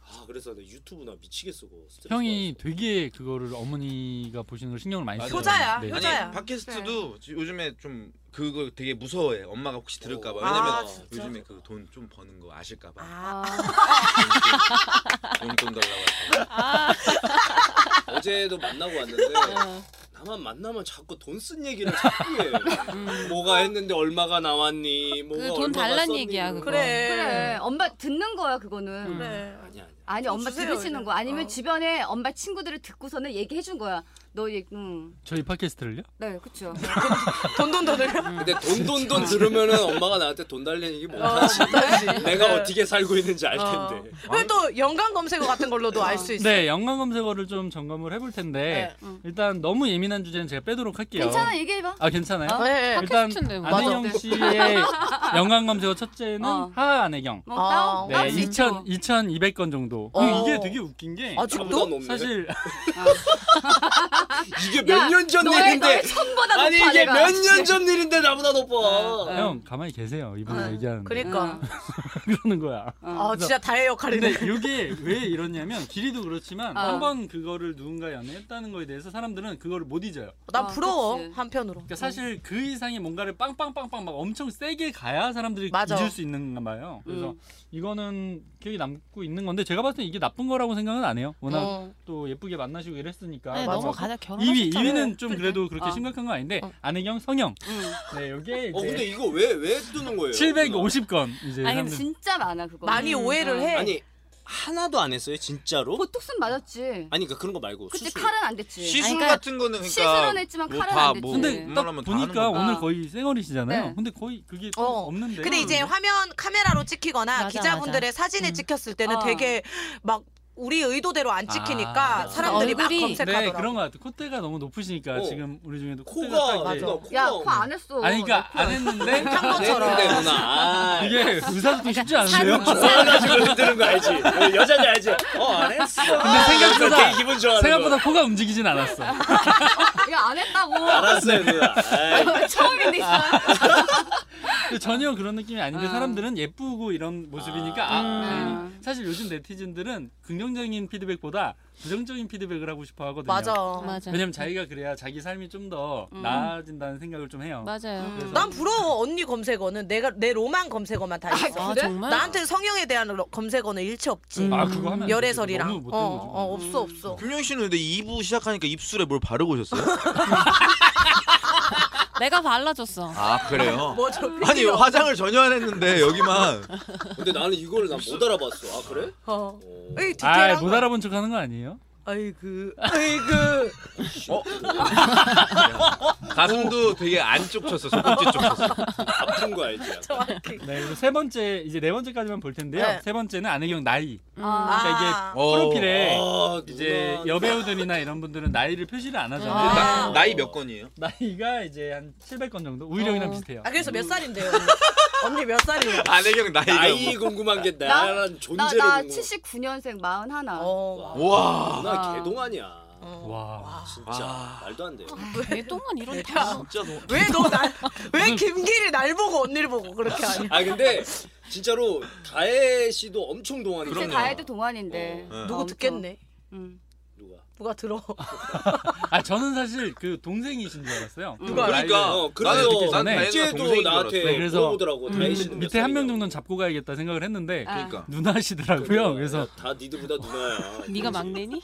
[SPEAKER 4] 아 그래서 나 유튜브 나 미치겠어 그거 스트레스
[SPEAKER 8] 형이
[SPEAKER 4] 받았어.
[SPEAKER 8] 되게 그거를 어머니가 보시는 걸 신경을 많이
[SPEAKER 3] 맞아요.
[SPEAKER 8] 써요.
[SPEAKER 5] 효자야,
[SPEAKER 8] 네.
[SPEAKER 5] 효자. 효자야.
[SPEAKER 3] 아니 팟캐스트도 지- 요즘에 좀 그거 되게 무서워해. 엄마가 혹시 들을까 봐. 왜냐면
[SPEAKER 5] 아, 진짜?
[SPEAKER 3] 요즘에 그 돈 좀 버는 거 아실까 봐.
[SPEAKER 5] 아,
[SPEAKER 3] 용돈 달라고 할까 봐.
[SPEAKER 4] 어제도 만나고 왔는데 나만 만나면 자꾸 돈 쓴 얘기를 자꾸 해. 뭐가 했는데 얼마가 나왔니? 뭐가
[SPEAKER 1] 그돈
[SPEAKER 4] 얼마가
[SPEAKER 1] 달란
[SPEAKER 4] 썼니?
[SPEAKER 1] 얘기야, 그거.
[SPEAKER 5] 그래.
[SPEAKER 8] 네.
[SPEAKER 2] 그래 엄마 듣는 거야 그거는
[SPEAKER 5] 그래.
[SPEAKER 4] 아니야 아니야.
[SPEAKER 2] 아니
[SPEAKER 5] 좀
[SPEAKER 2] 엄마
[SPEAKER 5] 주세요,
[SPEAKER 2] 들으시는
[SPEAKER 5] 이제.
[SPEAKER 2] 거 아니면
[SPEAKER 5] 어.
[SPEAKER 2] 주변에 엄마 친구들을 듣고서는 얘기해 준 거야 너 얘, 음.
[SPEAKER 8] 저희 팟캐스트를요?
[SPEAKER 2] 네, 그쵸.
[SPEAKER 5] 돈돈돈을
[SPEAKER 4] 근데 돈 돈 돈 들으면은 엄마가 나한테 돈 달래는 게 못하지. 내가 어떻게 살고 있는지 알 텐데.
[SPEAKER 5] 어. 왜또 연관 검색어 같은 걸로도 알 수 있어.
[SPEAKER 8] 네, 연관 검색어를 좀 점검을 해볼 텐데
[SPEAKER 2] 네.
[SPEAKER 8] 일단 너무 예민한 주제는 제가 빼도록 할게요.
[SPEAKER 2] 괜찮아, 얘기해봐.
[SPEAKER 8] 아 괜찮아요?
[SPEAKER 2] 어?
[SPEAKER 5] 네.
[SPEAKER 8] 일단
[SPEAKER 1] 팟캐스트인데 뭐.
[SPEAKER 8] 안혜경 씨의 연관 검색어 첫째는
[SPEAKER 2] 어.
[SPEAKER 8] 하안혜경.
[SPEAKER 2] 뭐,
[SPEAKER 5] 아,
[SPEAKER 2] 다운,
[SPEAKER 8] 네,
[SPEAKER 2] 다운 수
[SPEAKER 8] 2,000
[SPEAKER 2] 있죠.
[SPEAKER 8] 2,200건 정도.
[SPEAKER 5] 어.
[SPEAKER 8] 근데 이게 되게 웃긴 게
[SPEAKER 4] 아무도 안 없네.
[SPEAKER 8] 사실
[SPEAKER 4] 이게 몇 년 전
[SPEAKER 2] 너의,
[SPEAKER 4] 일인데
[SPEAKER 2] 너의 천보다
[SPEAKER 4] 아니
[SPEAKER 2] 높아,
[SPEAKER 4] 이게
[SPEAKER 2] 내가.
[SPEAKER 4] 몇 년 전 일인데 나보다 높아. 어,
[SPEAKER 2] 네.
[SPEAKER 8] 형 가만히 계세요. 이분이
[SPEAKER 5] 아,
[SPEAKER 8] 얘기하는데
[SPEAKER 5] 그러니까.
[SPEAKER 8] 그러는 거야.
[SPEAKER 5] 아 진짜 다의
[SPEAKER 8] 근데
[SPEAKER 5] 역할이네.
[SPEAKER 8] 이게 왜 이러냐면 길이도 그렇지만
[SPEAKER 2] 어.
[SPEAKER 8] 한번 그거를 누군가 연애했다는 거에 대해서 사람들은 그거를 못 잊어요.
[SPEAKER 5] 난
[SPEAKER 2] 아,
[SPEAKER 5] 부러워
[SPEAKER 2] 그치.
[SPEAKER 5] 한편으로.
[SPEAKER 8] 그러니까 사실 그 이상의 뭔가를 빵빵빵빵 막 엄청 세게 가야 사람들이
[SPEAKER 5] 맞아.
[SPEAKER 8] 잊을 수 있는가 봐요. 그래서
[SPEAKER 2] 음.
[SPEAKER 8] 이거는 기억이 남고 있는 건데 제가 봤을 때 이게 나쁜 거라고 생각은 안 해요. 워낙
[SPEAKER 5] 어.
[SPEAKER 8] 또 예쁘게 만나시고 이랬으니까.
[SPEAKER 5] 맞아.
[SPEAKER 1] 네, 넘어가자 결혼.
[SPEAKER 8] 2위, 2위는 좀 그래도 그렇게
[SPEAKER 2] 아.
[SPEAKER 8] 심각한 건 아닌데
[SPEAKER 5] 어.
[SPEAKER 8] 안혜경, 성형.
[SPEAKER 2] 음.
[SPEAKER 8] 네, 요게
[SPEAKER 4] 어 근데
[SPEAKER 8] 이제
[SPEAKER 4] 이거 왜 왜 뜨는 거예요?
[SPEAKER 8] 750건 이제
[SPEAKER 2] 아니, 근데
[SPEAKER 8] 사람들-
[SPEAKER 2] 진짜 많아, 그거.
[SPEAKER 5] 많이 오해를 해.
[SPEAKER 4] 아니 하나도 안 했어요 진짜로?
[SPEAKER 2] 네. 보톡스 맞았지.
[SPEAKER 4] 아니 그러니까 그런 거 말고
[SPEAKER 2] 그치,
[SPEAKER 4] 수술.
[SPEAKER 2] 칼은 안 됐지.
[SPEAKER 3] 시술
[SPEAKER 2] 아니, 그러니까
[SPEAKER 3] 같은 거는 그러니까
[SPEAKER 2] 시술은 했지만
[SPEAKER 3] 뭐
[SPEAKER 2] 칼은
[SPEAKER 3] 다
[SPEAKER 2] 안 됐지.
[SPEAKER 5] 네.
[SPEAKER 3] 뭐
[SPEAKER 8] 근데
[SPEAKER 3] 음.
[SPEAKER 8] 딱
[SPEAKER 3] 사람은 다 하는
[SPEAKER 8] 보니까
[SPEAKER 2] 거야.
[SPEAKER 8] 오늘
[SPEAKER 2] 어.
[SPEAKER 8] 거의 쌩얼이시잖아요.
[SPEAKER 2] 네.
[SPEAKER 8] 근데 거의 그게 또
[SPEAKER 5] 어.
[SPEAKER 8] 없는데.
[SPEAKER 5] 근데 이제
[SPEAKER 8] 음.
[SPEAKER 5] 화면 카메라로 찍히거나
[SPEAKER 1] 맞아,
[SPEAKER 5] 기자분들의 사진을
[SPEAKER 1] 음.
[SPEAKER 5] 찍혔을 때는
[SPEAKER 2] 어.
[SPEAKER 5] 되게 막 우리 의도대로 안 찍히니까
[SPEAKER 8] 아.
[SPEAKER 5] 사람들이 막
[SPEAKER 1] 얼굴이-
[SPEAKER 5] 검색하더라고.
[SPEAKER 8] 네, 그런 것 같아. 콧대가 너무 높으시니까
[SPEAKER 4] 어.
[SPEAKER 8] 지금 우리 중에도 콧대가
[SPEAKER 4] 코가
[SPEAKER 8] 딱 이제
[SPEAKER 4] 누나
[SPEAKER 2] 야,
[SPEAKER 4] 코가
[SPEAKER 2] 코 안 했어.
[SPEAKER 8] 아니 그러니까
[SPEAKER 2] 내 코.
[SPEAKER 8] 안 했는데 아,
[SPEAKER 5] 것처럼.
[SPEAKER 4] 했는데 누나. 아,
[SPEAKER 8] 이게 의사소통 쉽지 않은데요?
[SPEAKER 4] 좋아가지고 흔드는 거 알지? 여자지 알지? 어안 했어.
[SPEAKER 8] 근데 생각보다-
[SPEAKER 4] 되게 기분 좋아하는
[SPEAKER 8] 생각보다 코가 움직이진 않았어.
[SPEAKER 2] 야, 안 했다고.
[SPEAKER 4] 거. 알았어요 누나. 아이,
[SPEAKER 2] 처음인데, 진짜.
[SPEAKER 8] 근데 전혀 그런 느낌이 아닌데
[SPEAKER 5] 음.
[SPEAKER 2] 아.
[SPEAKER 8] 사람들은 예쁘고 이런 모습이니까 아,
[SPEAKER 1] 음.
[SPEAKER 8] 다행히. 사실 요즘 네티즌들은 긍정적인 피드백보다 부정적인 피드백을 하고 싶어 하거든요.
[SPEAKER 5] 맞아.
[SPEAKER 1] 맞아.
[SPEAKER 8] 왜냐면 자기가 그래야 자기 삶이 좀 더
[SPEAKER 2] 음.
[SPEAKER 8] 나아진다는 생각을 좀 해요.
[SPEAKER 1] 맞아요.
[SPEAKER 8] 그래서-
[SPEAKER 5] 난 부러워 언니 검색어는 내가 내 로망 검색어만 다 있어.
[SPEAKER 1] 아
[SPEAKER 2] 그래?
[SPEAKER 1] 정말?
[SPEAKER 5] 나한테 성형에 대한 로- 검색어는 일체 없지.
[SPEAKER 1] 음.
[SPEAKER 8] 아 그거 하면 너무
[SPEAKER 5] 열애설이랑
[SPEAKER 8] 못된 음.
[SPEAKER 5] 어,
[SPEAKER 8] 거죠.
[SPEAKER 5] 어, 없어 없어.
[SPEAKER 3] 김용 씨는 근데 2부 시작하니까 입술에 뭘 바르고 오셨어요?
[SPEAKER 8] 아,
[SPEAKER 1] 내가 발라줬어.
[SPEAKER 3] 아 그래요?
[SPEAKER 5] 뭐저
[SPEAKER 3] 아니 화장을 전혀 안 했는데 여기만
[SPEAKER 4] 근데 나는 이걸 난 못 알아봤어. 아 그래?
[SPEAKER 5] 어.
[SPEAKER 4] 어.
[SPEAKER 5] 에이 디테일한
[SPEAKER 8] 아,
[SPEAKER 5] 거.
[SPEAKER 8] 못 알아본 척 하는 거 아니에요?
[SPEAKER 5] 아이고 아이고.
[SPEAKER 3] 가슴도 되게 안쪽 쳤어 손꼽지 쪽 쳤어
[SPEAKER 4] 아픈 거 알지?
[SPEAKER 5] 정확히.
[SPEAKER 8] 네, 그리고 세 번째 이제 네 번째까지만 볼 텐데요.
[SPEAKER 5] 네.
[SPEAKER 8] 세 번째는 안혜경 나이.
[SPEAKER 2] 아,
[SPEAKER 5] 아.
[SPEAKER 8] 그러니까
[SPEAKER 3] 어.
[SPEAKER 8] 프로필에
[SPEAKER 4] 아,
[SPEAKER 8] 이제
[SPEAKER 5] 어.
[SPEAKER 4] 누나.
[SPEAKER 8] 여배우들이나 이런 분들은 나이를 표시를 안 하잖아요.
[SPEAKER 5] 아.
[SPEAKER 3] 나, 나이 몇 건이에요?
[SPEAKER 8] 나이가 이제 한 700건 정도. 우희령이랑
[SPEAKER 1] 어.
[SPEAKER 8] 비슷해요.
[SPEAKER 5] 아 그래서 몇 살인데요? 언니 몇 살이에요?
[SPEAKER 3] 안혜경 아, 네 나이가
[SPEAKER 4] 나이 궁금한 게 나란
[SPEAKER 2] 나,
[SPEAKER 4] 존재를 뭐.
[SPEAKER 2] 나
[SPEAKER 4] 궁금해.
[SPEAKER 2] 79년생 41.
[SPEAKER 5] 어.
[SPEAKER 3] 뭐. 와
[SPEAKER 4] 누나
[SPEAKER 2] 아.
[SPEAKER 4] 개동안이야.
[SPEAKER 1] 어.
[SPEAKER 8] 와.
[SPEAKER 4] 진짜
[SPEAKER 3] 아.
[SPEAKER 4] 말도 안 돼.
[SPEAKER 1] 개똥만 이런 다.
[SPEAKER 3] 진짜 너
[SPEAKER 5] 왜너날왜 김길이 날 보고 언니를 보고 그렇게 하니?
[SPEAKER 4] 아 근데 진짜로 다혜 씨도 엄청 동안이야.
[SPEAKER 2] 이제 가야도 동안인데.
[SPEAKER 3] 어. 네.
[SPEAKER 5] 누구
[SPEAKER 2] 엄청.
[SPEAKER 5] 듣겠네.
[SPEAKER 2] 응.
[SPEAKER 4] 누가?
[SPEAKER 5] 누가 들어?
[SPEAKER 8] 아 저는 사실 그 동생이신 줄 알았어요. 음,
[SPEAKER 5] 누가?
[SPEAKER 3] 그러니까
[SPEAKER 4] 어,
[SPEAKER 3] 나는
[SPEAKER 4] 그래서
[SPEAKER 3] 난 다혜가
[SPEAKER 4] 어제도
[SPEAKER 3] 동생인 줄 알았어.
[SPEAKER 4] 나한테
[SPEAKER 8] 네, 그래서-
[SPEAKER 1] 음.
[SPEAKER 4] 물어보더라고. 다혜 씨는 몇
[SPEAKER 8] 밑에 한 명
[SPEAKER 4] 살이냐고.
[SPEAKER 8] 정도는 잡고 가야겠다 생각을 했는데
[SPEAKER 2] 아.
[SPEAKER 3] 그러니까
[SPEAKER 8] 누나시더라고요. 그래서
[SPEAKER 4] 그러니까 다 니들보다 누나야.
[SPEAKER 1] 네가 막내니?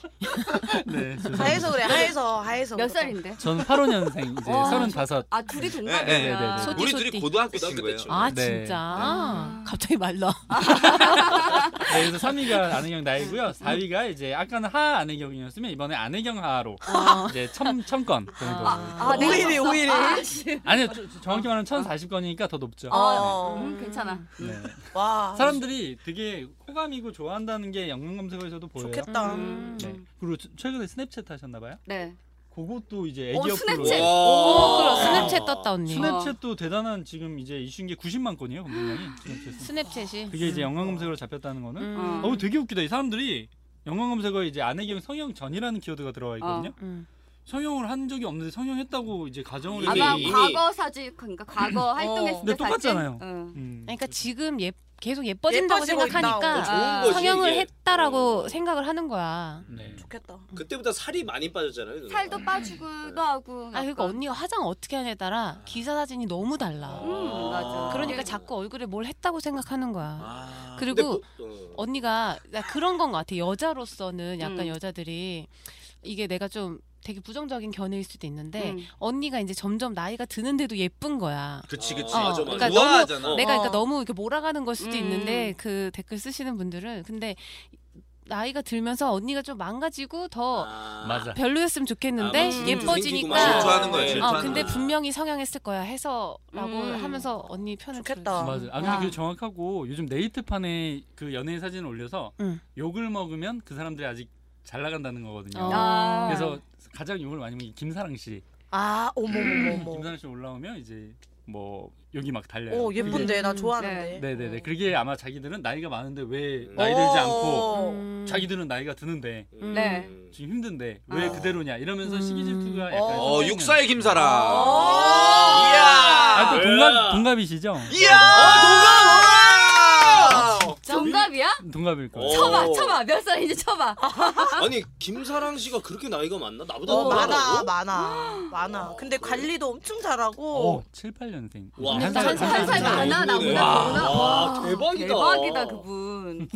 [SPEAKER 8] 네. 죄송합니다.
[SPEAKER 5] 하에서 그래 하에서 하에서.
[SPEAKER 2] 몇 살인데?
[SPEAKER 8] 저는 85년생 이제
[SPEAKER 2] 와,
[SPEAKER 8] 35.
[SPEAKER 2] 아, 둘이
[SPEAKER 3] 네, 네,
[SPEAKER 2] 동갑이구나.
[SPEAKER 8] 네, 네.
[SPEAKER 1] 소띠,
[SPEAKER 3] 우리
[SPEAKER 1] 소띠.
[SPEAKER 3] 둘이 고등학교 친구예요
[SPEAKER 4] 고등학교
[SPEAKER 1] 아
[SPEAKER 8] 네.
[SPEAKER 1] 진짜. 갑자기 말라.
[SPEAKER 8] 네, 그래서 3위가 안혜경 나이고요. 4위가 이제 아까는 하 안혜경이었으면 이번에 안혜경 하로 이제 천, 천건 정도.
[SPEAKER 2] 아, 내가
[SPEAKER 5] 오일이
[SPEAKER 2] 봤어.
[SPEAKER 5] 오일이.
[SPEAKER 2] 아, 씨.
[SPEAKER 8] 아니요 저- 정확히 말하면 1040건이니까 더 높죠.
[SPEAKER 5] 어.
[SPEAKER 2] 음, 아, 괜찮아.
[SPEAKER 8] 네.
[SPEAKER 5] 와.
[SPEAKER 8] 사람들이 되게 호감이고 좋아한다는 게 영문 검색어에서도 보여요.
[SPEAKER 5] 좋겠다.
[SPEAKER 2] 음.
[SPEAKER 8] 네. 그리고 최- 최근에 스냅챗 하셨나봐요.
[SPEAKER 2] 네.
[SPEAKER 8] 그것도 이제
[SPEAKER 2] 어,
[SPEAKER 8] 애기 어플로 네.
[SPEAKER 4] 뭐.
[SPEAKER 2] 스냅챗. 아.
[SPEAKER 1] 오,
[SPEAKER 4] 스냅챗
[SPEAKER 1] 스냅챗 떴다 언니.
[SPEAKER 8] 스냅챗도 대단한 지금 이제 이슈인 게 90만 건이에요 검색량이 스냅챗.
[SPEAKER 1] 스냅챗이.
[SPEAKER 8] 그게 이제 연관 검색어로 잡혔다는 거는
[SPEAKER 1] 음.
[SPEAKER 8] 어우 되게 웃기다 이 사람들이 연관 검색어에 이제 안혜경 성형 전이라는 키워드가 들어와
[SPEAKER 2] 아.
[SPEAKER 8] 있거든요.
[SPEAKER 1] 음.
[SPEAKER 8] 성형을 한 적이 없는데 성형했다고 이제 가정을
[SPEAKER 4] 이미-
[SPEAKER 2] 아마
[SPEAKER 8] 해서-
[SPEAKER 4] 이미-
[SPEAKER 2] 과거 사진 그러니까 과거 활동했을
[SPEAKER 8] 근데
[SPEAKER 2] 때
[SPEAKER 8] 똑같잖아요.
[SPEAKER 2] 사진. 응.
[SPEAKER 8] 음.
[SPEAKER 1] 그러니까 지금 예, 계속 예뻐진다고
[SPEAKER 5] 예뻐지고
[SPEAKER 1] 생각하니까
[SPEAKER 5] 있다.
[SPEAKER 4] 좋은
[SPEAKER 2] 아,
[SPEAKER 4] 거지.
[SPEAKER 1] 성형을
[SPEAKER 4] 이게.
[SPEAKER 1] 했다라고
[SPEAKER 4] 어.
[SPEAKER 1] 생각을 하는 거야. 아,
[SPEAKER 8] 네.
[SPEAKER 5] 좋겠다.
[SPEAKER 4] 그때보다 살이 많이 빠졌잖아요. 누나.
[SPEAKER 2] 살도 빠지고도 하고.
[SPEAKER 1] 아 그러니까
[SPEAKER 2] 약간.
[SPEAKER 1] 언니가 화장 어떻게 하냐에 따라 기사 사진이 너무
[SPEAKER 4] 아.
[SPEAKER 1] 달라.
[SPEAKER 2] 음, 맞아.
[SPEAKER 1] 그러니까 자꾸 얼굴에 뭘 했다고 생각하는 거야.
[SPEAKER 3] 아,
[SPEAKER 4] 근데
[SPEAKER 1] 그리고
[SPEAKER 4] 그- 어.
[SPEAKER 1] 언니가 나 그런 건 것 같아. 여자로서는 약간
[SPEAKER 2] 음.
[SPEAKER 1] 여자들이 이게 내가 좀 되게 부정적인 견해일 수도 있는데
[SPEAKER 2] 음.
[SPEAKER 1] 언니가 이제 점점 나이가 드는데도 예쁜 거야.
[SPEAKER 3] 그치 그치
[SPEAKER 1] 어,
[SPEAKER 4] 맞아, 맞아.
[SPEAKER 1] 그러니까
[SPEAKER 3] 우아하잖아
[SPEAKER 1] 너무 내가
[SPEAKER 5] 어.
[SPEAKER 1] 그러니까 너무 이렇게 몰아가는 걸 수도
[SPEAKER 2] 음.
[SPEAKER 1] 있는데 그 댓글 쓰시는 분들은 근데 나이가 들면서 언니가 좀 망가지고 더
[SPEAKER 4] 아,
[SPEAKER 8] 맞아.
[SPEAKER 1] 별로였으면 좋겠는데
[SPEAKER 4] 아,
[SPEAKER 5] 네. 음.
[SPEAKER 4] 뭐
[SPEAKER 1] 예뻐지니까
[SPEAKER 3] 질투하는 거야,
[SPEAKER 4] 네.
[SPEAKER 1] 어
[SPEAKER 3] 질투하는
[SPEAKER 1] 근데
[SPEAKER 3] 거야.
[SPEAKER 1] 분명히 성향했을 거야 해서라고
[SPEAKER 5] 음.
[SPEAKER 1] 하면서 언니 편을
[SPEAKER 5] 좋겠다.
[SPEAKER 1] 들어주지.
[SPEAKER 8] 맞아. 아 근데
[SPEAKER 2] 야.
[SPEAKER 8] 그게 정확하고 요즘 네이트판에 그 연예인 사진을 올려서
[SPEAKER 1] 응.
[SPEAKER 8] 욕을 먹으면 그 사람들이 아직 잘 나간다는 거거든요.
[SPEAKER 1] 어.
[SPEAKER 2] 아.
[SPEAKER 8] 그래서 가장 욕을 많이 먹는 게 김사랑 씨.
[SPEAKER 5] 아, 어머머머머.
[SPEAKER 8] 김사랑 씨 올라오면 이제 뭐 여기 막 달려요.
[SPEAKER 5] 오, 예쁜데. 나
[SPEAKER 1] 음.
[SPEAKER 5] 좋아하는데.
[SPEAKER 8] 네네네. 그게 아마 자기들은 나이가 많은데 왜
[SPEAKER 4] 음.
[SPEAKER 8] 나이 들지 않고
[SPEAKER 5] 어.
[SPEAKER 1] 음.
[SPEAKER 8] 자기들은 나이가 드는데
[SPEAKER 4] 음.
[SPEAKER 2] 네.
[SPEAKER 4] 음.
[SPEAKER 8] 지금 힘든데 왜
[SPEAKER 2] 아.
[SPEAKER 8] 그대로냐 이러면서
[SPEAKER 1] 음.
[SPEAKER 8] 시기 질투가 약간
[SPEAKER 5] 어,
[SPEAKER 3] 어
[SPEAKER 8] 생기는-
[SPEAKER 3] 육사의 김사랑.
[SPEAKER 1] 어.
[SPEAKER 8] 아,
[SPEAKER 3] 이야.
[SPEAKER 8] 또
[SPEAKER 4] 예.
[SPEAKER 8] 동갑 동갑이시죠?
[SPEAKER 4] 아.
[SPEAKER 3] 이야. 동갑.
[SPEAKER 2] 정답이야?
[SPEAKER 8] 동갑일 거예요.
[SPEAKER 4] 어.
[SPEAKER 2] 쳐봐, 쳐봐. 몇 살인지 쳐봐.
[SPEAKER 4] 아니 김사랑 씨가 그렇게 나이가 많나? 나보다
[SPEAKER 5] 어,
[SPEAKER 4] 더
[SPEAKER 5] 많아,
[SPEAKER 4] 많다고?
[SPEAKER 5] 많아, 많아. 근데 관리도 엄청 잘하고.
[SPEAKER 8] 어, 7, 8년생.
[SPEAKER 4] 와.
[SPEAKER 8] 한
[SPEAKER 2] 한
[SPEAKER 8] 살,
[SPEAKER 2] 살
[SPEAKER 8] 한 살.
[SPEAKER 2] 많아.
[SPEAKER 4] 그러네.
[SPEAKER 2] 나보다 더구나.
[SPEAKER 4] 와, 대박이다.
[SPEAKER 2] 대박이다, 그분.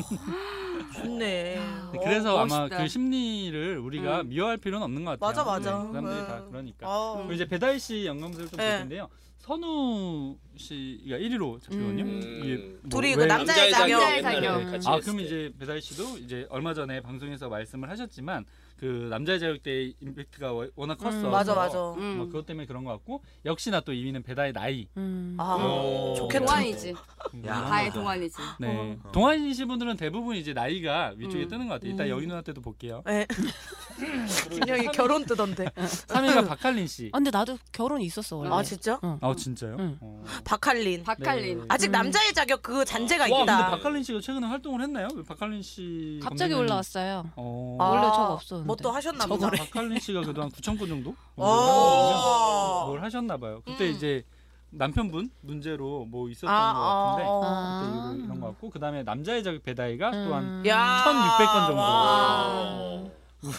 [SPEAKER 5] 좋네.
[SPEAKER 8] 그래서
[SPEAKER 2] 어,
[SPEAKER 8] 아마
[SPEAKER 2] 멋있다.
[SPEAKER 8] 그 심리를 우리가 미워할 필요는 없는 것
[SPEAKER 5] 음.
[SPEAKER 8] 같아요.
[SPEAKER 5] 맞아, 맞아.
[SPEAKER 8] 네, 사람들이
[SPEAKER 5] 음.
[SPEAKER 8] 다 그러니까.
[SPEAKER 5] 어.
[SPEAKER 8] 그럼 이제 배다희 씨 영감을 좀
[SPEAKER 5] 네.
[SPEAKER 8] 볼 텐데요. 선우 씨가 1위로 잡히거든요.
[SPEAKER 1] 음.
[SPEAKER 8] 이게 뭐
[SPEAKER 5] 둘이
[SPEAKER 8] 왜-
[SPEAKER 5] 그 남자의 자격.
[SPEAKER 2] 남자의
[SPEAKER 4] 옛날에
[SPEAKER 2] 자격.
[SPEAKER 4] 같이
[SPEAKER 8] 아
[SPEAKER 4] 했을
[SPEAKER 8] 그럼
[SPEAKER 4] 때.
[SPEAKER 8] 이제 배다희 씨도 이제 얼마 전에 방송에서 말씀을 하셨지만 그 남자의 자격 때 임팩트가 워- 워낙 컸어.
[SPEAKER 5] 음, 맞아, 맞아.
[SPEAKER 8] 뭐
[SPEAKER 2] 음.
[SPEAKER 8] 그것 때문에 그런 것 같고 역시나 또 2위는 배다의 나이.
[SPEAKER 1] 음.
[SPEAKER 5] 아,
[SPEAKER 8] 어.
[SPEAKER 3] 오.
[SPEAKER 5] 좋겠다.
[SPEAKER 2] 동안이지.
[SPEAKER 1] 아,
[SPEAKER 3] 야.
[SPEAKER 2] 다의 동안이지.
[SPEAKER 8] 네.
[SPEAKER 3] 어.
[SPEAKER 8] 동안인 씨 분들은 대부분 이제 나이가 위쪽에
[SPEAKER 2] 음.
[SPEAKER 8] 뜨는 것 같아요. 이따
[SPEAKER 1] 음.
[SPEAKER 8] 여인 누나한테도 볼게요.
[SPEAKER 5] 예. 준영이 결혼 뜨던데.
[SPEAKER 8] 3위가 박할린 씨.
[SPEAKER 1] 아, 네. 근데 나도 결혼이 있었어 원래.
[SPEAKER 5] 아, 진짜?
[SPEAKER 8] 아 진짜요?
[SPEAKER 1] 응.
[SPEAKER 8] 어.
[SPEAKER 5] 박할린.
[SPEAKER 2] 박할린.
[SPEAKER 8] 네.
[SPEAKER 5] 아직
[SPEAKER 1] 음.
[SPEAKER 5] 남자의 자격 그 잔재가
[SPEAKER 8] 와 근데
[SPEAKER 5] 있다.
[SPEAKER 8] 박할린 씨가 최근에 활동을 했나요? 왜 박할린 씨
[SPEAKER 1] 갑자기
[SPEAKER 8] 검색량이-
[SPEAKER 1] 올라왔어요.
[SPEAKER 8] 어.
[SPEAKER 5] 아,
[SPEAKER 1] 원래 저거 없었는데.
[SPEAKER 5] 뭐 또 하셨나 보다.
[SPEAKER 8] 저번에 박할린 씨가 그동안 9천 건 정도
[SPEAKER 5] 어.
[SPEAKER 8] 뭘 하셨나 봐요. 그때
[SPEAKER 5] 음.
[SPEAKER 8] 이제 남편분 문제로 뭐 있었던 것 같은데
[SPEAKER 5] 아, 아,
[SPEAKER 8] 그때
[SPEAKER 1] 아.
[SPEAKER 8] 이후로 이런 것 같고 그 다음에 남자의 자격 배다이가 또한
[SPEAKER 1] 음.
[SPEAKER 5] 야.
[SPEAKER 8] 1600건 정도. 어.
[SPEAKER 5] 와.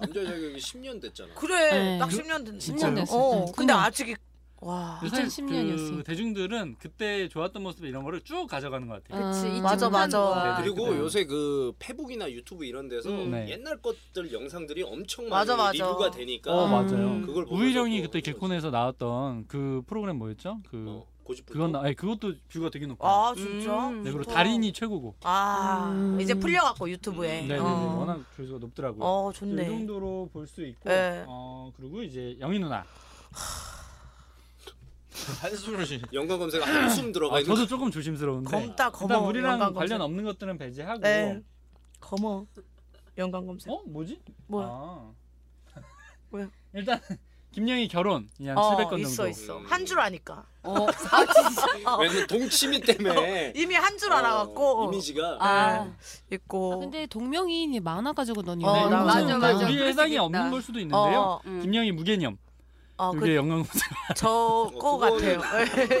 [SPEAKER 4] 남자 자격이 10년 됐잖아.
[SPEAKER 5] 그래,
[SPEAKER 1] 네.
[SPEAKER 5] 딱 10년 된.
[SPEAKER 8] 진짜요?
[SPEAKER 1] 10년 됐어요.
[SPEAKER 5] 어,
[SPEAKER 1] 네,
[SPEAKER 5] 근데
[SPEAKER 1] 그냥.
[SPEAKER 5] 아직 이- 와.
[SPEAKER 8] 근데 사실
[SPEAKER 1] 2010 년이었으니까.
[SPEAKER 8] 그 대중들은 그때 좋았던 모습 이런 거를 쭉 가져가는 것 같아요.
[SPEAKER 2] 그치,
[SPEAKER 1] 음.
[SPEAKER 2] 이쯤
[SPEAKER 5] 맞아, 맞아.
[SPEAKER 2] 하는 거야.
[SPEAKER 8] 네,
[SPEAKER 4] 그리고
[SPEAKER 8] 그래요.
[SPEAKER 4] 요새 그 페북이나 유튜브 이런 데서
[SPEAKER 5] 음.
[SPEAKER 8] 네.
[SPEAKER 4] 옛날 것들 영상들이 엄청 많이
[SPEAKER 5] 맞아, 맞아.
[SPEAKER 4] 리뷰가 되니까
[SPEAKER 8] 어
[SPEAKER 1] 음.
[SPEAKER 8] 맞아요.
[SPEAKER 4] 그걸 보면서
[SPEAKER 8] 우희정이
[SPEAKER 4] 또
[SPEAKER 8] 그때 개콘에서 나왔던 그 프로그램 뭐였죠? 그
[SPEAKER 4] 어, 고집부터
[SPEAKER 8] 그건 나, 아니, 그것도 뷰가 되게 높고.
[SPEAKER 5] 아, 진짜?
[SPEAKER 2] 음.
[SPEAKER 8] 네, 그리고
[SPEAKER 5] 좋다.
[SPEAKER 8] 달인이 최고고.
[SPEAKER 5] 아,
[SPEAKER 1] 음.
[SPEAKER 5] 이제 풀려갖고 유튜브에.
[SPEAKER 8] 네, 네, 네.
[SPEAKER 5] 어.
[SPEAKER 8] 워낙 조회수가 높더라고요.
[SPEAKER 5] 어,
[SPEAKER 8] 이
[SPEAKER 5] 좋네.
[SPEAKER 8] 정도로 볼 수 있고.
[SPEAKER 5] 네.
[SPEAKER 8] 어 그리고 이제 영희 누나.
[SPEAKER 3] 한숨을 쉬.
[SPEAKER 4] 연관 검색 한숨 들어가
[SPEAKER 8] 아,
[SPEAKER 4] 있는
[SPEAKER 8] 저도 조금 조심스러운데.
[SPEAKER 5] 검다,
[SPEAKER 8] 네. 일단
[SPEAKER 5] 검어.
[SPEAKER 8] 우리랑
[SPEAKER 5] 연관
[SPEAKER 8] 관련
[SPEAKER 5] 검색.
[SPEAKER 8] 없는 것들은 배제하고.
[SPEAKER 5] 네. 검어. 연관 검색.
[SPEAKER 8] 어 뭐지?
[SPEAKER 5] 뭐야?
[SPEAKER 8] 아.
[SPEAKER 5] 뭐야?
[SPEAKER 8] 일단 김영희 결혼 이한
[SPEAKER 5] 어,
[SPEAKER 8] 700건 정도.
[SPEAKER 5] 있어, 있어. 한 줄 아니까.
[SPEAKER 2] 어,
[SPEAKER 4] 왜냐면 그- 동치미 때문에
[SPEAKER 5] 이미 한 어, 줄 알아갖고.
[SPEAKER 4] 어, 이미지가
[SPEAKER 8] 네.
[SPEAKER 2] 아,
[SPEAKER 5] 있고.
[SPEAKER 1] 아, 근데 동명이인이 많아가지고 그러니까 넌
[SPEAKER 5] 어,
[SPEAKER 1] 이런
[SPEAKER 5] 나-
[SPEAKER 1] 거.
[SPEAKER 5] 맞아, 맞아.
[SPEAKER 8] 우리
[SPEAKER 2] 그럴
[SPEAKER 8] 해상이
[SPEAKER 2] 수도
[SPEAKER 8] 없는
[SPEAKER 2] 있다.
[SPEAKER 8] 걸 수도
[SPEAKER 5] 어,
[SPEAKER 8] 있는데요.
[SPEAKER 2] 음.
[SPEAKER 8] 김영희 무개념
[SPEAKER 5] 어,
[SPEAKER 8] 이게
[SPEAKER 5] 그,
[SPEAKER 8] 영광 검색.
[SPEAKER 5] 저거
[SPEAKER 4] 어, 그거는-
[SPEAKER 5] 같아요.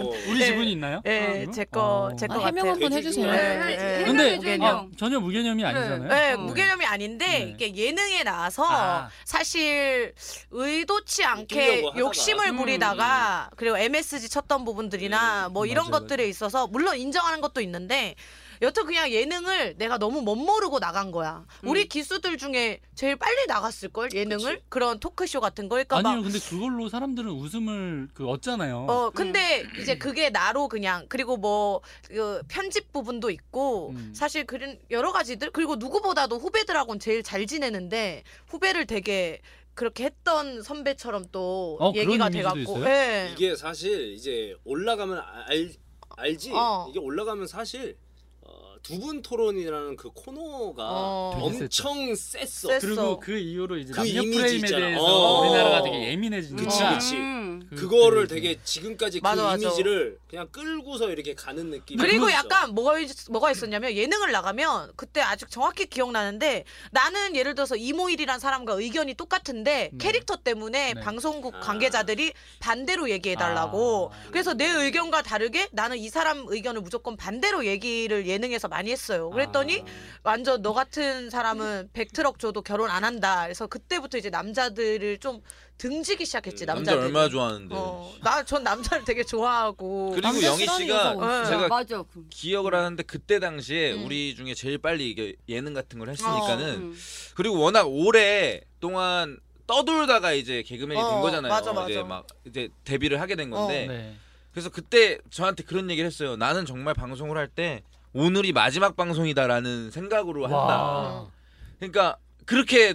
[SPEAKER 4] 뭐
[SPEAKER 8] 우리 지분이 있나요?
[SPEAKER 5] 예,
[SPEAKER 8] 그럼?
[SPEAKER 5] 네. 제 거,
[SPEAKER 8] 어.
[SPEAKER 5] 제 거
[SPEAKER 1] 아, 해명
[SPEAKER 5] 같아요.
[SPEAKER 1] 한번 해주세요.
[SPEAKER 5] 네.
[SPEAKER 8] 근데
[SPEAKER 5] 무개념.
[SPEAKER 8] 아, 전혀 무개념이 아니잖아요.
[SPEAKER 5] 네,
[SPEAKER 2] 어.
[SPEAKER 4] 음.
[SPEAKER 5] 무개념이 아닌데
[SPEAKER 8] 네.
[SPEAKER 5] 이게 예능에 나와서
[SPEAKER 8] 아.
[SPEAKER 5] 사실 의도치 않게
[SPEAKER 4] 이기려고 하다가.
[SPEAKER 5] 욕심을
[SPEAKER 2] 음.
[SPEAKER 5] 부리다가 그리고 MSG 쳤던 부분들이나 뭐 이런
[SPEAKER 8] 음. 맞아요,
[SPEAKER 5] 것들에 있어서 물론 인정하는 것도 있는데 여튼 그냥 예능을 내가 너무 멋모르고 나간 거야.
[SPEAKER 4] 음.
[SPEAKER 5] 우리 기수들 중에 제일 빨리 나갔을 걸 예능을 그런 토크쇼 같은 거 그러니까 막
[SPEAKER 8] 아니요, 근데 그걸로 사람들은 웃음을 그 얻잖아요.
[SPEAKER 5] 어 근데 이제 그게 나로 그냥 그리고 뭐 그 편집 부분도 있고
[SPEAKER 8] 음.
[SPEAKER 5] 사실 그런 여러 가지들 그리고 누구보다도 후배들하고는 제일 잘 지내는데 후배를 되게 그렇게 했던 선배처럼 또
[SPEAKER 8] 어, 그런
[SPEAKER 5] 얘기가
[SPEAKER 8] 이미지도
[SPEAKER 5] 돼갖고
[SPEAKER 8] 있어요?
[SPEAKER 5] 예.
[SPEAKER 4] 이게 사실 이제 올라가면 알 알지
[SPEAKER 5] 어.
[SPEAKER 4] 이게 올라가면 사실 어, 두분 토론이라는 그 코너가
[SPEAKER 5] 어.
[SPEAKER 8] 되게
[SPEAKER 4] 엄청 셌어.
[SPEAKER 5] 셌어.
[SPEAKER 8] 그리고 그 이후로 이제
[SPEAKER 4] 그
[SPEAKER 8] 남녀
[SPEAKER 4] 이미지
[SPEAKER 8] 프레임에
[SPEAKER 4] 있잖아.
[SPEAKER 8] 대해서
[SPEAKER 4] 어.
[SPEAKER 8] 우리나라가 되게 예민해지니까
[SPEAKER 4] 그치, 그치.
[SPEAKER 2] 음.
[SPEAKER 4] 그거를 되게 지금까지
[SPEAKER 5] 맞아,
[SPEAKER 4] 그
[SPEAKER 5] 맞아.
[SPEAKER 4] 이미지를 그냥 끌고서 이렇게 가는 느낌.
[SPEAKER 5] 그리고 약간 뭐가 있- 뭐가 있었냐면 예능을 나가면 그때 아직 정확히 기억나는데 나는 예를 들어서 이모일이란 사람과 의견이 똑같은데
[SPEAKER 8] 네.
[SPEAKER 5] 캐릭터 때문에
[SPEAKER 8] 네.
[SPEAKER 5] 방송국
[SPEAKER 4] 아.
[SPEAKER 5] 관계자들이 반대로 얘기해달라고
[SPEAKER 8] 아.
[SPEAKER 5] 그래서 내 의견과 다르게 나는 이 사람 의견을 무조건 반대로 얘기를 예능에서 많이 했어요 그랬더니
[SPEAKER 3] 아.
[SPEAKER 5] 완전 너 같은 사람은 100트럭 줘도 결혼 안 한다 그래서 그때부터 이제 남자들을 좀 등지기 시작했지
[SPEAKER 4] 음,
[SPEAKER 3] 네, 남자
[SPEAKER 5] 남자들
[SPEAKER 3] 얼마나 좋아하는데.
[SPEAKER 5] 어, 나 전 남자를 되게 좋아하고
[SPEAKER 3] 그리고
[SPEAKER 1] 남자
[SPEAKER 3] 영희
[SPEAKER 1] 싫어하는
[SPEAKER 3] 씨가
[SPEAKER 1] 여자가
[SPEAKER 5] 없어.
[SPEAKER 3] 제가
[SPEAKER 2] 맞아. 그-
[SPEAKER 3] 기억을 하는데 그때 당시에
[SPEAKER 5] 음.
[SPEAKER 3] 우리 중에 제일 빨리 이게 예능 같은 걸
[SPEAKER 1] 어.
[SPEAKER 3] 했으니까는
[SPEAKER 2] 음.
[SPEAKER 3] 그리고 워낙 오래 동안 떠돌다가 이제 개그맨이
[SPEAKER 5] 어,
[SPEAKER 3] 된 거잖아요.
[SPEAKER 5] 맞아, 맞아.
[SPEAKER 3] 이제 막 이제 데뷔를 하게 된 건데
[SPEAKER 2] 어.
[SPEAKER 8] 네.
[SPEAKER 3] 그래서 그때 저한테 그런 얘기를 했어요. 나는 정말 방송을 할 때 오늘이 마지막 방송이다라는 생각으로 한다.
[SPEAKER 5] 어.
[SPEAKER 8] 와.
[SPEAKER 3] 그러니까 그렇게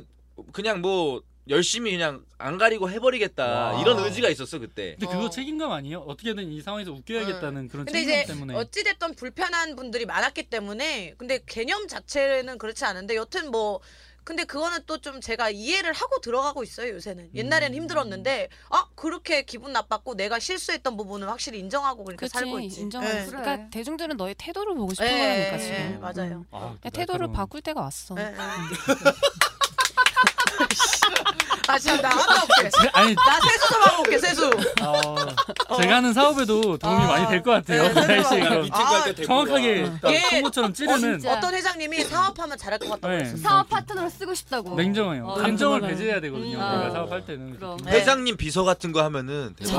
[SPEAKER 3] 그냥 뭐 열심히 그냥 안 가리고 해버리겠다
[SPEAKER 8] 와.
[SPEAKER 3] 이런 의지가 있었어 그때.
[SPEAKER 8] 근데 그거 책임감 아니에요? 어떻게든 이 상황에서 웃겨야겠다는 그런
[SPEAKER 5] 네. 근데
[SPEAKER 8] 책임감
[SPEAKER 5] 이제
[SPEAKER 8] 때문에.
[SPEAKER 5] 어찌됐던 불편한 분들이 많았기 때문에 근데 개념 자체는 그렇지 않은데 여튼 뭐 근데 그거는 또 좀 제가 이해를 하고 들어가고 있어요 요새는 옛날에는
[SPEAKER 8] 음.
[SPEAKER 5] 힘들었는데 아 그렇게 기분 나빴고 내가 실수했던 부분은 확실히 인정하고 그렇게
[SPEAKER 1] 그치
[SPEAKER 5] 그러니까 살고 있지
[SPEAKER 1] 인정하지.
[SPEAKER 5] 예.
[SPEAKER 1] 그러니까
[SPEAKER 2] 그래.
[SPEAKER 1] 대중들은 너의 태도를 보고 싶은
[SPEAKER 5] 예,
[SPEAKER 1] 거라니까
[SPEAKER 5] 예,
[SPEAKER 1] 지금.
[SPEAKER 5] 예, 맞아요.
[SPEAKER 1] 음.
[SPEAKER 8] 아, 그
[SPEAKER 1] 야, 태도를
[SPEAKER 8] 날카로운-
[SPEAKER 1] 바꿀 때가 왔어.
[SPEAKER 5] 예, 예. 아 지금 나 하나 없게
[SPEAKER 8] 제- 네, 아니
[SPEAKER 5] 나 세수 좀 하고 올게 세수
[SPEAKER 8] 어, 제가 하는 사업에도 도움이
[SPEAKER 5] 아.
[SPEAKER 8] 많이 될 것 같아요.
[SPEAKER 5] 네,
[SPEAKER 8] 그
[SPEAKER 5] 네,
[SPEAKER 8] 날씨에
[SPEAKER 5] 네.
[SPEAKER 8] 그런-
[SPEAKER 5] 아,
[SPEAKER 4] 미팅 갈때 데리고
[SPEAKER 8] 정확하게
[SPEAKER 4] 와.
[SPEAKER 8] 딱
[SPEAKER 5] 예.
[SPEAKER 8] 홍어처럼 찌르는
[SPEAKER 2] 진짜.
[SPEAKER 5] 어떤 회장님이 사업하면 잘할 것 같다고
[SPEAKER 8] 네.
[SPEAKER 5] 그랬어요.
[SPEAKER 2] 사업 파트너로 쓰고 싶다고.
[SPEAKER 8] 냉정해요.
[SPEAKER 2] 어,
[SPEAKER 8] 감정을
[SPEAKER 2] 냉정하네.
[SPEAKER 8] 배제해야 되거든요.
[SPEAKER 2] 음.
[SPEAKER 8] 우리가
[SPEAKER 2] 아.
[SPEAKER 8] 사업할 때는
[SPEAKER 2] 그럼.
[SPEAKER 8] 굉장히
[SPEAKER 5] 네.
[SPEAKER 3] 회장님 비서 같은 거 하면은
[SPEAKER 2] 정확해.
[SPEAKER 3] 네,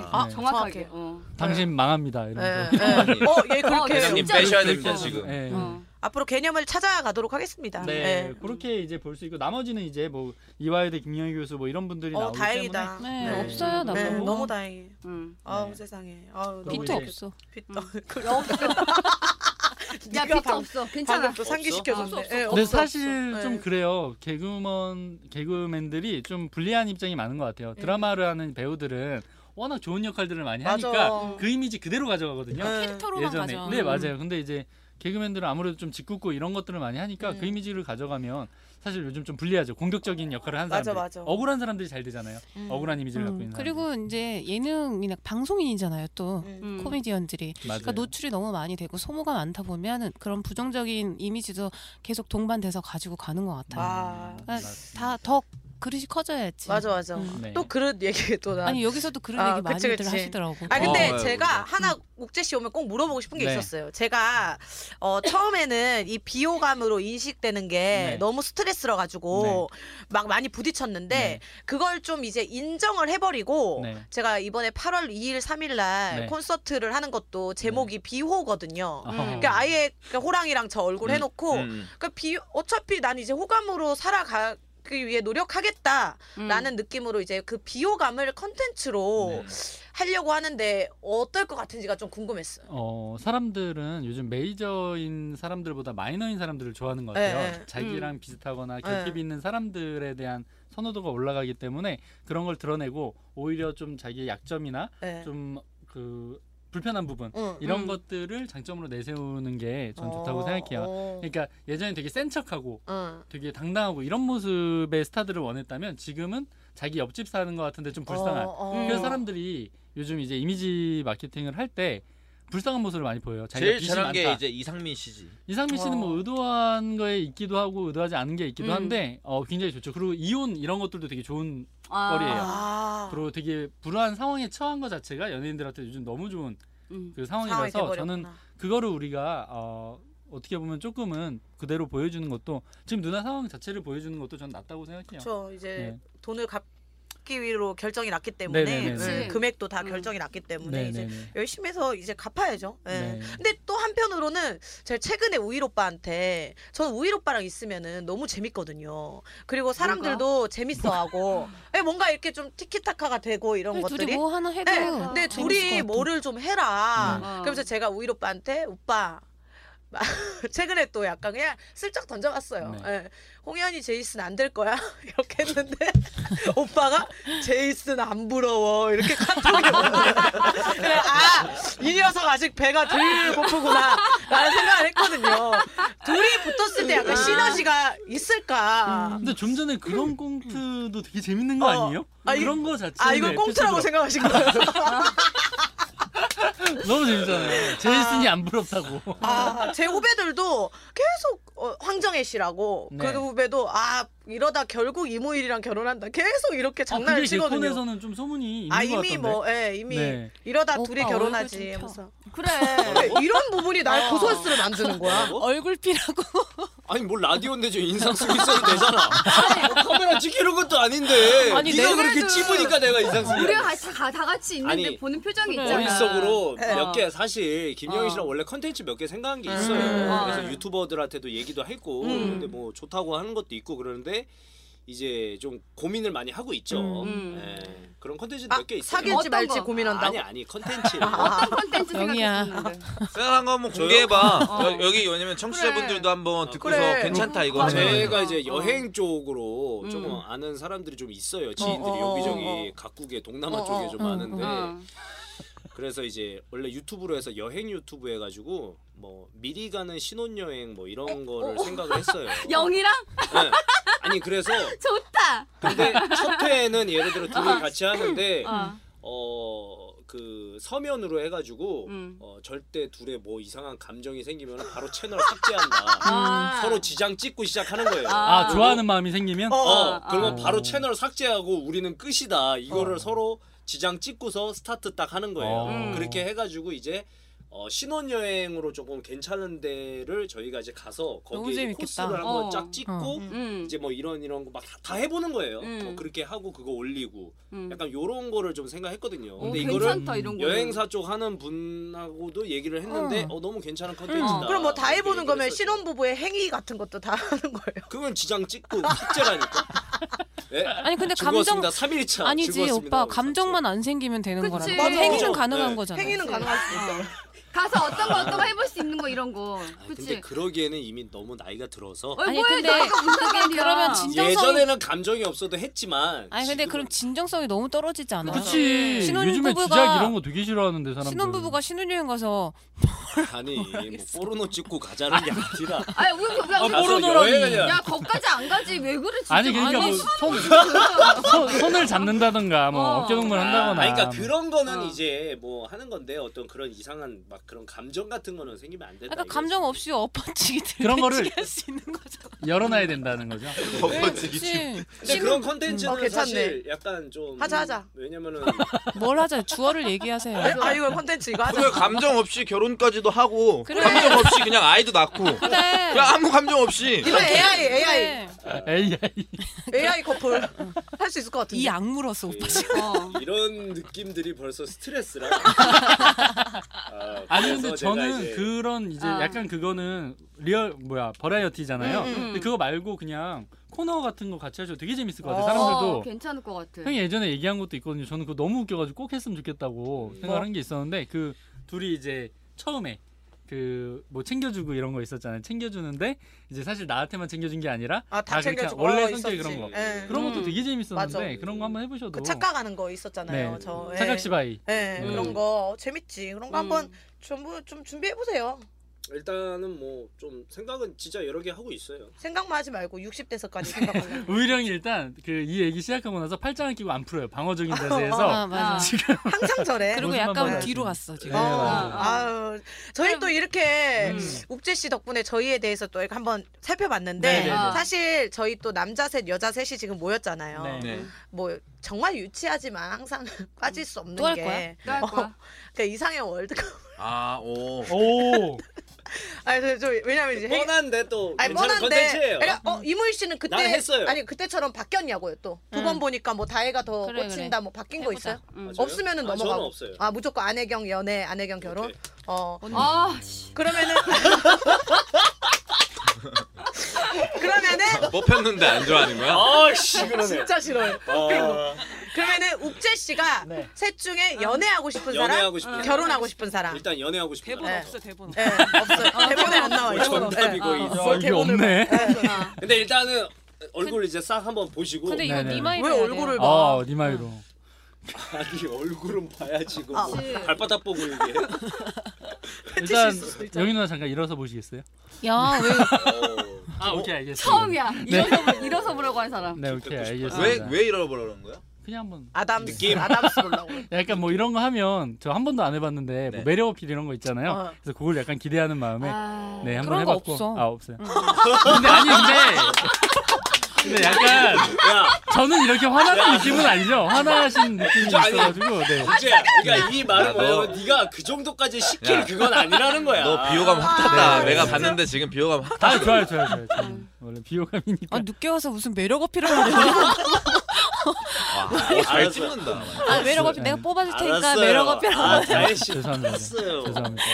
[SPEAKER 3] 대박이겠다.
[SPEAKER 5] 아,
[SPEAKER 2] 정확하게.
[SPEAKER 5] 정확해.
[SPEAKER 2] 어.
[SPEAKER 8] 당신 망합니다
[SPEAKER 5] 예,
[SPEAKER 8] 이러면서.
[SPEAKER 5] 예. 어얘
[SPEAKER 2] 어,
[SPEAKER 5] 그렇게 해요.
[SPEAKER 3] 회장님
[SPEAKER 2] 진짜로
[SPEAKER 3] 빼셔야
[SPEAKER 2] 그렇게
[SPEAKER 3] 됩니다
[SPEAKER 2] 했어.
[SPEAKER 3] 지금.
[SPEAKER 8] 예.
[SPEAKER 2] 어.
[SPEAKER 5] 앞으로 개념을 찾아가도록 하겠습니다
[SPEAKER 8] 네,
[SPEAKER 5] 예.
[SPEAKER 8] 그렇게 이제 볼 수 있고 나머지는 이제 뭐 이화여대 김영희 교수 뭐 이런 분들이
[SPEAKER 5] 어
[SPEAKER 8] 나오기
[SPEAKER 5] 다행이다
[SPEAKER 1] 네,
[SPEAKER 8] 네.
[SPEAKER 1] 없어요 나
[SPEAKER 5] 네,
[SPEAKER 1] 뭐.
[SPEAKER 5] 너무 다행이에요.
[SPEAKER 2] 음.
[SPEAKER 5] 아우
[SPEAKER 8] 네.
[SPEAKER 5] 세상에. 아우
[SPEAKER 1] 빛도
[SPEAKER 8] 그리고 이제-
[SPEAKER 1] 없어.
[SPEAKER 5] 빛도.
[SPEAKER 2] 야,
[SPEAKER 5] 네가
[SPEAKER 2] 빚도
[SPEAKER 5] 방-
[SPEAKER 2] 없어. 괜찮아.
[SPEAKER 5] 방금 또 상기시켜줬네.
[SPEAKER 2] 없어,
[SPEAKER 5] 예,
[SPEAKER 2] 없어.
[SPEAKER 8] 때문에. 근데
[SPEAKER 5] 없어,
[SPEAKER 8] 사실
[SPEAKER 5] 없어.
[SPEAKER 8] 좀
[SPEAKER 5] 예.
[SPEAKER 8] 그래요. 개그먼 개그맨들이 좀 불리한 입장이 많은 것 같아요. 드라마를 하는 배우들은 워낙 좋은 역할들을 많이
[SPEAKER 5] 맞아.
[SPEAKER 8] 하니까 그 이미지 그대로 가져가거든요.
[SPEAKER 5] 예.
[SPEAKER 1] 캐릭터로만 음.
[SPEAKER 8] 예전에
[SPEAKER 1] 가져.
[SPEAKER 8] 네 맞아요 근데 이제 개그맨들은 아무래도 좀 짓궂고 이런 것들을 많이 하니까
[SPEAKER 5] 음.
[SPEAKER 8] 그 이미지를 가져가면 사실 요즘 좀 불리하죠 공격적인 역할을 한
[SPEAKER 5] 맞아,
[SPEAKER 8] 사람들
[SPEAKER 5] 맞아.
[SPEAKER 8] 억울한 사람들이 잘 되잖아요
[SPEAKER 5] 음.
[SPEAKER 8] 억울한 이미지를 갖고
[SPEAKER 1] 음,
[SPEAKER 8] 있는
[SPEAKER 1] 그리고 이제 예능이나 방송인이잖아요 또
[SPEAKER 5] 음.
[SPEAKER 2] 음.
[SPEAKER 1] 코미디언들이.
[SPEAKER 8] 사람들. 맞아요
[SPEAKER 1] 그러니까 노출이 너무 많이 되고 소모가 많다 보면은 그런 부정적인 이미지도 계속 동반돼서 가지고 가는 것 같아요.
[SPEAKER 8] 음.
[SPEAKER 5] 와.
[SPEAKER 1] 그러니까 다 더 그릇이 커져야지.
[SPEAKER 5] 맞아 맞아.
[SPEAKER 1] 음.
[SPEAKER 8] 네.
[SPEAKER 5] 또 그릇 얘기 또 나.
[SPEAKER 1] 아니 여기서도 그런
[SPEAKER 5] 아,
[SPEAKER 1] 얘기
[SPEAKER 5] 그치,
[SPEAKER 1] 많이들
[SPEAKER 5] 그치.
[SPEAKER 1] 하시더라고.
[SPEAKER 5] 아 근데
[SPEAKER 3] 어,
[SPEAKER 5] 제가 하나 옥재 씨 오면 꼭 물어보고 싶은 게
[SPEAKER 8] 네.
[SPEAKER 5] 있었어요. 제가 어, 처음에는 이 비호감으로 인식되는 게
[SPEAKER 8] 네.
[SPEAKER 5] 너무 스트레스라 가지고 막 많이 부딪혔는데
[SPEAKER 8] 네.
[SPEAKER 5] 그걸 좀 이제 인정을
[SPEAKER 1] 그
[SPEAKER 5] 해버리고
[SPEAKER 8] 네.
[SPEAKER 5] 제가 이번에 8월 2일 3일날
[SPEAKER 8] 네.
[SPEAKER 5] 콘서트를 하는 것도 제목이 비호거든요.
[SPEAKER 8] 아하.
[SPEAKER 2] 음.
[SPEAKER 5] 그러니까 아예 그 호랑이랑 저 얼굴 해놓고
[SPEAKER 3] 음, 음.
[SPEAKER 5] 그러니까 비 어차피 난 이제 호감으로 살아가기 위해 노력하겠다라는
[SPEAKER 2] 음.
[SPEAKER 5] 느낌으로 이제 그 비호감을 컨텐츠로
[SPEAKER 8] 네.
[SPEAKER 5] 하려고 하는데 어떨 것 같은지가 좀 궁금했어요.
[SPEAKER 8] 어 사람들은 요즘 메이저인 사람들보다 마이너인 사람들을 좋아하는 것 같아요
[SPEAKER 5] 네, 네.
[SPEAKER 8] 자기랑 비슷하거나 곁입
[SPEAKER 5] 네.
[SPEAKER 8] 있는 사람들에 대한 선호도가 올라가기 때문에 그런 걸 드러내고 오히려 좀 자기의 약점이나
[SPEAKER 5] 네.
[SPEAKER 8] 좀 그 불편한 부분
[SPEAKER 5] 응.
[SPEAKER 8] 이런
[SPEAKER 2] 음.
[SPEAKER 8] 것들을 장점으로 내세우는 게 전
[SPEAKER 5] 어,
[SPEAKER 8] 좋다고 생각해요.
[SPEAKER 5] 어.
[SPEAKER 8] 그러니까 예전에 되게 센 척하고
[SPEAKER 5] 응.
[SPEAKER 8] 되게 당당하고 이런 모습의 스타들을 원했다면 지금은 자기 옆집 사는 것 같은데 좀 불쌍한.
[SPEAKER 5] 어, 어.
[SPEAKER 8] 그래서 사람들이 요즘 이제 이미지 마케팅을 할 때 불쌍한 모습을 많이 보여요. 자기가
[SPEAKER 3] 제일
[SPEAKER 8] 빚이
[SPEAKER 3] 잘한 게
[SPEAKER 8] 많다.
[SPEAKER 3] 이제 이상민 씨지.
[SPEAKER 8] 이상민 씨는
[SPEAKER 5] 어.
[SPEAKER 8] 뭐 의도한 거에 있기도 하고 의도하지 않은 게 있기도
[SPEAKER 2] 음.
[SPEAKER 8] 한데 어, 굉장히 좋죠. 그리고 이혼 이런 것들도 되게 좋은
[SPEAKER 2] 아.
[SPEAKER 8] 거리예요.
[SPEAKER 5] 아.
[SPEAKER 8] 그리고 되게 불우한 상황에 처한 것 자체가 연예인들한테 요즘 너무 좋은
[SPEAKER 2] 음.
[SPEAKER 8] 그
[SPEAKER 5] 상황이
[SPEAKER 8] 상황이라서 저는
[SPEAKER 5] 돼버렸구나.
[SPEAKER 8] 그거를 우리가 어, 어떻게 보면 조금은 그대로 보여주는 것도 지금 누나 상황 자체를 보여주는 것도 전 낫다고 생각해요.
[SPEAKER 5] 저 이제
[SPEAKER 8] 네.
[SPEAKER 5] 돈을 갚기 위로 결정이 났기 때문에
[SPEAKER 8] 네네네네.
[SPEAKER 5] 네, 금액도 다
[SPEAKER 2] 음.
[SPEAKER 5] 결정이 났기 때문에
[SPEAKER 8] 네,
[SPEAKER 5] 이제
[SPEAKER 8] 네, 네.
[SPEAKER 5] 열심히 해서 이제 갚아야죠. 예.
[SPEAKER 8] 네.
[SPEAKER 5] 근데 또 한편으로는 제가 최근에 우일 오빠한테 저는 우일 오빠랑 있으면은 너무 재밌거든요. 그리고 사람들도 재밌어하고 예, 뭔가 이렇게 좀 티키타카가 되고 이런
[SPEAKER 1] 아니,
[SPEAKER 5] 것들이.
[SPEAKER 1] 둘이 뭐 하나 해도
[SPEAKER 5] 네,
[SPEAKER 1] 재밌을
[SPEAKER 5] 근데
[SPEAKER 1] 것
[SPEAKER 5] 둘이
[SPEAKER 1] 같아. 음.
[SPEAKER 5] 뭐를 좀 해라.
[SPEAKER 2] 네.
[SPEAKER 5] 그러면서 제가 우일 오빠한테 오빠 최근에 또 약간 그냥 슬쩍 던져봤어요.
[SPEAKER 8] 네.
[SPEAKER 5] 예. 홍현이 제이슨 안 될 거야 이렇게 했는데 오빠가 제이슨 안 부러워 이렇게 카톡이 오는데 그래 아이 녀석 아직 배가 덜 고프구나 라는 생각을 했거든요. 둘이 붙었을 때 약간 시너지가
[SPEAKER 1] 음.
[SPEAKER 5] 있을까?
[SPEAKER 8] 근데 좀 전에 그런 꽁트도 되게 재밌는
[SPEAKER 5] 음.
[SPEAKER 8] 거
[SPEAKER 5] 어.
[SPEAKER 8] 아니에요?
[SPEAKER 5] 아, 이-
[SPEAKER 8] 그런 거 자체
[SPEAKER 5] 아 이걸
[SPEAKER 1] 음.
[SPEAKER 5] 꽁트라고 생각하신 거예요?
[SPEAKER 8] 너무 재밌잖아요. 제이슨이 안 부럽다고.
[SPEAKER 5] 아, 제 후배들도 계속 어, 황정혜 씨라고
[SPEAKER 8] 네.
[SPEAKER 5] 그 후배도 아 이러다 결국 이모일이랑 결혼한다 계속 이렇게 장난을
[SPEAKER 8] 아, 그게
[SPEAKER 5] 치거든요.
[SPEAKER 8] 개콘에서는 좀 소문이 있는
[SPEAKER 5] 아
[SPEAKER 8] 것
[SPEAKER 5] 이미
[SPEAKER 8] 같던데.
[SPEAKER 5] 뭐, 예, 이미
[SPEAKER 8] 네.
[SPEAKER 5] 이러다
[SPEAKER 1] 오빠
[SPEAKER 5] 둘이
[SPEAKER 1] 얼굴
[SPEAKER 5] 결혼하지.
[SPEAKER 1] 좀 펴.
[SPEAKER 5] 하면서.
[SPEAKER 2] 그래.
[SPEAKER 5] 네, 이런 부분이
[SPEAKER 8] 아.
[SPEAKER 5] 날 고소스를 만드는 거야.
[SPEAKER 1] 뭐 얼굴 피라고.
[SPEAKER 4] 아니 뭘 라디오인데 저 인상 쓰고 있어도 되잖아. 뭐 카메라 찍히는 것도 아닌데.
[SPEAKER 1] 아니,
[SPEAKER 4] 네가
[SPEAKER 1] 내가
[SPEAKER 4] 그렇게
[SPEAKER 2] 그래도-
[SPEAKER 4] 찝으니까 내가 인상 쓰고.
[SPEAKER 2] 우리가 같이 다, 다 같이 있는데
[SPEAKER 4] 아니,
[SPEAKER 2] 보는 표정이
[SPEAKER 5] 네.
[SPEAKER 1] 그래.
[SPEAKER 2] 있잖아.
[SPEAKER 4] 머릿속으로 몇
[SPEAKER 2] 어.
[SPEAKER 4] 개 사실 김영희 씨랑
[SPEAKER 2] 어.
[SPEAKER 4] 원래 컨텐츠 몇 개 생각한 게 있어요.
[SPEAKER 5] 음.
[SPEAKER 4] 그래서
[SPEAKER 2] 음.
[SPEAKER 4] 유튜버들한테도 얘기도 했고
[SPEAKER 5] 음.
[SPEAKER 4] 근데 뭐 좋다고 하는 것도 있고 그러는데 이제 좀 고민을 많이 하고 있죠.
[SPEAKER 2] 음.
[SPEAKER 4] 예, 그런 컨텐츠
[SPEAKER 5] 아,
[SPEAKER 4] 몇 개 있어요.
[SPEAKER 5] 사귈지
[SPEAKER 2] 어떤
[SPEAKER 5] 말지
[SPEAKER 2] 거?
[SPEAKER 5] 고민한다고.
[SPEAKER 4] 아니 아니 컨텐츠.
[SPEAKER 2] 어떤 콘텐츠
[SPEAKER 1] 여기야.
[SPEAKER 2] 생각했었는데.
[SPEAKER 3] 생각한 거 한번
[SPEAKER 4] 저요?
[SPEAKER 3] 공개해봐.
[SPEAKER 2] 어.
[SPEAKER 3] 여, 기 왜냐면 청취자분들도 한번
[SPEAKER 4] 어,
[SPEAKER 3] 듣고서
[SPEAKER 5] 그래.
[SPEAKER 3] 괜찮다 네. 이거.
[SPEAKER 2] 맞아요.
[SPEAKER 4] 뭐
[SPEAKER 5] 네.
[SPEAKER 4] 제가 이제
[SPEAKER 2] 어.
[SPEAKER 4] 여행 쪽으로
[SPEAKER 2] 음.
[SPEAKER 4] 좀 아는 사람들이 좀 있어요. 지인들이
[SPEAKER 5] 어, 어,
[SPEAKER 4] 여기저기
[SPEAKER 5] 어, 어.
[SPEAKER 4] 각국에 동남아
[SPEAKER 5] 어,
[SPEAKER 4] 쪽에
[SPEAKER 5] 어,
[SPEAKER 4] 좀
[SPEAKER 1] 어,
[SPEAKER 4] 많은데
[SPEAKER 2] 어.
[SPEAKER 4] 그래서 이제 원래 유튜브로 해서 여행 유튜브 해가지고 뭐 미리 가는 신혼여행 뭐
[SPEAKER 5] 어,
[SPEAKER 4] 이런 거를 생각을 했어요.
[SPEAKER 2] 영이랑
[SPEAKER 4] 네. 아니 그래서
[SPEAKER 2] 좋다.
[SPEAKER 4] 근데 첫 회는 예를 들어 둘이 같이 하는데
[SPEAKER 2] 어.
[SPEAKER 4] 어 그 서면으로 해가지고
[SPEAKER 2] 음.
[SPEAKER 4] 어, 절대 둘의 뭐 이상한 감정이 생기면 바로 채널 삭제한다.
[SPEAKER 2] 아.
[SPEAKER 4] 음, 서로 지장 찍고 시작하는 거예요.
[SPEAKER 8] 아 좋아하는 마음이 생기면
[SPEAKER 4] 어,
[SPEAKER 2] 아,
[SPEAKER 4] 그러면
[SPEAKER 8] 아.
[SPEAKER 4] 바로 채널 삭제하고 우리는 끝이다. 이거를 서로 지장 찍고서 스타트 딱 하는 거예요.
[SPEAKER 8] 어.
[SPEAKER 2] 음.
[SPEAKER 4] 그렇게 해가지고 이제 어, 신혼여행으로 조금 괜찮은 데를 저희가 이제 가서
[SPEAKER 1] 너무
[SPEAKER 4] 거기 이제
[SPEAKER 1] 재밌겠다.
[SPEAKER 4] 코스를 한번
[SPEAKER 2] 어.
[SPEAKER 4] 쫙 찍고
[SPEAKER 1] 어.
[SPEAKER 2] 음.
[SPEAKER 4] 이제 뭐 이런 이런 거 막 다 해보는 거예요.
[SPEAKER 2] 음.
[SPEAKER 4] 뭐 그렇게 하고 그거 올리고
[SPEAKER 2] 음.
[SPEAKER 4] 약간 요런 거를 좀 생각했거든요.
[SPEAKER 2] 오,
[SPEAKER 4] 근데 이거를
[SPEAKER 2] 괜찮다 이런 거.
[SPEAKER 4] 여행사 쪽 하는 분하고도 얘기를 했는데
[SPEAKER 1] 어.
[SPEAKER 4] 어, 너무 괜찮은 컨텐츠다.
[SPEAKER 2] 어.
[SPEAKER 5] 그럼 뭐 다 해보는
[SPEAKER 4] 이렇게 얘기를
[SPEAKER 5] 거면
[SPEAKER 4] 했었죠.
[SPEAKER 5] 신혼부부의 행위 같은 것도 다 하는 거예요.
[SPEAKER 4] 그건 지장 찍고 삭제라니까. 예?
[SPEAKER 1] 아니 근데 감정
[SPEAKER 4] 즐거웠습니다. 3일차
[SPEAKER 1] 아니지 오빠 감정만 안 생기면 되는
[SPEAKER 2] 그치.
[SPEAKER 1] 거라고
[SPEAKER 2] 맞아.
[SPEAKER 1] 행위는
[SPEAKER 4] 그죠.
[SPEAKER 1] 가능한
[SPEAKER 4] 네.
[SPEAKER 1] 거잖아
[SPEAKER 5] 행위는 가능할 수 있어.
[SPEAKER 1] 아.
[SPEAKER 2] 가서 어떤 거 어떤 거 해볼 수 있는 거 이런 거.
[SPEAKER 4] 아, 근데
[SPEAKER 2] 그치?
[SPEAKER 4] 그러기에는 이미 너무 나이가 들어서
[SPEAKER 2] 어이
[SPEAKER 1] 아니,
[SPEAKER 2] 뭐야
[SPEAKER 1] 근데
[SPEAKER 2] 나가 무슨 상관이야.
[SPEAKER 1] 그러면 진정성이
[SPEAKER 4] 예전에는 감정이 없어도 했지만
[SPEAKER 1] 아니 근데
[SPEAKER 4] 지금은
[SPEAKER 1] 그럼 진정성이 너무 떨어지지 않아요?
[SPEAKER 5] 네.
[SPEAKER 8] 그치
[SPEAKER 1] 신혼부부가-
[SPEAKER 8] 요즘에 주작 이런 거 되게 싫어하는데 사람들
[SPEAKER 1] 신혼부부가 신혼여행 가서
[SPEAKER 4] 아니 뭐 포르노 찍고 가자는 게 아니라
[SPEAKER 2] 아니 우리 우리
[SPEAKER 4] 가서
[SPEAKER 2] 우리
[SPEAKER 4] 여행을
[SPEAKER 2] 야 거기까지 안 가지 왜 그래 진짜.
[SPEAKER 8] 아니 그러니까
[SPEAKER 1] 아니,
[SPEAKER 8] 뭐 손 손을 잡는다던가 뭐
[SPEAKER 2] 어.
[SPEAKER 8] 어. 깨동무를 한다거나
[SPEAKER 4] 아니, 그러니까 그런 거는
[SPEAKER 2] 어.
[SPEAKER 4] 이제 뭐 하는 건데 어떤 그런 이상한 막 그런 감정 같은 거는 생기면 안 된다.
[SPEAKER 1] 약간
[SPEAKER 4] 이거지.
[SPEAKER 1] 아, 감정 없이 엎어치기
[SPEAKER 8] 그런 거를-
[SPEAKER 1] 들배치기 할수 있는 거잖아
[SPEAKER 8] 열어놔야 된다는 거죠.
[SPEAKER 3] 엎어지기 침.
[SPEAKER 1] 그치?
[SPEAKER 4] 근데 네, 그런 컨텐츠는
[SPEAKER 5] 어, 괜찮네.
[SPEAKER 4] 사실 약간 좀
[SPEAKER 5] 하자, 하자.
[SPEAKER 4] 왜냐면은
[SPEAKER 1] 뭘 하자 주어를 얘기하세요
[SPEAKER 5] 아 이거 콘텐츠 이거 하자.
[SPEAKER 3] 그래 감정 없이 결혼까지도 하고
[SPEAKER 1] 그래.
[SPEAKER 3] 감정 없이 그냥 아이도 낳고
[SPEAKER 1] 그래
[SPEAKER 5] 네.
[SPEAKER 3] 그냥 아무 감정 없이
[SPEAKER 5] 이거 AI AI
[SPEAKER 1] 그래.
[SPEAKER 8] 에이 에이.
[SPEAKER 5] AI 커플 할 수 있을 것 같은데.
[SPEAKER 1] 이 악물었어 오빠 지금
[SPEAKER 2] 어.
[SPEAKER 4] 그 이런 느낌들이 벌써 스트레스라. 아,
[SPEAKER 8] 아니
[SPEAKER 4] 그래서
[SPEAKER 8] 근데
[SPEAKER 4] 제가
[SPEAKER 8] 저는
[SPEAKER 4] 이제
[SPEAKER 8] 그런 이제
[SPEAKER 2] 아.
[SPEAKER 8] 약간 그거는 리얼 뭐야 버라이어티잖아요.
[SPEAKER 5] 음, 음.
[SPEAKER 8] 근데 그거 말고 그냥 코너 같은 거 같이 하셔도 되게 재밌을 것 같아요.
[SPEAKER 5] 어.
[SPEAKER 8] 사람들도
[SPEAKER 2] 어, 괜찮을 것 같아.
[SPEAKER 8] 형이 예전에 얘기한 것도 있거든요. 저는 그거 너무 웃겨가지고 꼭 했으면 좋겠다고
[SPEAKER 5] 어.
[SPEAKER 8] 생각한 게 있었는데 그 둘이 이제 처음에 그 뭐 챙겨주고 이런 거 있었잖아요. 챙겨주는데 이제 사실 나한테만 챙겨준 게 아니라
[SPEAKER 5] 아, 다
[SPEAKER 8] 그렇게
[SPEAKER 5] 챙겨주고.
[SPEAKER 8] 원래
[SPEAKER 5] 어,
[SPEAKER 8] 성격이
[SPEAKER 5] 있었지.
[SPEAKER 8] 그런 거.
[SPEAKER 5] 예.
[SPEAKER 8] 그런 것도
[SPEAKER 2] 음.
[SPEAKER 8] 되게 재밌었는데
[SPEAKER 5] 맞아.
[SPEAKER 8] 그런 거 한번 해보셔도
[SPEAKER 5] 그 착각하는 거 있었잖아요.
[SPEAKER 8] 네.
[SPEAKER 5] 저 예.
[SPEAKER 8] 착각시바이
[SPEAKER 5] 예,
[SPEAKER 8] 음.
[SPEAKER 5] 그런 거 재밌지. 그런 거 한번 전부 좀 준비해 보세요.
[SPEAKER 4] 일단은 뭐 좀 생각은 진짜 여러 개 하고 있어요.
[SPEAKER 5] 생각만 하지 말고 60대서까지 생각하고.
[SPEAKER 8] 우일형이 일단 그 이 얘기 시작하고 나서 팔짱을 끼고 안 풀어요. 방어적인 자세에서
[SPEAKER 1] 아 맞아
[SPEAKER 2] 아.
[SPEAKER 5] 항상 저래.
[SPEAKER 1] 그리고
[SPEAKER 8] 무슨
[SPEAKER 1] 약간
[SPEAKER 8] 말인지
[SPEAKER 1] 뒤로
[SPEAKER 8] 알지.
[SPEAKER 1] 갔어 지금
[SPEAKER 8] 네, 맞아요.
[SPEAKER 5] 어, 아유, 저희 또 이렇게
[SPEAKER 8] 음.
[SPEAKER 5] 욱재 씨 덕분에 저희에 대해서 또 이렇게 한번 살펴봤는데
[SPEAKER 8] 네, 네,
[SPEAKER 2] 네.
[SPEAKER 5] 사실 저희 또 남자 셋 여자 셋이 지금 모였잖아요.
[SPEAKER 8] 네.
[SPEAKER 3] 네.
[SPEAKER 5] 뭐 정말 유치하지만 항상 빠질 수 없는
[SPEAKER 1] 또할
[SPEAKER 5] 게
[SPEAKER 1] 거야?
[SPEAKER 2] 또할 거야?
[SPEAKER 5] 그러니까 이상의 월드컵.
[SPEAKER 3] 아, 오.
[SPEAKER 8] 오
[SPEAKER 5] 아니 저, 저 왜냐면
[SPEAKER 1] 뭐
[SPEAKER 5] 이제 행-
[SPEAKER 4] 뻔한데 또
[SPEAKER 5] 네. 아니
[SPEAKER 4] 괜찮은
[SPEAKER 5] 뻔한데
[SPEAKER 4] 컨텐츠예요.
[SPEAKER 5] 그러니까 어, 이무일 씨는 그때
[SPEAKER 4] 난 했어요.
[SPEAKER 5] 아니 그때처럼 바뀌었냐고요 또 두
[SPEAKER 1] 음.
[SPEAKER 5] 번 보니까 뭐 다해가 더
[SPEAKER 1] 그래,
[SPEAKER 5] 꽂힌다 뭐 바뀐 거
[SPEAKER 1] 해보자.
[SPEAKER 5] 있어요?
[SPEAKER 2] 음.
[SPEAKER 4] 맞아요?
[SPEAKER 5] 없으면은
[SPEAKER 4] 아,
[SPEAKER 5] 넘어가고
[SPEAKER 4] 저는 없어요.
[SPEAKER 5] 아 무조건 안혜경 연애 안혜경 결혼
[SPEAKER 4] 오케이.
[SPEAKER 5] 어
[SPEAKER 2] 아, 씨.
[SPEAKER 5] 그러면은 그러면은
[SPEAKER 3] 뽑혔는데 안 좋아하는 거야?
[SPEAKER 4] 아씨 그러네.
[SPEAKER 5] 진짜 싫어요.
[SPEAKER 4] 아,
[SPEAKER 5] 그러면은 욱재 씨가
[SPEAKER 8] 네.
[SPEAKER 5] 셋 중에 연애하고 싶은 사람,
[SPEAKER 4] 연애하고 싶은 사람.
[SPEAKER 5] 어. 결혼하고 싶은 사람.
[SPEAKER 4] 일단 연애하고 싶다.
[SPEAKER 1] 대본
[SPEAKER 5] 네.
[SPEAKER 1] 없어 대본
[SPEAKER 5] 예, 없어요. 대본에 안 나와요.
[SPEAKER 4] 뭐 정답이
[SPEAKER 5] 예.
[SPEAKER 4] 거의
[SPEAKER 2] 아.
[SPEAKER 4] 있어.
[SPEAKER 8] 야, 이게 없네.
[SPEAKER 2] 아.
[SPEAKER 4] 근데 일단은 얼굴 이제 싹 한번 보시고
[SPEAKER 1] 근데 이거
[SPEAKER 8] 네네.
[SPEAKER 1] 니마이
[SPEAKER 5] 왜 얼굴을 봐?
[SPEAKER 8] 어 니마이로
[SPEAKER 1] 음.
[SPEAKER 4] 아니 얼굴은 봐야지 그
[SPEAKER 5] 아.
[SPEAKER 4] 뭐 발바닥 보고 이게
[SPEAKER 8] 일단
[SPEAKER 5] 있을 수도 있잖아.
[SPEAKER 8] 영희 누나 잠깐 일어서 보시겠어요?
[SPEAKER 1] 야왜
[SPEAKER 4] 어,
[SPEAKER 8] 아 오케이 알겠습니다.
[SPEAKER 2] 처음이야. 일어서 보- 일어서 보라고 한 사람.
[SPEAKER 8] 네 오케이 알겠습니다.
[SPEAKER 3] 왜 왜 이러버리는 거야?
[SPEAKER 8] 그냥 한번
[SPEAKER 5] 아담스.
[SPEAKER 4] 느낌.
[SPEAKER 5] 아담스 보려고.
[SPEAKER 1] 네.
[SPEAKER 8] 약간 뭐 이런 거 하면 저 한 번도 안 해봤는데 뭐
[SPEAKER 3] 네.
[SPEAKER 8] 매력 어필 이런 거 있잖아요.
[SPEAKER 5] 어.
[SPEAKER 8] 그래서 그걸 약간 기대하는 마음에
[SPEAKER 2] 아.
[SPEAKER 8] 네
[SPEAKER 1] 그런
[SPEAKER 8] 한번
[SPEAKER 1] 거
[SPEAKER 8] 해봤고
[SPEAKER 1] 없어. 음.
[SPEAKER 8] 아 없어요. 근데 아니 근데 근데 약간
[SPEAKER 4] 야
[SPEAKER 8] 저는 이렇게 화나는 느낌은 아니죠. 화나신 느낌이
[SPEAKER 4] 아니.
[SPEAKER 8] 있어가지고 네.
[SPEAKER 4] 이제야 그러니까 이
[SPEAKER 3] 야,
[SPEAKER 4] 말은
[SPEAKER 3] 너-
[SPEAKER 4] 뭐야 네가 그 정도까지 시킬
[SPEAKER 3] 야.
[SPEAKER 4] 그건 아니라는 거야
[SPEAKER 3] 너 비호감 확 탔다.
[SPEAKER 8] 네.
[SPEAKER 3] 내가 봤는데 지금 비호감 확
[SPEAKER 8] 아 좋아요 좋아요 좋아요.
[SPEAKER 2] 음,
[SPEAKER 8] 저는 원래 비호감이니까.
[SPEAKER 1] 아, 늦게 와서 무슨 매력 어필을 하냐
[SPEAKER 3] 와,
[SPEAKER 4] 어,
[SPEAKER 3] 잘 찍는다.
[SPEAKER 1] 아, 매력 어필 내가 뽑아줄 테니까 매력 어필
[SPEAKER 4] 아,
[SPEAKER 8] 아,
[SPEAKER 4] 잘했어
[SPEAKER 8] 죄송합니다.
[SPEAKER 4] 알았어요.
[SPEAKER 8] 죄송합니다.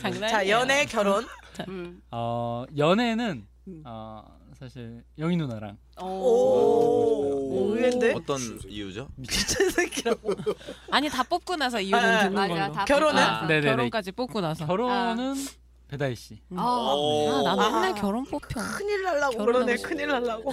[SPEAKER 1] 장난
[SPEAKER 5] 자, 연애 결혼.
[SPEAKER 2] 음.
[SPEAKER 8] 어 연애는
[SPEAKER 1] 음.
[SPEAKER 8] 어, 사실 영희 누나랑
[SPEAKER 2] 음.
[SPEAKER 5] 오,
[SPEAKER 8] 네?
[SPEAKER 5] 의외인데?
[SPEAKER 3] 어떤 이유죠?
[SPEAKER 5] 미친 새끼라고.
[SPEAKER 1] 아니 다 뽑고 나서 이유는
[SPEAKER 5] 아,
[SPEAKER 1] 듣는
[SPEAKER 2] 맞아,
[SPEAKER 1] 걸로.
[SPEAKER 2] 다
[SPEAKER 5] 결혼은?
[SPEAKER 1] 아,
[SPEAKER 8] 네네네.
[SPEAKER 1] 결혼까지 뽑고 나서.
[SPEAKER 8] 결혼은 배다희 씨.
[SPEAKER 1] 음.
[SPEAKER 2] 아,
[SPEAKER 4] 어,
[SPEAKER 1] 아, 나
[SPEAKER 5] 아.
[SPEAKER 1] 맨날 결혼 뽑혀.
[SPEAKER 5] 큰일 날라고 그러네. 큰일 날라고.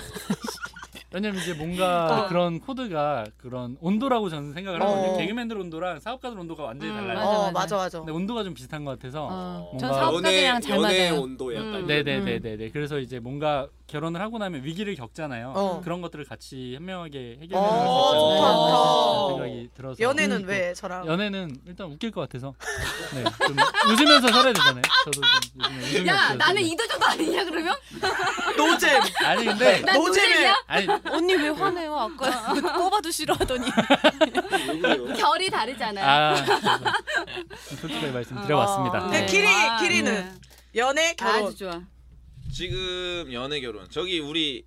[SPEAKER 8] 왜냐면 이제 뭔가
[SPEAKER 5] 어.
[SPEAKER 8] 그런 코드가 그런 온도라고 저는 생각을
[SPEAKER 5] 어.
[SPEAKER 8] 하거든요. 개그맨들 온도랑 사업가들 온도가 완전히
[SPEAKER 1] 음,
[SPEAKER 8] 달라요.
[SPEAKER 1] 맞아,
[SPEAKER 5] 어, 맞아 맞아.
[SPEAKER 8] 근데 온도가 좀 비슷한 것 같아서
[SPEAKER 1] 어,
[SPEAKER 8] 뭔가
[SPEAKER 1] 전 사업가들이랑 잘
[SPEAKER 4] 연애
[SPEAKER 1] 맞아요.
[SPEAKER 4] 온도 약간
[SPEAKER 2] 음.
[SPEAKER 4] 이런
[SPEAKER 8] 네네네네네. 그래서 이제 뭔가 결혼을 하고 나면 위기를 겪잖아요.
[SPEAKER 5] 어.
[SPEAKER 8] 그런 것들을 같이 현명하게 해결해
[SPEAKER 5] 어,
[SPEAKER 8] 나갈 수
[SPEAKER 5] 좋다,
[SPEAKER 8] 있잖아요.
[SPEAKER 5] 좋다.
[SPEAKER 8] 생각이 들어서
[SPEAKER 5] 연애는
[SPEAKER 8] 음,
[SPEAKER 5] 왜
[SPEAKER 8] 또
[SPEAKER 5] 저랑?
[SPEAKER 8] 연애는 일단 웃길 것 같아서 네, 좀 웃으면서 살아야 되잖아요. 저도 좀 요즘에 웃음이
[SPEAKER 2] 야
[SPEAKER 8] 없어서.
[SPEAKER 2] 나는 이도저도 아니냐 그러면?
[SPEAKER 5] 노잼. 네.
[SPEAKER 8] 아니 근데
[SPEAKER 2] 난
[SPEAKER 5] 노잼이야?
[SPEAKER 2] 노잼이야?
[SPEAKER 8] 아니
[SPEAKER 1] 언니 왜 화내요? 아까 뽑아도 싫어하더니.
[SPEAKER 4] 누구예요?
[SPEAKER 2] 결이 다르잖아요.
[SPEAKER 8] 아 그래서 좀 솔직하게 말씀드려봤습니다.
[SPEAKER 2] 어,
[SPEAKER 5] 네, 길이,
[SPEAKER 2] 아,
[SPEAKER 5] 길이는?
[SPEAKER 2] 네.
[SPEAKER 5] 연애 결혼.
[SPEAKER 2] 아주 좋아.
[SPEAKER 3] 지금 연애 결혼 저기 우리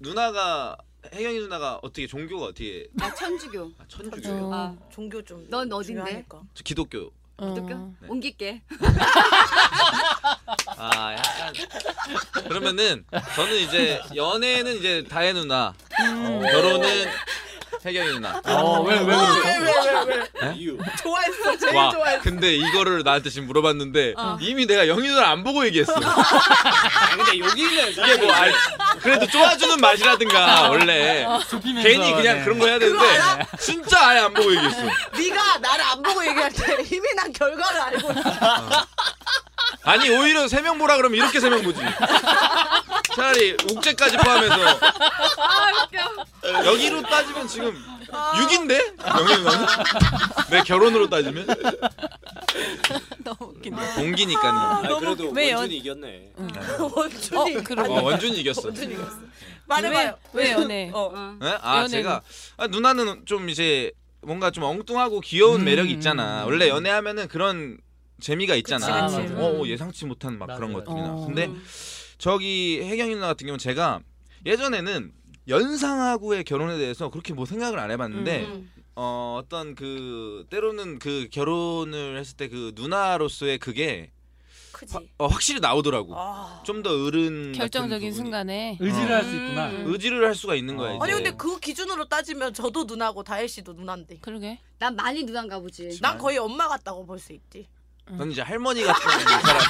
[SPEAKER 3] 누나가 혜경이 누나가 어떻게 종교가 어떻게
[SPEAKER 2] 나 천주교.
[SPEAKER 3] 아, 천주교예요?
[SPEAKER 2] 아,
[SPEAKER 5] 종교 좀.
[SPEAKER 2] 넌 어딘데?
[SPEAKER 5] 중요하니까.
[SPEAKER 3] 저 기독교.
[SPEAKER 2] 어떡해? 옮길게.
[SPEAKER 3] 아 약간 그러면은 저는 이제 연애는 이제 다혜 누나, 어, 결혼은 혜경이 누나.
[SPEAKER 8] 아, 어왜왜
[SPEAKER 4] 아,
[SPEAKER 8] 네? 그러죠?
[SPEAKER 4] 이유.
[SPEAKER 5] 좋아했어. 제일
[SPEAKER 3] 와
[SPEAKER 5] 좋아했어.
[SPEAKER 3] 근데 이거를 나한테 지금 물어봤는데 이미 내가 영희 누나 안 보고 얘기했어.
[SPEAKER 4] 아 근데 여기는
[SPEAKER 3] 이게 뭐 알- 그래도 쪼아주는 맛이라든가 원래
[SPEAKER 8] 좁히면서,
[SPEAKER 3] 괜히 그냥
[SPEAKER 8] 네.
[SPEAKER 3] 그런 거 해야 되는데 진짜 아예 안 보고 얘기했어.
[SPEAKER 5] 네가 나를 안 보고 얘기할 때 이미 난 결과를 알고 있어.
[SPEAKER 3] 아니 오히려 세 명 보라 그러면 이렇게 세 명 보지. 차라리 옥제까지 포함해서
[SPEAKER 2] 아 웃겨.
[SPEAKER 3] 여기로 따지면 지금 6인데? 영희 누나는? 내 결혼으로 따지면?
[SPEAKER 1] 너무 웃긴다.
[SPEAKER 3] 동기니까는.
[SPEAKER 4] 아, 그래도
[SPEAKER 1] 왜 연-
[SPEAKER 4] 원준이 이겼네.
[SPEAKER 1] 어,
[SPEAKER 5] 원준이.
[SPEAKER 1] 그러고.
[SPEAKER 3] 어, 원준이 이겼어.
[SPEAKER 5] 말해봐요.
[SPEAKER 1] 왜, 왜 연애?
[SPEAKER 5] 어.
[SPEAKER 2] 어.
[SPEAKER 3] 네? 아
[SPEAKER 1] 연애는.
[SPEAKER 3] 제가 아, 누나는 좀 이제 뭔가 좀 엉뚱하고 귀여운
[SPEAKER 8] 음,
[SPEAKER 3] 매력이 있잖아.
[SPEAKER 8] 음.
[SPEAKER 3] 원래 연애하면은 그런 재미가 있잖아.
[SPEAKER 1] 그치, 그치.
[SPEAKER 3] 어, 어, 예상치 못한 막
[SPEAKER 8] 음. 맞아,
[SPEAKER 3] 그런
[SPEAKER 8] 맞아.
[SPEAKER 3] 것들이나.
[SPEAKER 1] 어.
[SPEAKER 3] 근데 저기 혜경이 누나 같은 경우는 제가 예전에는 연상하고의 결혼에 대해서 그렇게 뭐 생각을 안 해봤는데
[SPEAKER 2] 음.
[SPEAKER 3] 어, 어떤 그 때로는 그 결혼을 했을 때 그 누나로서의 그게 화-
[SPEAKER 2] 크지.
[SPEAKER 3] 어, 확실히 나오더라고.
[SPEAKER 5] 아.
[SPEAKER 3] 좀 더 어른 같은
[SPEAKER 1] 결정적인
[SPEAKER 3] 부분이.
[SPEAKER 1] 순간에
[SPEAKER 8] 의지를 할 수 있구나. 네.
[SPEAKER 2] 음.
[SPEAKER 3] 의지를 할 수가 있는 거야.
[SPEAKER 8] 어.
[SPEAKER 3] 이제.
[SPEAKER 5] 아니 근데 그 기준으로 따지면 저도 누나고 다혜 씨도 누난데.
[SPEAKER 1] 그러게.
[SPEAKER 2] 난 많이 누난가 보지.
[SPEAKER 5] 난 거의 엄마 같다고 볼 수 있지.
[SPEAKER 3] 넌 이제 할머니 같은 사람.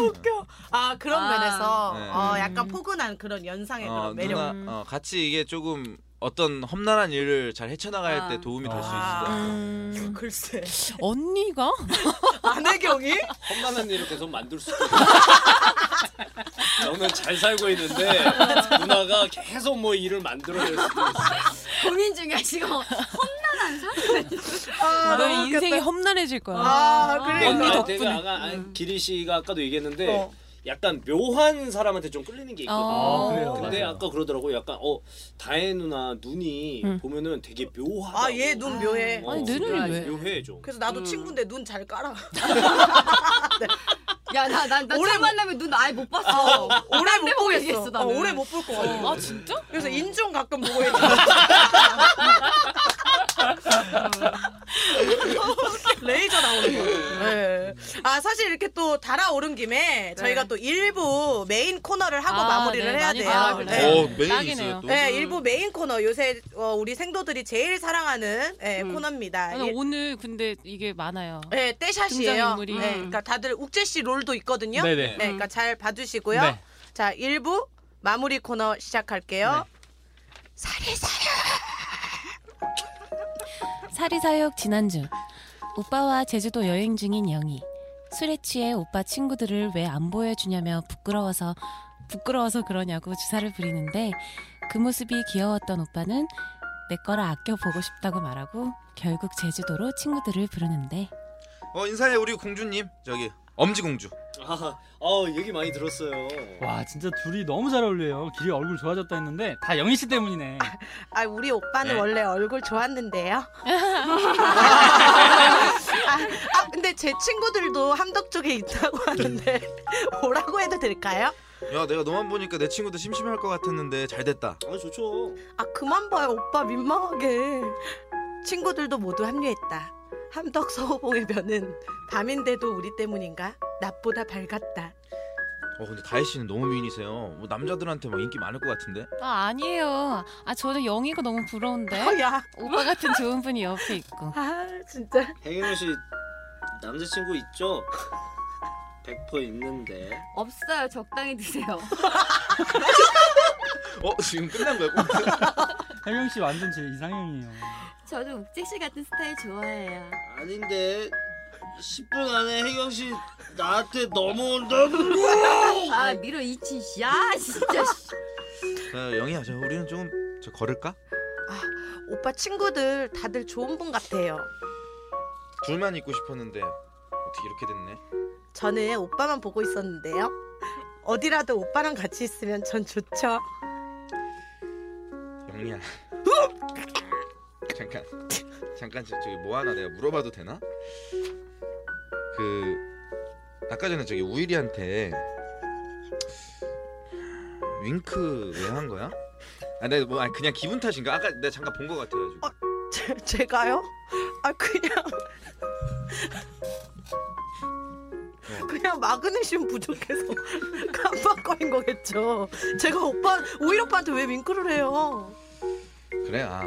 [SPEAKER 5] 웃겨. 아 그런
[SPEAKER 2] 아.
[SPEAKER 5] 면에서
[SPEAKER 3] 네.
[SPEAKER 5] 어, 약간 포근한 그런 연상의
[SPEAKER 3] 어,
[SPEAKER 5] 네, 그런 매력.
[SPEAKER 3] 누나, 어, 같이 이게 조금 어떤 험난한 일을 잘 헤쳐나갈
[SPEAKER 2] 아.
[SPEAKER 3] 때 도움이 될 수 있을 것
[SPEAKER 5] 아.
[SPEAKER 3] 같아.
[SPEAKER 1] 음,
[SPEAKER 5] 글쎄.
[SPEAKER 1] 언니가?
[SPEAKER 5] 아내경이?
[SPEAKER 4] 험난한 일을 계속 만들 수도 있고 저는 잘 살고 있는데 누나가 계속 뭐 일을 만들어낼 수도 있어
[SPEAKER 2] 고민 중이야 지금.
[SPEAKER 5] 아,
[SPEAKER 1] 너
[SPEAKER 5] 너무
[SPEAKER 1] 인생이
[SPEAKER 5] 웃겼다.
[SPEAKER 1] 험난해질 거야.
[SPEAKER 5] 아 그래.
[SPEAKER 1] 언니
[SPEAKER 4] 아니,
[SPEAKER 1] 덕분에. 음.
[SPEAKER 4] 내가 아까 아니, 기리 씨가 아까도 얘기했는데
[SPEAKER 5] 어.
[SPEAKER 4] 약간 묘한 사람한테 좀 끌리는 게 있거든요
[SPEAKER 1] 어.
[SPEAKER 8] 아, 그래요?
[SPEAKER 4] 근데
[SPEAKER 8] 맞아요.
[SPEAKER 4] 아까 그러더라고 약간 어 다혜 누나 눈이
[SPEAKER 1] 음.
[SPEAKER 4] 보면은 되게 묘하다고
[SPEAKER 5] 아얘 눈 묘해.
[SPEAKER 4] 어,
[SPEAKER 1] 아니, 내 눈이 왜?
[SPEAKER 4] 묘해 좀
[SPEAKER 5] 그래서 나도 친구인데 눈 잘 깔아.
[SPEAKER 2] 야나난나
[SPEAKER 5] 올해
[SPEAKER 2] 처음
[SPEAKER 5] 못-
[SPEAKER 2] 만나면 눈 아예 못 봤어.
[SPEAKER 5] 오래 못
[SPEAKER 2] 보겠어,
[SPEAKER 5] 보겠어. 어,
[SPEAKER 2] 나는.
[SPEAKER 5] 오래 못 볼 거 같아.
[SPEAKER 1] 아 진짜?
[SPEAKER 5] 그래서 인중 가끔 보고 있는.
[SPEAKER 1] 음.
[SPEAKER 5] 레이저 나오는 거. 네. 아 사실 이렇게 또 달아오른 김에 저희가 또 일부 메인 코너를 하고
[SPEAKER 1] 네. 아,
[SPEAKER 5] 마무리를
[SPEAKER 1] 네,
[SPEAKER 5] 해야
[SPEAKER 1] 많이
[SPEAKER 5] 돼요.
[SPEAKER 1] 달아오르네요.
[SPEAKER 5] 네.
[SPEAKER 3] 어, 메인이 있어요
[SPEAKER 1] 딱이네요.
[SPEAKER 3] 또.
[SPEAKER 5] 네, 일부 메인 코너 요새 어, 우리 생도들이 제일 사랑하는 예,
[SPEAKER 1] 음.
[SPEAKER 5] 코너입니다.
[SPEAKER 1] 아니, 오늘 근데 이게 많아요.
[SPEAKER 5] 네, 떼샷이에요. 네,
[SPEAKER 1] 어. 등장인물이. 음.
[SPEAKER 5] 그러니까 다들 욱재 씨 롤도 있거든요.
[SPEAKER 8] 네네.
[SPEAKER 5] 네, 그러니까 잘 봐주시고요.
[SPEAKER 8] 네.
[SPEAKER 5] 자, 1부 마무리 코너 시작할게요.
[SPEAKER 8] 네.
[SPEAKER 1] 사리사욕 지난주 오빠와 제주도 여행 중인 영희 술에 취해 오빠 친구들을 왜 안 보여주냐며 부끄러워서 부끄러워서 그러냐고 주사를 부리는데 그 모습이 귀여웠던 오빠는 내 거라 아껴 보고 싶다고 말하고 결국 제주도로 친구들을 부르는데
[SPEAKER 3] 어 인사해 우리 공주님 저기 엄지 공주.
[SPEAKER 4] 아, 어, 얘기 많이 들었어요
[SPEAKER 8] 와 진짜 둘이 너무 잘 어울려요. 길이 얼굴 좋아졌다 했는데 다 영희 씨 때문이네.
[SPEAKER 5] 아, 우리 오빠는
[SPEAKER 3] 네.
[SPEAKER 5] 원래 얼굴 좋았는데요. 아, 아, 근데 제 친구들도 함덕 쪽에 있다고
[SPEAKER 8] 네.
[SPEAKER 5] 하는데 오라고 해도 될까요?
[SPEAKER 3] 야 내가 너만 보니까 내 친구도 심심할 것 같았는데 잘 됐다.
[SPEAKER 4] 아 좋죠
[SPEAKER 5] 아, 그만 봐요, 오빠 민망하게. 친구들도 모두 합류했다. 함덕 서호봉의 변은 밤인데도 우리 때문인가? 낮보다 밝았다.
[SPEAKER 3] 어 근데 다혜 씨는 너무 미인이세요. 뭐 남자들한테 막 인기 많을 것 같은데?
[SPEAKER 1] 아 아니에요. 아 저는 영희가 너무 부러운데
[SPEAKER 5] 허야.
[SPEAKER 1] 오빠 같은 좋은 분이 옆에 있고.
[SPEAKER 5] 예. 아 진짜.
[SPEAKER 4] 혜경 씨 남자친구 있죠? 100% 있는데
[SPEAKER 2] 없어요. 적당히 드세요.
[SPEAKER 3] 어 지금 끝난 거야? 꼭?
[SPEAKER 8] 혜경 씨 완전 제 이상형이에요.
[SPEAKER 2] 저도 욱직 씨 같은 스타일 좋아해요.
[SPEAKER 4] 아닌데 10분 안에 혜경 씨 나한테 넘어온다는
[SPEAKER 2] 아 밀어 이치 씨. 아 진짜. 씨.
[SPEAKER 3] 자, 영희야, 자, 우리는 조금 저 걸을까?
[SPEAKER 5] 오빠 친구들 다들 좋은 분 같아요.
[SPEAKER 3] 둘만 있고 싶었는데 어떻게 이렇게 됐네?
[SPEAKER 5] 저는 오빠만 보고 있었는데요. 어디라도 오빠랑 같이 있으면 전 좋죠.
[SPEAKER 3] 영희야. 잠깐, 잠깐 저- 저기 뭐 하나 내가 물어봐도 되나? 그 아까 전에 저기 우일이한테 윙크 왜 한 거야? 아, 내가 뭐 아니, 그냥 기분 탓인가? 아까 내가 잠깐 본 거 같아가지고.
[SPEAKER 5] 제, 제가요? 아 그냥 그냥 마그네슘 부족해서 깜빡거린 거겠죠. 제가 오빠 오일 오빠한테 왜 윙크를 해요?
[SPEAKER 3] 그래, 아,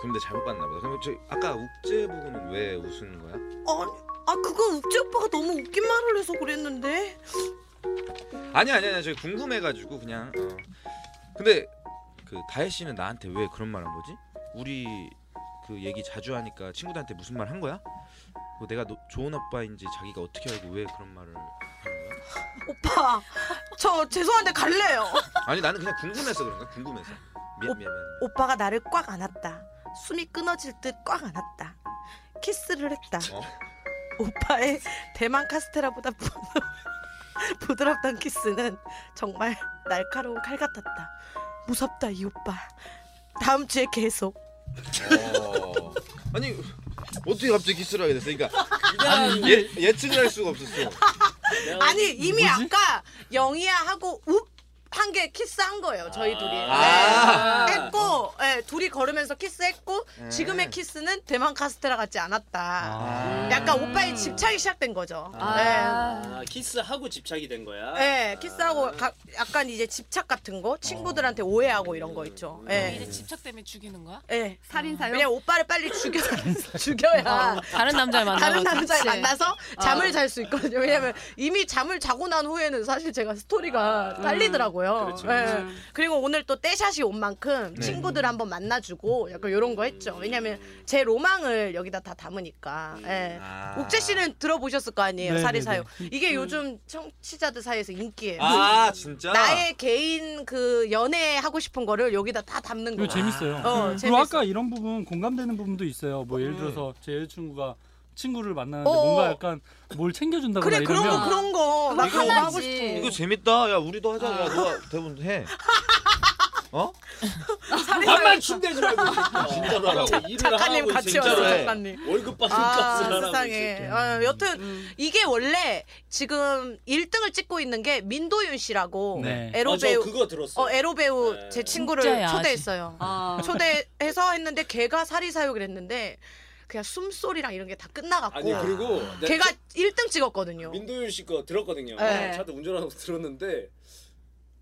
[SPEAKER 3] 그럼 내가 잘못 봤나 보다. 그럼 저 아까 욱제부근은 왜 웃은 거야?
[SPEAKER 5] 아니, 아 그건 욱지 오빠가 너무 웃긴 말을 해서 그랬는데.
[SPEAKER 3] 아니 아니 아니 저 궁금해가지고 그냥 어. 근데 그 다혜 씨는 나한테 왜 그런 말 한 거지? 우리 그 얘기 자주 하니까 친구들한테 무슨 말 한 거야? 뭐 내가 너- 좋은 아빠인지 자기가 어떻게 알고 왜 그런 말을 하는 거야?
[SPEAKER 5] 오빠, 저 죄송한데 갈래요.
[SPEAKER 3] 아니 나는 그냥 궁금해서 그런 거야 궁금해서 미안 미안 미안
[SPEAKER 5] 오빠가 나를 꽉 안았다. 숨이 끊어질 듯 꽉 안았다. 키스를 했다.
[SPEAKER 3] 어?
[SPEAKER 5] 오빠의 대만 카스테라보다 부- 부드럽던 키스는 정말 날카로운 칼 같았다. 무섭다 이 오빠. 다음 주에 계속.
[SPEAKER 3] 어. 아니 어떻게 갑자기 키스를 하게 됐어 그러니까 예, 예측을 할 수가 없었어
[SPEAKER 5] 아니 이미
[SPEAKER 8] 어, 뭐지?
[SPEAKER 5] 아까 영희야 하고 웁 한 게 키스한 거예요 저희 둘이.
[SPEAKER 3] 아.
[SPEAKER 5] 네. 했고 네, 둘이 걸으면서 키스했고
[SPEAKER 3] 음.
[SPEAKER 5] 지금의 키스는 대만 카스테라 같지 않았다.
[SPEAKER 8] 아.
[SPEAKER 5] 약간 오빠의 집착이 시작된 거죠. 네.
[SPEAKER 2] 아.
[SPEAKER 4] 아, 키스하고 집착이 된 거야?
[SPEAKER 5] 네, 키스하고 가- 약간 이제 집착 같은 거 친구들한테 오해하고 이런 거 있죠. 네.
[SPEAKER 1] 이제 집착되면 죽이는 거야?
[SPEAKER 8] 어.
[SPEAKER 5] 네.
[SPEAKER 2] 살인사요?
[SPEAKER 5] 그냥 오빠를 빨리 죽여
[SPEAKER 8] 어.
[SPEAKER 5] 죽여야
[SPEAKER 1] 다른 남자를
[SPEAKER 5] 다른
[SPEAKER 1] 만나면
[SPEAKER 5] 남자를
[SPEAKER 2] 그치.
[SPEAKER 5] 만나서 잠을 잘 수 있거든요. 왜냐면 이미 잠을 자고 난 후에는 사실 제가 스토리가 딸리더라고요.
[SPEAKER 4] 그렇죠.
[SPEAKER 5] 예. 그리고 오늘 또 떼샷이 온 만큼 친구들 한번 만나주고 약간 이런 거 했죠. 왜냐면 제 로망을 여기다 다 담으니까. 예.
[SPEAKER 3] 아.
[SPEAKER 5] 옥재 씨는 들어보셨을 거 아니에요.
[SPEAKER 8] 네네네.
[SPEAKER 5] 사리사요. 이게 요즘 청취자들 사이에서 인기예요.
[SPEAKER 3] 아 진짜?
[SPEAKER 5] 나의 개인 그 연애 하고 싶은 거를 여기다 다 담는
[SPEAKER 8] 이거
[SPEAKER 5] 거.
[SPEAKER 8] 재밌어요.
[SPEAKER 5] 어,
[SPEAKER 8] 그리고
[SPEAKER 5] 재밌어.
[SPEAKER 8] 아까 이런 부분 공감되는 부분도 있어요. 뭐 예를 들어서 제 여자친구가 친구를 만나는데
[SPEAKER 5] 어어.
[SPEAKER 8] 뭔가 약간 뭘 챙겨준다거나
[SPEAKER 5] 그래
[SPEAKER 8] 이러면
[SPEAKER 5] 그런 거 그런 거. 나 그런 거 하고
[SPEAKER 2] 하나지.
[SPEAKER 5] 싶어.
[SPEAKER 3] 이거 재밌다 야 우리도 하자 야 너가 대본 해 어?
[SPEAKER 4] 반만 춘대지 말고 진짜로
[SPEAKER 3] 하라고.
[SPEAKER 4] 일을
[SPEAKER 5] 작가님
[SPEAKER 4] 하고
[SPEAKER 5] 같이
[SPEAKER 4] 진짜로
[SPEAKER 5] 와서
[SPEAKER 4] 해.
[SPEAKER 5] 작가님.
[SPEAKER 4] 월급 받는 값을
[SPEAKER 5] 아
[SPEAKER 4] 하라고 음,
[SPEAKER 5] 세상에. 아, 여튼 이게 원래 지금 1등을 찍고 있는 게 민도윤 씨라고
[SPEAKER 8] 네.
[SPEAKER 5] 에로
[SPEAKER 4] 맞아
[SPEAKER 5] 배우.
[SPEAKER 4] 그거 들었어
[SPEAKER 5] 어 에로 배우
[SPEAKER 4] 네.
[SPEAKER 5] 제 친구를
[SPEAKER 1] 진짜야,
[SPEAKER 5] 초대했어요.
[SPEAKER 2] 아.
[SPEAKER 5] 초대해서 했는데 걔가 사리사욕을 했는데 그냥 숨소리랑 이런 게 다 끝나갖고
[SPEAKER 4] 아니 그리고 내가
[SPEAKER 5] 걔가 1등 찍었거든요.
[SPEAKER 4] 민도윤 씨 거 들었거든요
[SPEAKER 5] 네.
[SPEAKER 4] 차도 운전하고 들었는데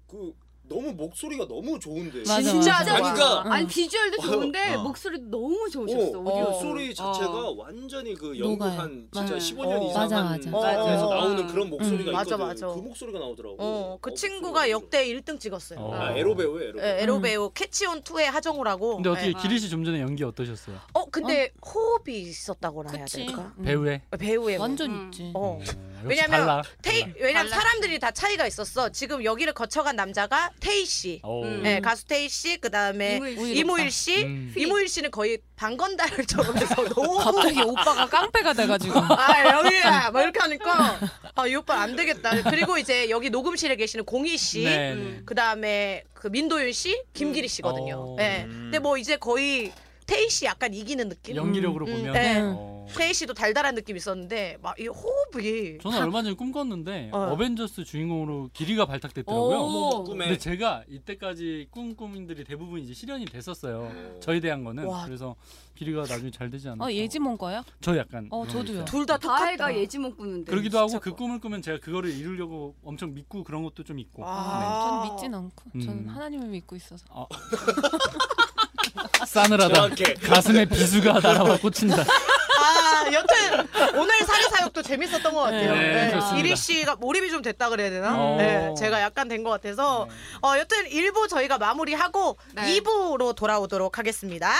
[SPEAKER 4] 그 너무 목소리가 너무 좋은데
[SPEAKER 1] 맞아,
[SPEAKER 5] 진짜
[SPEAKER 1] 맞아.
[SPEAKER 5] 좋아.
[SPEAKER 4] 아니, 그러니까-
[SPEAKER 2] 아니 비주얼도 좋은데
[SPEAKER 3] 어.
[SPEAKER 2] 목소리도 너무 좋으셨어.
[SPEAKER 5] 오디오.
[SPEAKER 4] 오, 목소리 자체가
[SPEAKER 2] 어.
[SPEAKER 4] 완전히 그 영국
[SPEAKER 1] 녹아요.
[SPEAKER 4] 한 진짜
[SPEAKER 1] 맞아요.
[SPEAKER 4] 15년
[SPEAKER 5] 어.
[SPEAKER 4] 이상
[SPEAKER 1] 맞아,
[SPEAKER 4] 한
[SPEAKER 1] 맞아.
[SPEAKER 5] 맞아.
[SPEAKER 4] 그래서
[SPEAKER 5] 맞아.
[SPEAKER 4] 나오는 그런 목소리가
[SPEAKER 5] 음. 맞아,
[SPEAKER 4] 있거든
[SPEAKER 5] 맞아.
[SPEAKER 4] 그 목소리가 나오더라고
[SPEAKER 5] 어, 그
[SPEAKER 4] 어,
[SPEAKER 5] 친구가
[SPEAKER 4] 목소리가
[SPEAKER 5] 역대 1등 찍었어요.
[SPEAKER 8] 어.
[SPEAKER 4] 아,
[SPEAKER 5] 어.
[SPEAKER 4] 에로 배우예요 에로
[SPEAKER 5] 예,
[SPEAKER 4] 배우
[SPEAKER 5] 에로
[SPEAKER 1] 음.
[SPEAKER 5] 배우 캐치온 2의 하정우라고.
[SPEAKER 8] 근데 어떻게
[SPEAKER 5] 예.
[SPEAKER 8] 기리 씨 좀 전에 연기 어떠셨어요?
[SPEAKER 5] 어 근데 호흡이 있었다고나 해야
[SPEAKER 1] 그치.
[SPEAKER 5] 될까?
[SPEAKER 1] 음.
[SPEAKER 8] 배우의
[SPEAKER 5] 배우의 호흡.
[SPEAKER 1] 완전
[SPEAKER 2] 음.
[SPEAKER 1] 있지.
[SPEAKER 5] 어.
[SPEAKER 8] 음, 역시
[SPEAKER 5] 왜냐면
[SPEAKER 8] 달라.
[SPEAKER 5] 테이
[SPEAKER 8] 달라.
[SPEAKER 5] 왜냐면
[SPEAKER 2] 달라.
[SPEAKER 5] 사람들이 다 차이가 있었어. 지금 여기를 거쳐간 남자가 테이 씨,
[SPEAKER 8] 어.
[SPEAKER 2] 음.
[SPEAKER 5] 예, 가수 테이 씨, 그 다음에
[SPEAKER 2] 이모일 씨.
[SPEAKER 5] 이모일 씨,
[SPEAKER 8] 음.
[SPEAKER 5] 이모일 씨는 거의 방건달처럼 돼서 너무
[SPEAKER 1] 갑자기 오빠가 깡패가 돼가지고.
[SPEAKER 5] 아 여기야 막 이렇게 하니까 아 이 오빠 안 되겠다. 그리고 이제 여기 녹음실에 계시는 공희 씨,
[SPEAKER 8] 네, 네.
[SPEAKER 2] 음.
[SPEAKER 5] 그 다음에 그 민도윤 씨, 김기리 씨거든요. 네.
[SPEAKER 8] 어.
[SPEAKER 5] 예, 근데 뭐 이제 거의 테이 씨 약간 이기는 느낌.
[SPEAKER 8] 네. 연기력으로
[SPEAKER 5] 음,
[SPEAKER 8] 보면
[SPEAKER 5] 네.
[SPEAKER 8] 어.
[SPEAKER 5] 태희 씨도 달달한 느낌 있었는데 막 이 호흡이
[SPEAKER 8] 저는 얼마 전에 꿈꿨는데
[SPEAKER 5] 어.
[SPEAKER 8] 어벤져스 주인공으로 기리가 발탁됐더라고요.
[SPEAKER 2] 오.
[SPEAKER 4] 꿈에
[SPEAKER 8] 근데 제가 이때까지 꿈 꾸민들이 대부분 이제 실현이 됐었어요.
[SPEAKER 4] 어.
[SPEAKER 8] 저에 대한 거는
[SPEAKER 5] 와.
[SPEAKER 8] 그래서 기리가 나중에 잘 되지 않나.
[SPEAKER 1] 어 예지몽 거요?
[SPEAKER 8] 저 약간.
[SPEAKER 1] 어,
[SPEAKER 8] 그런 거
[SPEAKER 1] 저도요.
[SPEAKER 8] 있어요.
[SPEAKER 5] 둘다
[SPEAKER 2] 다혜가
[SPEAKER 5] 똑같다.
[SPEAKER 2] 예지몽 꾸는데.
[SPEAKER 8] 그러기도 하고
[SPEAKER 2] 네, 진짜
[SPEAKER 8] 그 꿈을 꾸면 제가 그거를 이루려고 엄청 믿고 그런 것도 좀 있고.
[SPEAKER 5] 아.
[SPEAKER 1] 전 믿진 않고
[SPEAKER 8] 음.
[SPEAKER 1] 저는 하나님을 믿고 있어서
[SPEAKER 8] 네. 싸늘하다.
[SPEAKER 4] 저렇게
[SPEAKER 8] 가슴에 비수가 날아와 꽂힌다.
[SPEAKER 5] 아, 여튼 오늘 사례사역도 재밌었던 것 같아요.
[SPEAKER 8] 네,
[SPEAKER 5] 네,
[SPEAKER 8] 좋습니다.
[SPEAKER 5] 이리 씨가 몰입이 좀 됐다 그래야 되나?
[SPEAKER 8] 음.
[SPEAKER 5] 네,
[SPEAKER 8] 오.
[SPEAKER 5] 제가 약간 된 것 같아서
[SPEAKER 8] 네.
[SPEAKER 5] 어, 여튼 1부 저희가 마무리하고
[SPEAKER 2] 네.
[SPEAKER 5] 2부로 돌아오도록 하겠습니다.